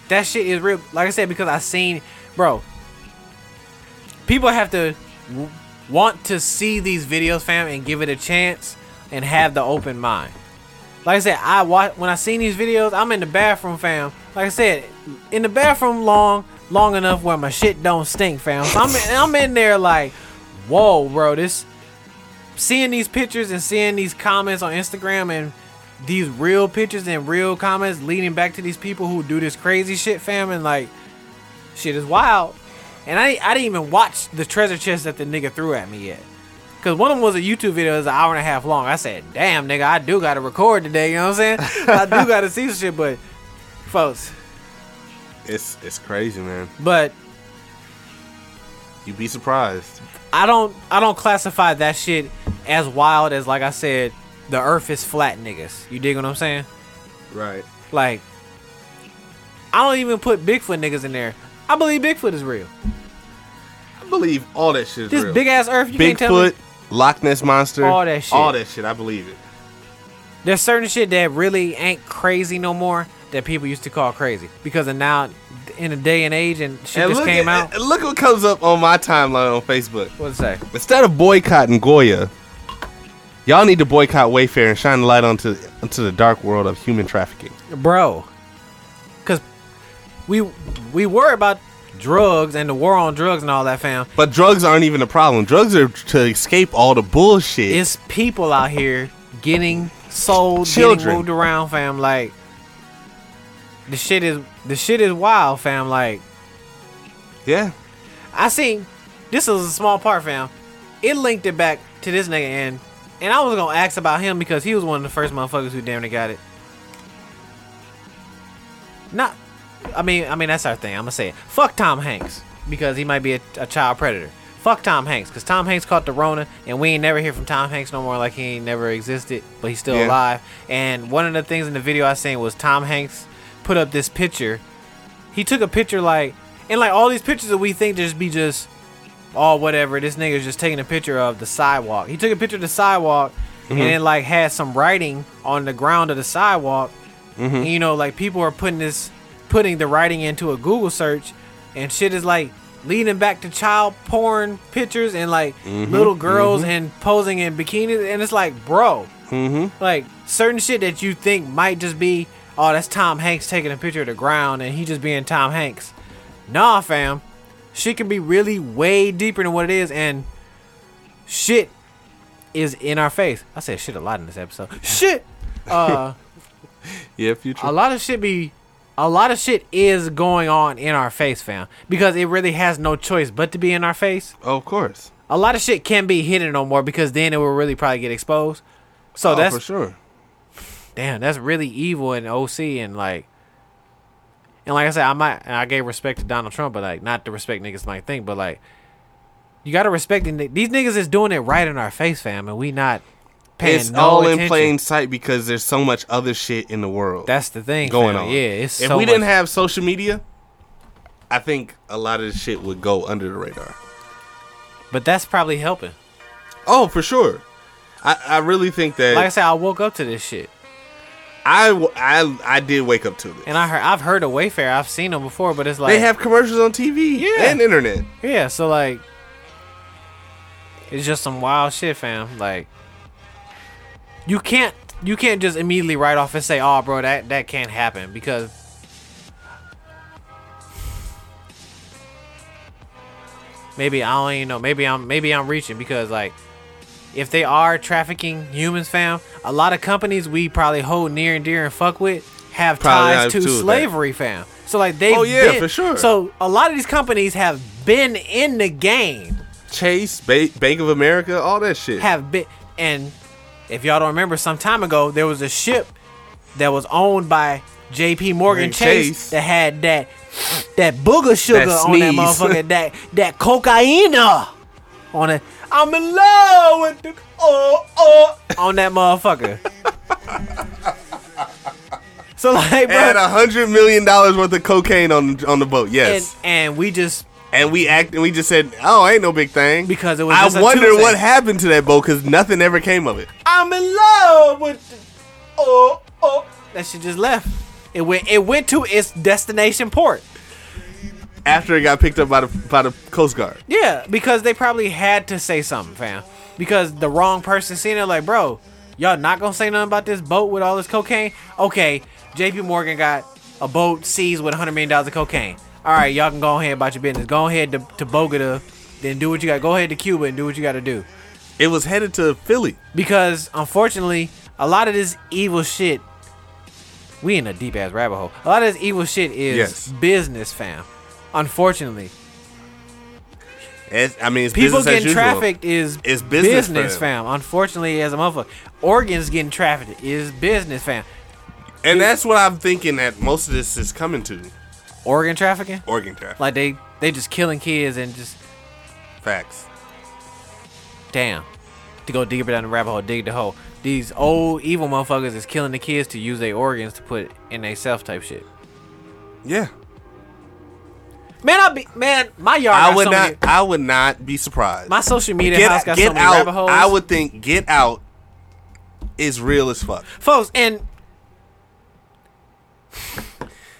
Speaker 1: that shit is real. Like I said, because I seen, bro. People have to w- want to see these videos, fam, and give it a chance and have the open mind. Like I said, I watch when I seen these videos. I'm in the bathroom, fam. Like I said, in the bathroom long, long enough where my shit don't stink, fam. So I'm I'm in there like, whoa, bro. This seeing these pictures and seeing these comments on Instagram and these real pictures and real comments leading back to these people who do this crazy shit, fam, and like, shit is wild. And I I didn't even watch the treasure chest that the nigga threw at me yet. Cause one of them was a YouTube video, it was an hour and a half long. I said, "Damn, nigga, I do gotta record today." You know what I'm saying? I do gotta see some shit, but folks,
Speaker 2: It's it's crazy, man.
Speaker 1: but
Speaker 2: You'd be surprised.
Speaker 1: I don't, I don't classify that shit as wild as like I said, the Earth is flat, niggas. You dig what I'm saying?
Speaker 2: Right.
Speaker 1: Like, I don't even put Bigfoot niggas in there. I believe Bigfoot is real.
Speaker 2: I believe all that shit is
Speaker 1: This
Speaker 2: real.
Speaker 1: big ass Earth, you can't tell me.
Speaker 2: Bigfoot, Loch Ness monster,
Speaker 1: All that shit.
Speaker 2: All that shit, I believe it.
Speaker 1: There's certain shit that really ain't crazy no more that people used to call crazy because of now, in a day and age, and shit
Speaker 2: and
Speaker 1: just
Speaker 2: look
Speaker 1: came out.
Speaker 2: at- look what comes up on my timeline on Facebook.
Speaker 1: What's that?
Speaker 2: Instead of boycotting Goya, y'all need to boycott Wayfair and shine the light onto onto the dark world of human trafficking.
Speaker 1: bro because we we worry about drugs and the war on drugs and all that fam
Speaker 2: But drugs aren't even a problem. Drugs are to escape all the bullshit.
Speaker 1: it's people out here getting sold
Speaker 2: Children.
Speaker 1: getting moved around fam like the shit is the shit is wild fam like
Speaker 2: yeah,
Speaker 1: i seen this is a small part fam it linked it back to this nigga and and i was gonna ask about him because he was one of the first motherfuckers who damn near got it not I mean, I mean that's our thing. I'm gonna say it. Fuck Tom Hanks because he might be a, a child predator. Fuck Tom Hanks because Tom Hanks caught the Rona, and we ain't never hear from Tom Hanks no more. Like he ain't never existed, but he's still
Speaker 2: Yeah.
Speaker 1: alive. And one of the things in the video I seen was Tom Hanks put up this picture. He took a picture like, and like all these pictures that we think just be just, oh whatever. This nigga's just taking a picture of the sidewalk. He took a picture of the sidewalk, and then like had some writing on the ground of the sidewalk. And, you know like people are putting this putting the writing into a google search and shit is like leading back to child porn pictures and like little girls and posing in bikinis and it's like bro like certain shit that you think might just be oh that's tom hanks taking a picture of the ground and he just being tom hanks nah fam shit can be really way deeper than what it is and shit is in our face i said shit a lot in this episode shit Uh,
Speaker 2: yeah, future.
Speaker 1: a lot of shit be a lot of shit is going on in our face fam because it really has no choice but to be in our face
Speaker 2: oh, of course.
Speaker 1: a lot of shit can be hidden no more because then it will really probably get exposed so
Speaker 2: Oh,
Speaker 1: that's
Speaker 2: for sure.
Speaker 1: damn that's really evil and oc and like and like i said i might and i gave respect to donald trump but like not the respect niggas might think but like You gotta respect these niggas. These niggas is doing it right in our face, fam, and we not paying
Speaker 2: It's
Speaker 1: no
Speaker 2: all
Speaker 1: attention.
Speaker 2: in plain sight because there's so much other shit in the world
Speaker 1: That's the thing
Speaker 2: going
Speaker 1: fam.
Speaker 2: on.
Speaker 1: Yeah, it's
Speaker 2: if
Speaker 1: so
Speaker 2: we didn't
Speaker 1: much-
Speaker 2: have social media, I think a lot of this shit would go under the radar.
Speaker 1: but that's probably helping.
Speaker 2: Oh, for sure. I, I really think that
Speaker 1: Like I said, I woke up to this shit,
Speaker 2: I, w- I I did wake up to this.
Speaker 1: and I heard I've heard of Wayfair. I've seen them before, but it's like
Speaker 2: they have commercials on TV
Speaker 1: Yeah.
Speaker 2: and internet.
Speaker 1: Yeah, so like it's just some wild shit, fam. Like you can't you can't just immediately write off and say, "Oh, bro, that that can't happen" because maybe I don't even know. Maybe I'm maybe I'm reaching because like if they are trafficking humans, fam, a lot of companies we probably hold near and dear and fuck with have
Speaker 2: Probably
Speaker 1: ties
Speaker 2: have
Speaker 1: to
Speaker 2: too, that-
Speaker 1: slavery, fam. So like they
Speaker 2: Oh, yeah,
Speaker 1: been-
Speaker 2: for sure.
Speaker 1: So a lot of these companies have been in the game,
Speaker 2: Chase, ba- Bank of America, all that shit.
Speaker 1: have been, and if y'all don't remember, some time ago there was a ship that was owned by J.P. Morgan
Speaker 2: Morgan
Speaker 1: Chase,
Speaker 2: Chase.
Speaker 1: that had that that booger sugar on that
Speaker 2: sneeze.
Speaker 1: motherfucker, that that cocaina on it. I'm in love with the oh oh on that motherfucker. so like, bro,
Speaker 2: had a hundred million dollars worth of cocaine on on the boat.
Speaker 1: and,
Speaker 2: Yes,
Speaker 1: and we just
Speaker 2: and, we act and we just said, "Oh, ain't no big thing."
Speaker 1: Because it was just
Speaker 2: I
Speaker 1: a
Speaker 2: wonder
Speaker 1: Tuesday.
Speaker 2: what happened to that boat because nothing ever came of it.
Speaker 1: I'm in love with the, oh oh that shit just left. It went it went to its destination port.
Speaker 2: After it got picked up by the by the Coast Guard,
Speaker 1: Yeah, because they probably had to say something, fam. Because the wrong person seen it, like, bro, y'all not gonna say nothing about this boat with all this cocaine? Okay, JP Morgan got a boat seized with $100 million of cocaine. All right, y'all can go ahead about your business. Go ahead to, to Bogota, then do what you got. Go ahead to Cuba and do what you gotta do.
Speaker 2: it was headed to Philly.
Speaker 1: because unfortunately, a lot of this evil shit, we in a deep ass rabbit hole. A lot of this evil shit is
Speaker 2: Yes.
Speaker 1: business, fam. Unfortunately,
Speaker 2: It's- I mean, it's
Speaker 1: people
Speaker 2: business as
Speaker 1: getting
Speaker 2: usual.
Speaker 1: trafficked is
Speaker 2: It's business,
Speaker 1: fam. Unfortunately, as a motherfucker, organs getting trafficked is business, fam.
Speaker 2: and that's what I'm thinking that most of this is coming to
Speaker 1: Organ trafficking,
Speaker 2: organ traffic.
Speaker 1: like they they just killing kids and just
Speaker 2: Facts.
Speaker 1: damn. To go deeper down the rabbit hole, dig the hole. These old evil motherfuckers is killing the kids to use their organs to put in they self type shit.
Speaker 2: Yeah,
Speaker 1: Man, I be man, my yard.
Speaker 2: I
Speaker 1: got
Speaker 2: would
Speaker 1: so
Speaker 2: not.
Speaker 1: many-
Speaker 2: I would not be surprised.
Speaker 1: My social media
Speaker 2: get
Speaker 1: house got
Speaker 2: get
Speaker 1: so many
Speaker 2: out.
Speaker 1: rabbit holes.
Speaker 2: I would think Get Out is real as fuck.
Speaker 1: folks, and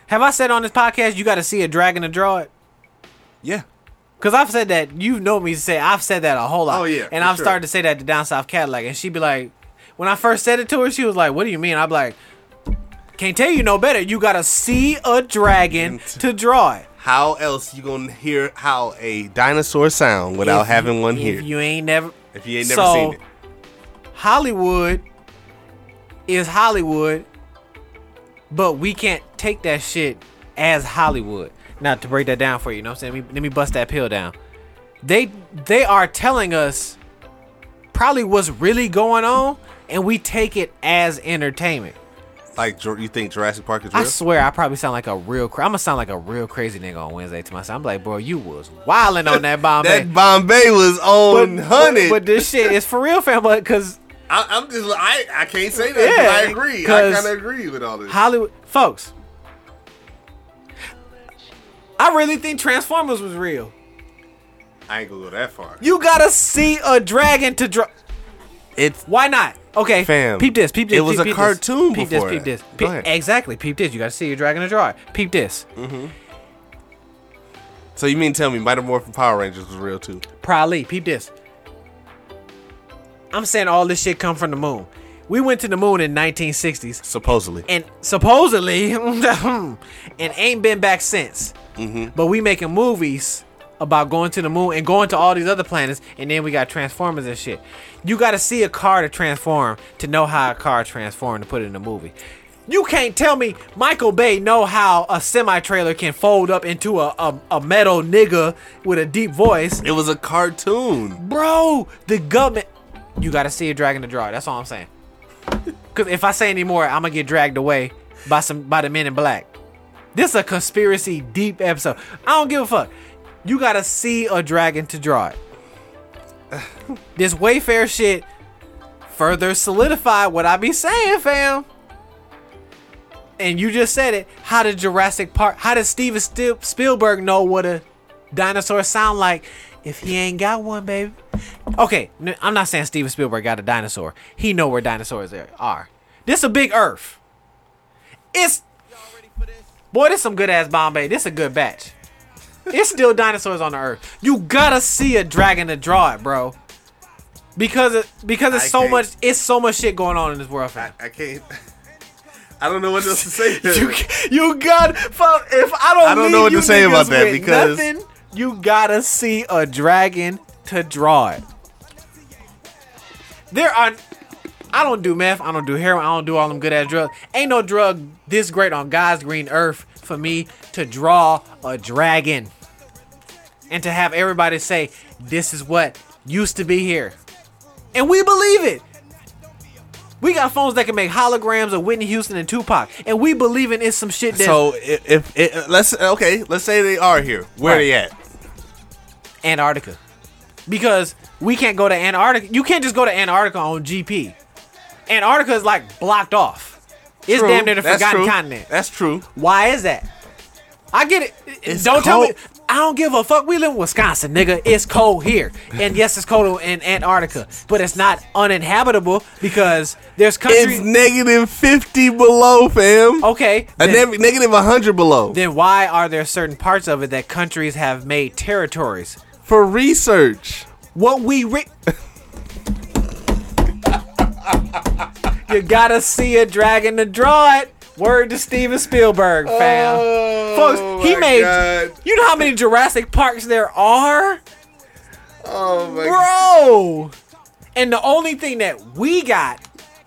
Speaker 1: have I said on this podcast you got to see a dragon to draw it?
Speaker 2: Yeah.
Speaker 1: Because I've said that. You know me to say I've said that a whole lot.
Speaker 2: Oh, yeah,
Speaker 1: and
Speaker 2: for
Speaker 1: I've
Speaker 2: sure.
Speaker 1: started to say that to Down South Cadillac, and she'd be like, when I first said it to her, she was like, "What do you mean?" I'm like, "Can't tell you no better. You got to see a dragon to draw it."
Speaker 2: How else you gonna hear how a dinosaur sound without
Speaker 1: If
Speaker 2: having one
Speaker 1: if
Speaker 2: here?
Speaker 1: You ain't never.
Speaker 2: if you ain't never
Speaker 1: So,
Speaker 2: seen it,
Speaker 1: Hollywood is Hollywood, but we can't take that shit as Hollywood. Now to break that down for you, you know what I'm saying? Let me, let me bust that pill down. They they are telling us probably what's really going on, and we take it as entertainment.
Speaker 2: like Jur- you think Jurassic Park is real?
Speaker 1: I swear, I probably sound like a real. Cra- I'm gonna sound like a real crazy nigga on Wednesday to myself. I'm like, bro, you was wilding on that Bombay.
Speaker 2: that Bombay was on
Speaker 1: but,
Speaker 2: hundred.
Speaker 1: but this shit is for real, fam. Because
Speaker 2: I, I'm just I, I can't say that. 'cause
Speaker 1: Yeah,
Speaker 2: I agree. I
Speaker 1: 'cause
Speaker 2: kind of agree with all this.
Speaker 1: Hollywood folks. I really think Transformers was real.
Speaker 2: I ain't gonna go that far.
Speaker 1: You gotta see a dragon to draw.
Speaker 2: It's
Speaker 1: Why not? Okay,
Speaker 2: Fam,
Speaker 1: Peep this. Peep this.
Speaker 2: it was
Speaker 1: peep,
Speaker 2: a
Speaker 1: peep this,
Speaker 2: cartoon
Speaker 1: Peep
Speaker 2: before
Speaker 1: this. Peep
Speaker 2: that.
Speaker 1: this.
Speaker 2: Go
Speaker 1: Peep-
Speaker 2: ahead.
Speaker 1: exactly. Peep this. You gotta see a dragon to draw. it. Peep this.
Speaker 2: so you mean tell me Mighty Morphin Power Rangers was real too?
Speaker 1: Probably. Peep this. I'm saying all this shit come from the moon. We went to the moon in 1960s.
Speaker 2: Supposedly.
Speaker 1: and supposedly and ain't been back since. But we making movies about going to the moon and going to all these other planets, and then we got Transformers and shit. You got to see a car to transform to know how a car transformed to put it in a movie. You can't tell me Michael Bay know how a semi trailer can fold up into a, a a metal nigga with a deep voice,
Speaker 2: It was a cartoon.
Speaker 1: bro. The government, you got to see a dragon to draw. it. That's all I'm saying. Cause if I say any more, I'm gonna get dragged away by some by the men in black. This a conspiracy deep episode. I don't give a fuck. You gotta see a dragon to draw it. this Wayfair shit further solidified what I be saying, fam. And you just said it. How did Jurassic Park? How did Steven Stil- Spielberg know what a dinosaur sound like if he ain't got one, baby? Okay, n- I'm not saying Steven Spielberg got a dinosaur. He know where dinosaurs are- are. This a big Earth. It's boy, this some good ass Bombay. This a good batch. It's still dinosaurs on the Earth. You gotta see a dragon to draw it, bro. Because it, because it's
Speaker 2: I
Speaker 1: so
Speaker 2: can't-
Speaker 1: much it's so much shit going on in this world, fam.
Speaker 2: I can't. I don't know what else to say.
Speaker 1: You you got fuck, if I don't
Speaker 2: I don't
Speaker 1: leave
Speaker 2: know what to
Speaker 1: you
Speaker 2: say about
Speaker 1: niggas
Speaker 2: that
Speaker 1: with
Speaker 2: because-
Speaker 1: nothing, you gotta see a dragon to draw it. There are I don't do meth, I don't do heroin, I don't do all them good ass drugs. Ain't no drug this great on God's green earth for me to draw a dragon and to have everybody say this is what used to be here. And we believe it. We got phones that can make holograms of Whitney Houston and Tupac, and we believe in it's some shit that's
Speaker 2: So if, if it, let's okay, let's say they are here. Where they at?
Speaker 1: Antarctica. Because we can't go to Antarctica. You can't just go to Antarctica on GP. Antarctica is like blocked off. It's
Speaker 2: True,
Speaker 1: damn near the
Speaker 2: that's
Speaker 1: forgotten
Speaker 2: true.
Speaker 1: continent.
Speaker 2: That's true.
Speaker 1: Why is that? I get it.
Speaker 2: It's
Speaker 1: don't tell me.
Speaker 2: cold.
Speaker 1: I don't give a fuck. We live in Wisconsin, nigga. It's cold here, and yes, it's cold in Antarctica, but it's not uninhabitable because there's countries.
Speaker 2: It's negative fifty below, fam.
Speaker 1: okay,
Speaker 2: A
Speaker 1: then-
Speaker 2: neg- negative hundred below
Speaker 1: then why are there certain parts of it that countries have made territories?
Speaker 2: for research.
Speaker 1: What we re- You gotta see a dragon to draw it. Word to Steven Spielberg, fam.
Speaker 2: Uh.
Speaker 1: Folks, he
Speaker 2: Oh my
Speaker 1: made
Speaker 2: God.
Speaker 1: You know how many Jurassic Parks there are?
Speaker 2: Oh my
Speaker 1: Bro! And the only thing that we got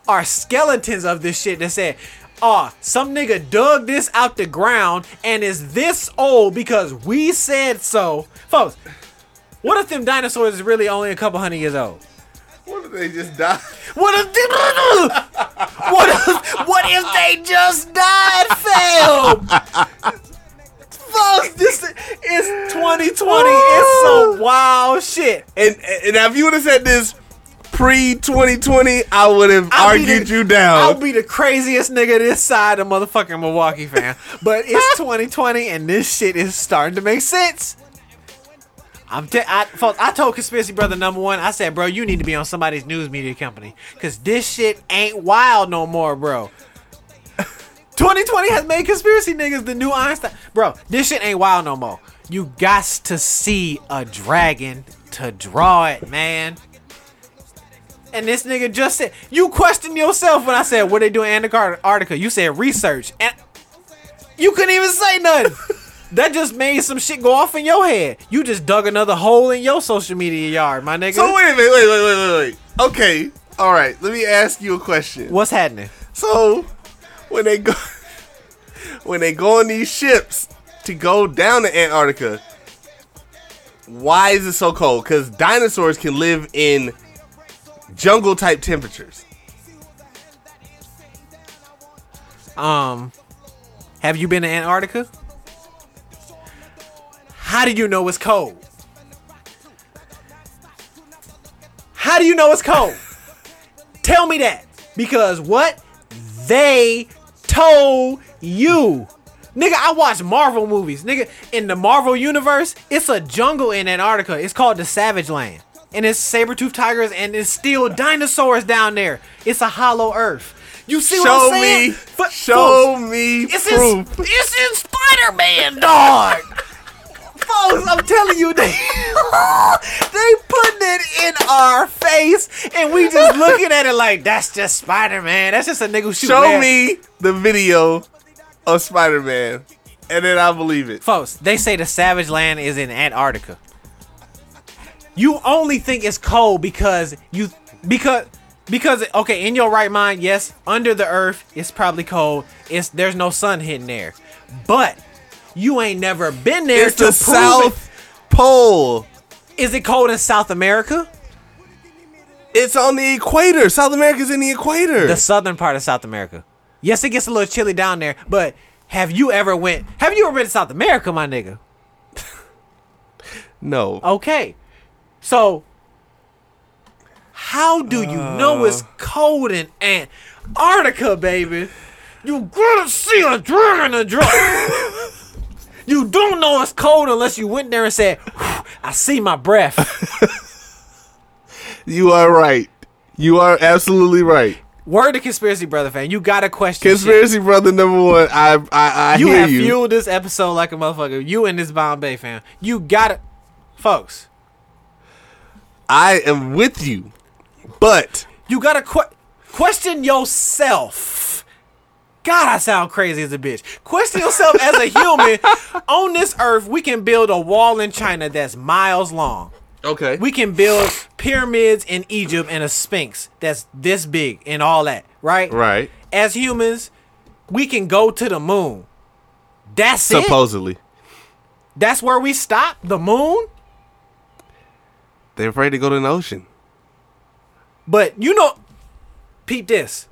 Speaker 1: are skeletons of this shit that said, "Ah, some nigga dug this out the ground and is this old because we said so." Folks, what if them dinosaurs is really only a couple hundred years old?
Speaker 2: What if they just died?
Speaker 1: What if they, what if, what if they just died, fam? Folks, this is 2020. It's some wild shit.
Speaker 2: And and now if you would have said this pre 2020, I would have
Speaker 1: I'll be
Speaker 2: argued
Speaker 1: the-
Speaker 2: you down.
Speaker 1: I'll be the craziest nigga this side of motherfucking Milwaukee fan. But it's 2020 and this shit is starting to make sense. I'm t- I, folks, I told conspiracy brother number one. I said, bro, you need to be on somebody's news media company because this shit ain't wild no more, bro. 2020 has made conspiracy niggas the new Einstein, bro. This shit ain't wild no more. You got to see a dragon to draw it, man. And this nigga just said, you questioned yourself when I said, what they doing in Antarctica? You said research. And you couldn't even say nothing. that just made some shit go off in your head. You just dug another hole in your social media yard, my nigga.
Speaker 2: so wait a minute, wait, wait, wait, wait, wait. Okay, all right. Let me ask you a question.
Speaker 1: What's happening?
Speaker 2: So when they go when they go on these ships to go down to Antarctica, why is it so cold? Because dinosaurs can live in jungle type temperatures.
Speaker 1: Um, have you been to Antarctica? How do you know it's cold? How do you know it's cold? Tell me that. Because what they told you. Nigga, I watch Marvel movies. Nigga, in the Marvel universe, it's a jungle in Antarctica. It's called the Savage Land. And it's saber-toothed tigers and it's still dinosaurs down there. It's a hollow earth. You see
Speaker 2: show
Speaker 1: what I'm saying?
Speaker 2: me,
Speaker 1: But,
Speaker 2: show
Speaker 1: folks,
Speaker 2: me
Speaker 1: it's in,
Speaker 2: proof.
Speaker 1: it's in Spider-Man, dog. folks, I'm telling you, they, they putting it in our face, and we just looking at it like that's just Spider-Man. That's just a nigga who shoot.
Speaker 2: show
Speaker 1: man."
Speaker 2: me the video of Spider Man, and then I believe it.
Speaker 1: folks. They say the Savage Land is in Antarctica. You only think it's cold because you because because okay, in your right mind, yes, under the earth it's probably cold. It's there's no sun hitting there. But you ain't never been there
Speaker 2: It's
Speaker 1: to
Speaker 2: the
Speaker 1: prove
Speaker 2: South Pole.
Speaker 1: It. Is it cold in South America?
Speaker 2: It's on the equator. South America's in the equator.
Speaker 1: The southern part of South America. Yes, it gets a little chilly down there, but have you ever went have you ever been to South America, my nigga? Oh.
Speaker 2: no.
Speaker 1: Okay. So How do you know it's
Speaker 2: Uh.
Speaker 1: cold in Antarctica, baby? You gotta see a dragon a dragon. you don't know it's cold unless you went there and said, "Whew, I see my breath.
Speaker 2: You are right. You are absolutely right.
Speaker 1: Word to conspiracy brother fan, you gotta question. shit.
Speaker 2: Conspiracy brother number one. I I, I
Speaker 1: you
Speaker 2: hear
Speaker 1: have
Speaker 2: you.
Speaker 1: fueled this episode like a motherfucker. You and this Bombay fam. You gotta, folks.
Speaker 2: I am with you, but
Speaker 1: You gotta que- question yourself. God, I sound crazy as a bitch. Question yourself as a human. On this earth, we can build a wall in China that's miles long.
Speaker 2: okay.
Speaker 1: We can build pyramids in Egypt and a sphinx that's this big and all that, right?
Speaker 2: right.
Speaker 1: As humans, we can go to the moon. That's it.
Speaker 2: Supposedly,
Speaker 1: That's where we stop. The moon.
Speaker 2: they're afraid to go to the ocean.
Speaker 1: But you know, peep this.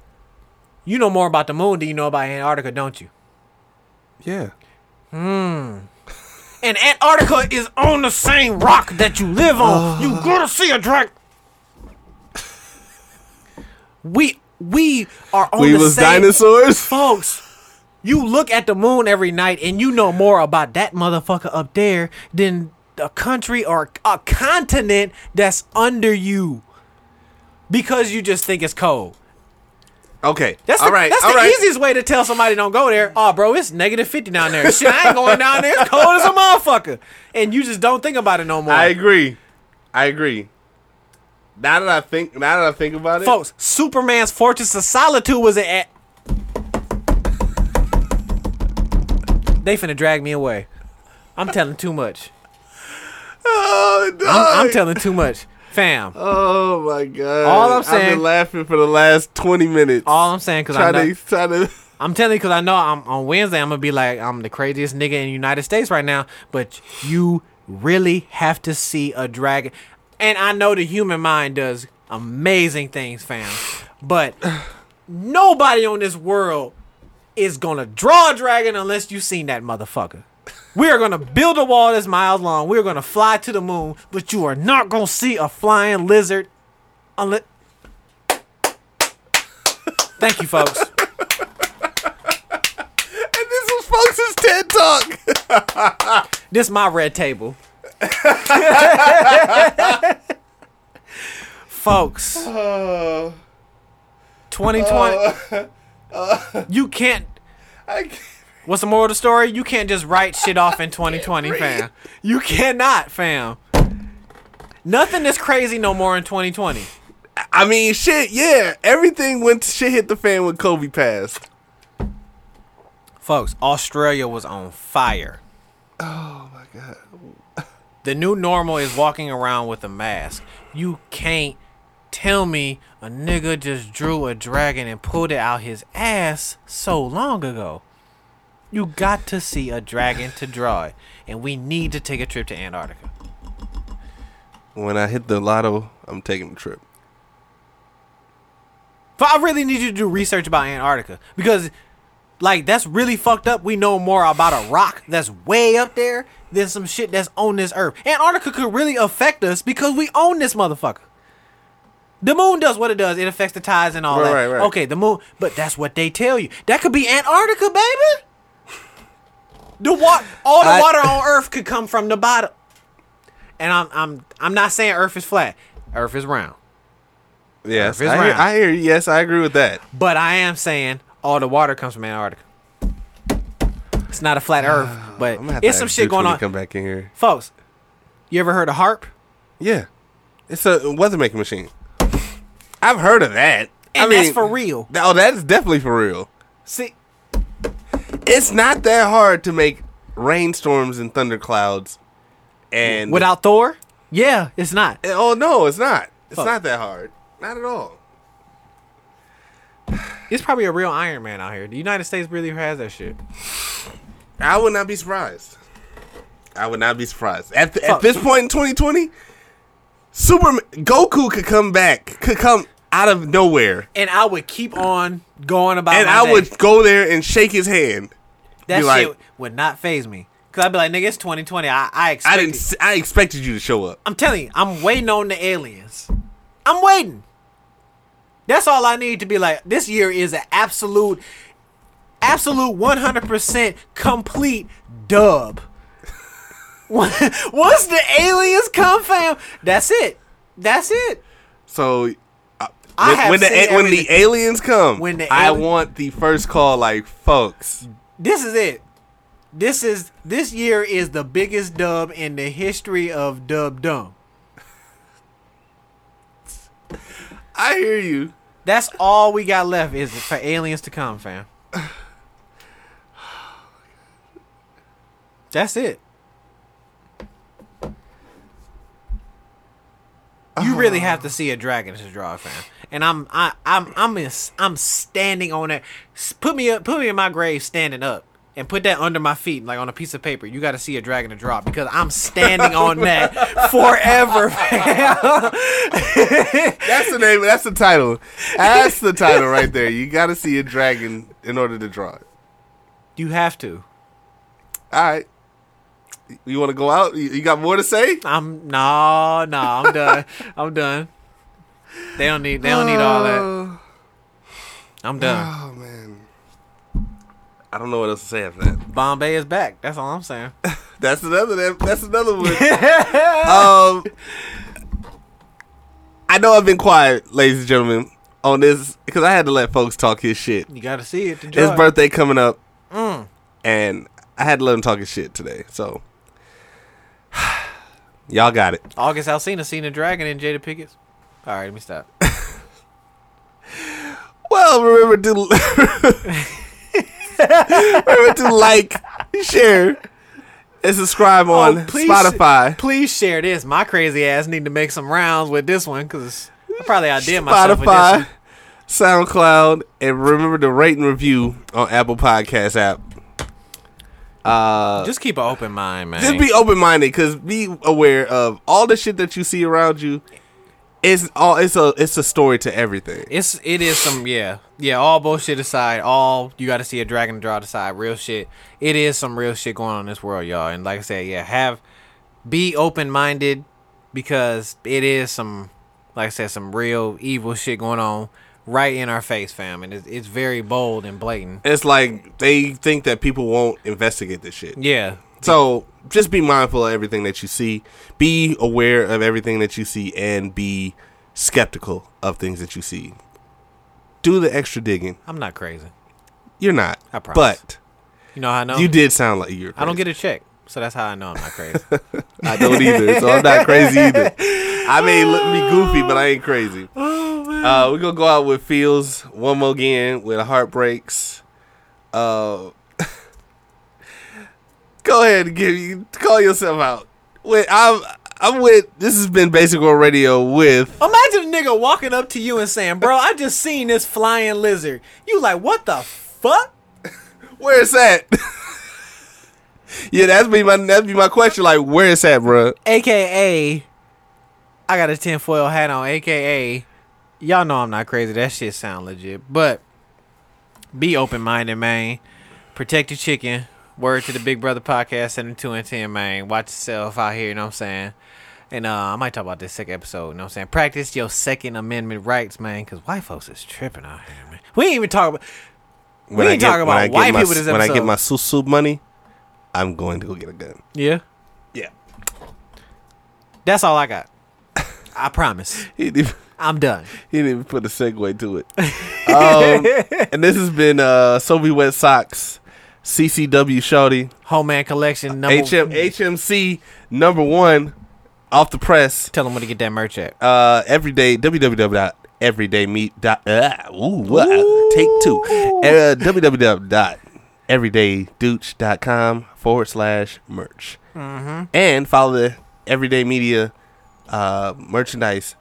Speaker 1: You know more about the moon than you know about Antarctica, don't you?
Speaker 2: Yeah.
Speaker 1: And Antarctica is on the same rock that you live on.
Speaker 2: Uh.
Speaker 1: you gotta see a drag. we we are on
Speaker 2: we
Speaker 1: the
Speaker 2: was
Speaker 1: same
Speaker 2: dinosaurs.
Speaker 1: folks. You look at the moon every night, and you know more about that motherfucker up there than a country or a continent that's under you, because you just think it's cold.
Speaker 2: Okay.
Speaker 1: That's the,
Speaker 2: all right.
Speaker 1: that's
Speaker 2: all
Speaker 1: the
Speaker 2: right.
Speaker 1: easiest way to tell somebody don't go there. Oh, bro, it's negative 50 down there. Shit, I ain't going down there. It's cold as a motherfucker. And you just don't think about it no more.
Speaker 2: I agree. I agree. Now that I think, now that I think about it,
Speaker 1: Folks, Superman's Fortress of Solitude was at. They finna drag me away. I'm telling too much.
Speaker 2: Oh, dog.
Speaker 1: I'm, I'm telling too much. Fam,
Speaker 2: Oh my god!
Speaker 1: All I'm
Speaker 2: I've
Speaker 1: saying-
Speaker 2: been laughing for the last twenty minutes.
Speaker 1: all I'm saying, because I
Speaker 2: trying
Speaker 1: know.
Speaker 2: to, trying to.
Speaker 1: I'm telling you because I know I'm on Wednesday. I'm gonna be like I'm the craziest nigga in the United States right now. But you really have to see a dragon, and I know the human mind does amazing things, fam. But nobody on this world is gonna draw a dragon unless you seen that motherfucker. We are gonna build a wall that's miles long. We are gonna fly to the moon, but you are not gonna see a flying lizard unless. Thank you, folks.
Speaker 2: And this was folks' TED talk.
Speaker 1: This my red table. Folks. Uh. 2020. you can't.
Speaker 2: I can't-
Speaker 1: What's the moral of the story? You can't just write shit off in 2020, fam. You cannot, fam. Nothing is crazy no more in 2020.
Speaker 2: I mean, shit. Yeah, everything went. Shit hit the fan when Kobe passed.
Speaker 1: Folks, Australia was on fire. Oh my god. The new normal is walking around with a mask. You can't tell me a nigga just drew a dragon and pulled it out his ass so long ago. You got to see a dragon to draw it, and we need to take a trip to Antarctica.
Speaker 2: When I hit the lotto, I'm taking a trip.
Speaker 1: But I really need you to do research about Antarctica because, like, that's really fucked up. We know more about a rock that's way up there than some shit that's on this earth. Antarctica could really affect us because we own this motherfucker. The moon does what it does. It affects the tides and all
Speaker 2: Right,
Speaker 1: that.
Speaker 2: right, right.
Speaker 1: Okay, the moon, but that's what they tell you. That could be Antarctica, baby. The water, all the
Speaker 2: I-
Speaker 1: water on Earth could come from the bottom. And I'm, I'm, I'm not saying Earth is flat. Earth is round.
Speaker 2: Yes,
Speaker 1: Earth is
Speaker 2: I hear,
Speaker 1: round.
Speaker 2: I hear you. Yes, I agree with that.
Speaker 1: But I am saying all the water comes from Antarctica. It's not a flat Earth, but
Speaker 2: I'm gonna have to
Speaker 1: it's some
Speaker 2: ask
Speaker 1: shit
Speaker 2: Dukes
Speaker 1: going
Speaker 2: when he
Speaker 1: on,
Speaker 2: Come back in here.
Speaker 1: folks. You ever heard of harp?
Speaker 2: Yeah, it's a weather making machine. I've heard of that.
Speaker 1: And
Speaker 2: I
Speaker 1: that's
Speaker 2: mean,
Speaker 1: for real.
Speaker 2: Oh, that is definitely for real.
Speaker 1: See,
Speaker 2: It's not that hard to make rainstorms and thunderclouds. And
Speaker 1: without Thor, yeah, it's not.
Speaker 2: oh no, it's not. It's
Speaker 1: Fuck.
Speaker 2: not that hard. Not at all.
Speaker 1: It's probably a real Iron Man out here. The United States really has that shit.
Speaker 2: I would not be surprised. I would not be surprised at the,
Speaker 1: Fuck.
Speaker 2: at this point in 2020. Superman Goku could come back. Could come out of nowhere,
Speaker 1: And I would keep on going about.
Speaker 2: and
Speaker 1: my
Speaker 2: I
Speaker 1: day.
Speaker 2: would go there and shake his hand.
Speaker 1: That
Speaker 2: be
Speaker 1: shit
Speaker 2: like-
Speaker 1: would not phase me. Cause I'd be like, nigga, it's 2020. I, I
Speaker 2: I
Speaker 1: expect.
Speaker 2: didn't. s- I expected you to show up.
Speaker 1: I'm telling you, I'm waiting on the aliens. I'm waiting. That's all I need to be like. This year is an absolute, absolute 100% complete dub. Once the aliens come, fam, that's it. That's it.
Speaker 2: So uh,
Speaker 1: I
Speaker 2: when,
Speaker 1: have
Speaker 2: when the
Speaker 1: seen
Speaker 2: a- when the
Speaker 1: everything.
Speaker 2: aliens come,
Speaker 1: When the
Speaker 2: I
Speaker 1: ali-
Speaker 2: want the first call. Like, folks,
Speaker 1: This is it. This is this year is the biggest dub in the history of dub dumb.
Speaker 2: I hear you.
Speaker 1: That's all we got left is for aliens to come, fam. That's it. You really have to see a dragon to draw, fam. And I'm I, I'm I'm in, I'm standing on it. S- Put me up, put me in my grave, standing up, and put that under my feet, like on a piece of paper. You got to see a dragon to draw because I'm standing on that forever, fam.
Speaker 2: That's the name. That's the title. That's the title right there. You got to see a dragon in order to draw it.
Speaker 1: you have to.
Speaker 2: All right. You want to go out? You- You got more to say?
Speaker 1: I'm no, no. I'm done. I'm done. They don't need. They don't need all that.
Speaker 2: Uh,
Speaker 1: I'm done.
Speaker 2: Oh man. I don't know what else to say after that.
Speaker 1: Bombay is back. That's all I'm saying.
Speaker 2: That's another. that- That's another one. um, I know I've been quiet, ladies and gentlemen, on this because I had to let folks talk his shit.
Speaker 1: You gotta see it. To
Speaker 2: His
Speaker 1: enjoy it.
Speaker 2: birthday coming up,
Speaker 1: Mm.
Speaker 2: and I had to let him talk his shit today. So, y'all got it.
Speaker 1: August Alsina seen a dragon in Jada Pickett's. All right, let me stop.
Speaker 2: Well, remember to remember to like, share, and subscribe on
Speaker 1: Oh, please-
Speaker 2: Spotify.
Speaker 1: Please share this. My crazy ass need to make some rounds with this one because I probably outdid myself with this one.
Speaker 2: SoundCloud, and remember to rate and review on Apple Podcast app.
Speaker 1: Just keep an open mind, man.
Speaker 2: Just be open minded, cause be aware of all the shit that you see around you. It's all it's a it's a story to everything.
Speaker 1: It's it is some yeah yeah all bullshit aside all you got to see a dragon to draw the side real shit it is some real shit going on in this world y'all and like I said yeah have be open minded because it is some like I said some real evil shit going on right in our face fam and it's, it's very bold and blatant
Speaker 2: It's like they think that people won't investigate this shit.
Speaker 1: yeah
Speaker 2: So just be mindful of everything that you see. Be aware of everything that you see and be skeptical of things that you see. Do the extra digging.
Speaker 1: I'm not crazy
Speaker 2: You're not.
Speaker 1: I promise.
Speaker 2: But
Speaker 1: you know how I know
Speaker 2: you did sound like you're. Crazy.
Speaker 1: I don't get a check so that's how I know I'm not crazy
Speaker 2: I don't either. So I'm not crazy either. I may look me goofy, but I ain't crazy.
Speaker 1: Oh,
Speaker 2: Uh, we're gonna go out with feels one more again with heartbreaks. Uh, go ahead and give you call yourself out. Wait, I'm I'm with. This has been Basic World Radio with.
Speaker 1: Imagine a nigga walking up to you and saying, "Bro, I just seen this flying lizard." You like, what the fuck?
Speaker 2: Where it's at? yeah, that's be my that's be my question. Like, where it's at, bro?
Speaker 1: AKA, I got a tinfoil hat on. AKA, y'all know I'm not crazy. That shit sound legit, but be open minded, man. Protect your chicken. Word to the Big Brother podcast, send them two and ten, man. Watch yourself out here. You know what I'm saying? And uh, I might talk about this second episode. You know what I'm saying? Practice your Second Amendment rights, man, because white folks is tripping out here, man. We ain't even talk about.
Speaker 2: When
Speaker 1: We
Speaker 2: I
Speaker 1: ain't
Speaker 2: get-
Speaker 1: talking
Speaker 2: when
Speaker 1: about
Speaker 2: I get
Speaker 1: white
Speaker 2: my-
Speaker 1: people this
Speaker 2: When I get
Speaker 1: episode.
Speaker 2: my susu money, I'm going to go get a gun.
Speaker 1: Yeah.
Speaker 2: Yeah.
Speaker 1: That's all I got. I promise.
Speaker 2: He didn't,
Speaker 1: I'm done.
Speaker 2: he didn't even put a segue to it. Um, and this has been uh, Sobe Wet Socks, CCW Shorty,
Speaker 1: Homeland Collection number.
Speaker 2: HM, HMC number one, off the press,
Speaker 1: Tell them where to get that merch at.
Speaker 2: uh, everyday, www.everydaymeat. Dot, uh, ooh, what? take two. Uh, www.everydaydooch.com forward slash merch. And follow the Everyday Media uh, merchandise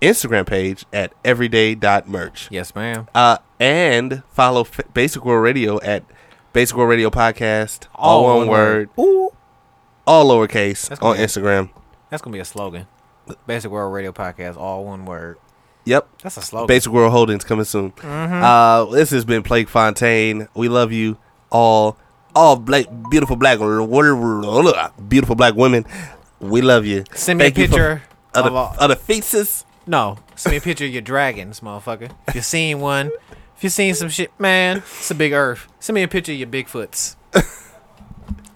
Speaker 2: Instagram page at everyday.merch.
Speaker 1: Yes, ma'am.
Speaker 2: Uh, and follow F- Basic World Radio at Basic World Radio Podcast, all,
Speaker 1: All
Speaker 2: one
Speaker 1: one
Speaker 2: word,
Speaker 1: Ooh.
Speaker 2: all lowercase
Speaker 1: That's
Speaker 2: on
Speaker 1: good.
Speaker 2: Instagram.
Speaker 1: That's gonna be a slogan. Basic World Radio Podcast, all one word.
Speaker 2: Yep.
Speaker 1: That's a slogan.
Speaker 2: Basic World Holdings coming soon.
Speaker 1: Mm-hmm.
Speaker 2: Uh, this has been Blake Fontaine. We love you all. All black, beautiful black, beautiful black women. We love you.
Speaker 1: Send me a
Speaker 2: Thank you for
Speaker 1: picture
Speaker 2: other
Speaker 1: of all-
Speaker 2: other feces.
Speaker 1: No, send me a picture of your dragons, motherfucker. If you seen one, if you seen some shit, man, it's a big earth. Send me a picture of your Bigfoots.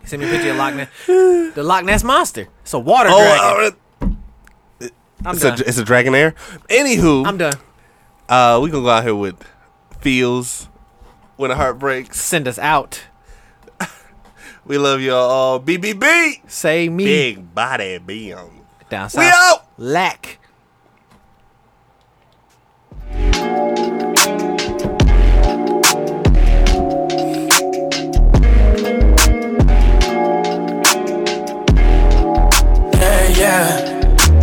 Speaker 1: send me a picture of Loch Ness. The Loch Ness monster. It's a water dragon.
Speaker 2: Oh, uh,
Speaker 1: I'm
Speaker 2: it's,
Speaker 1: done.
Speaker 2: a, it's a Dragonair. Anywho,
Speaker 1: I'm done.
Speaker 2: Uh, we gonna go out here with feels when a heart breaks.
Speaker 1: Send us out.
Speaker 2: We love y'all. all. BBB,
Speaker 1: Say me
Speaker 2: big body beam.
Speaker 1: down south.
Speaker 2: We out.
Speaker 1: Lack.
Speaker 8: Yeah, yeah.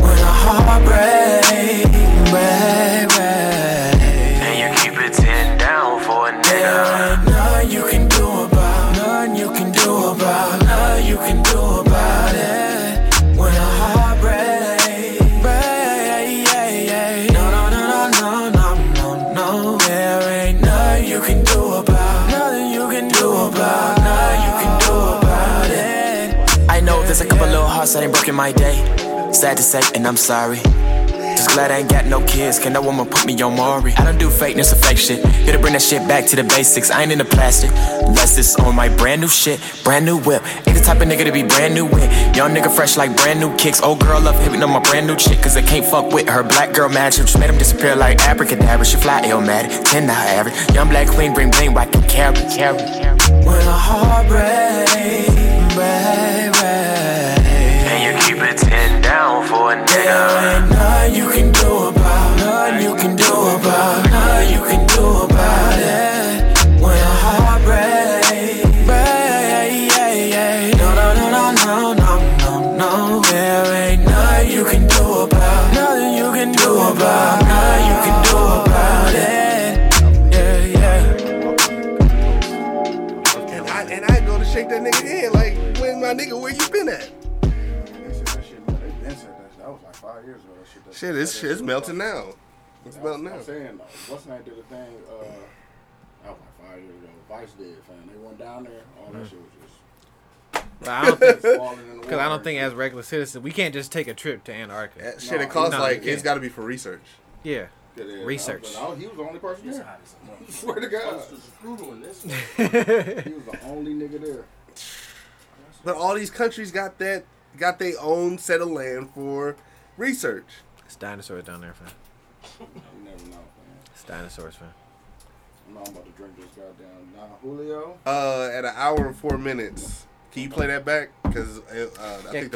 Speaker 8: When a heart break, break, break.
Speaker 9: And you keep it 10 down for a nigga.
Speaker 8: Nothing you can do about, nothing you can do about, nothing you can do about it. When a heart break, break. No, no, no, no, no, no, no, no. There ain't nothing you can do about, nothing you can do about, nothing you can do about it. I know there's a couple little hearts that ain't broken my day. Sad to say, and I'm sorry. Just glad I ain't got no kids. Can no woman put me on Maury? I don't do fakeness or fake shit. Here to bring that shit back to the basics. I ain't into plastic. Unless it's on my brand new shit, brand new whip. Ain't the type of nigga to be brand new with. Young nigga fresh like brand new kicks. Old girl love hitting on my brand new chick. Cause they can't fuck with her black girl magic. Which made him disappear like abracadabra. She fly ill-matic, 10 now average. Young black queen, bring bling, I can carry, carry, carry. When a heart break, break, break.
Speaker 9: And you keep it 10 down for a nigga.
Speaker 8: Ain't nothing you can do about, nothing you can do about, nothing you can do about it. When a heart breaks, breaks. No, no, no, no, no, no, no, no. There ain't nothing you can do about, nothing you can do about, nothing you can do about it. Yeah, yeah.
Speaker 2: And I and I go to shake that nigga in like, when my nigga, where you been at?
Speaker 10: That was like five years ago. That shit. That,
Speaker 2: Shit, it's it's melting now. It's melting now.
Speaker 10: I'm saying, uh, what's that did the thing? Uh, that was like five years ago. Vice did, fam. They went down there. All that shit was just
Speaker 1: But I don't think,
Speaker 10: falling in the water.
Speaker 1: because I don't think as regular citizens, we can't just take a trip to Antarctica.
Speaker 2: That shit, it costs
Speaker 1: no,
Speaker 2: like
Speaker 1: yeah.
Speaker 2: it's got to be for research.
Speaker 1: Yeah.
Speaker 10: Yeah, yeah,
Speaker 1: Research.
Speaker 10: I was- I was- he was the only person there. Swear to God, he was the only nigga there.
Speaker 2: But all these countries got that got their own set of land for research.
Speaker 1: It's dinosaurs down there, fam.
Speaker 10: You never know, fam.
Speaker 1: It's dinosaurs, fam.
Speaker 10: I'm not about to drink this goddamn Don Julio.
Speaker 2: Uh, at an hour and four minutes, can you play that back? Because uh, I think.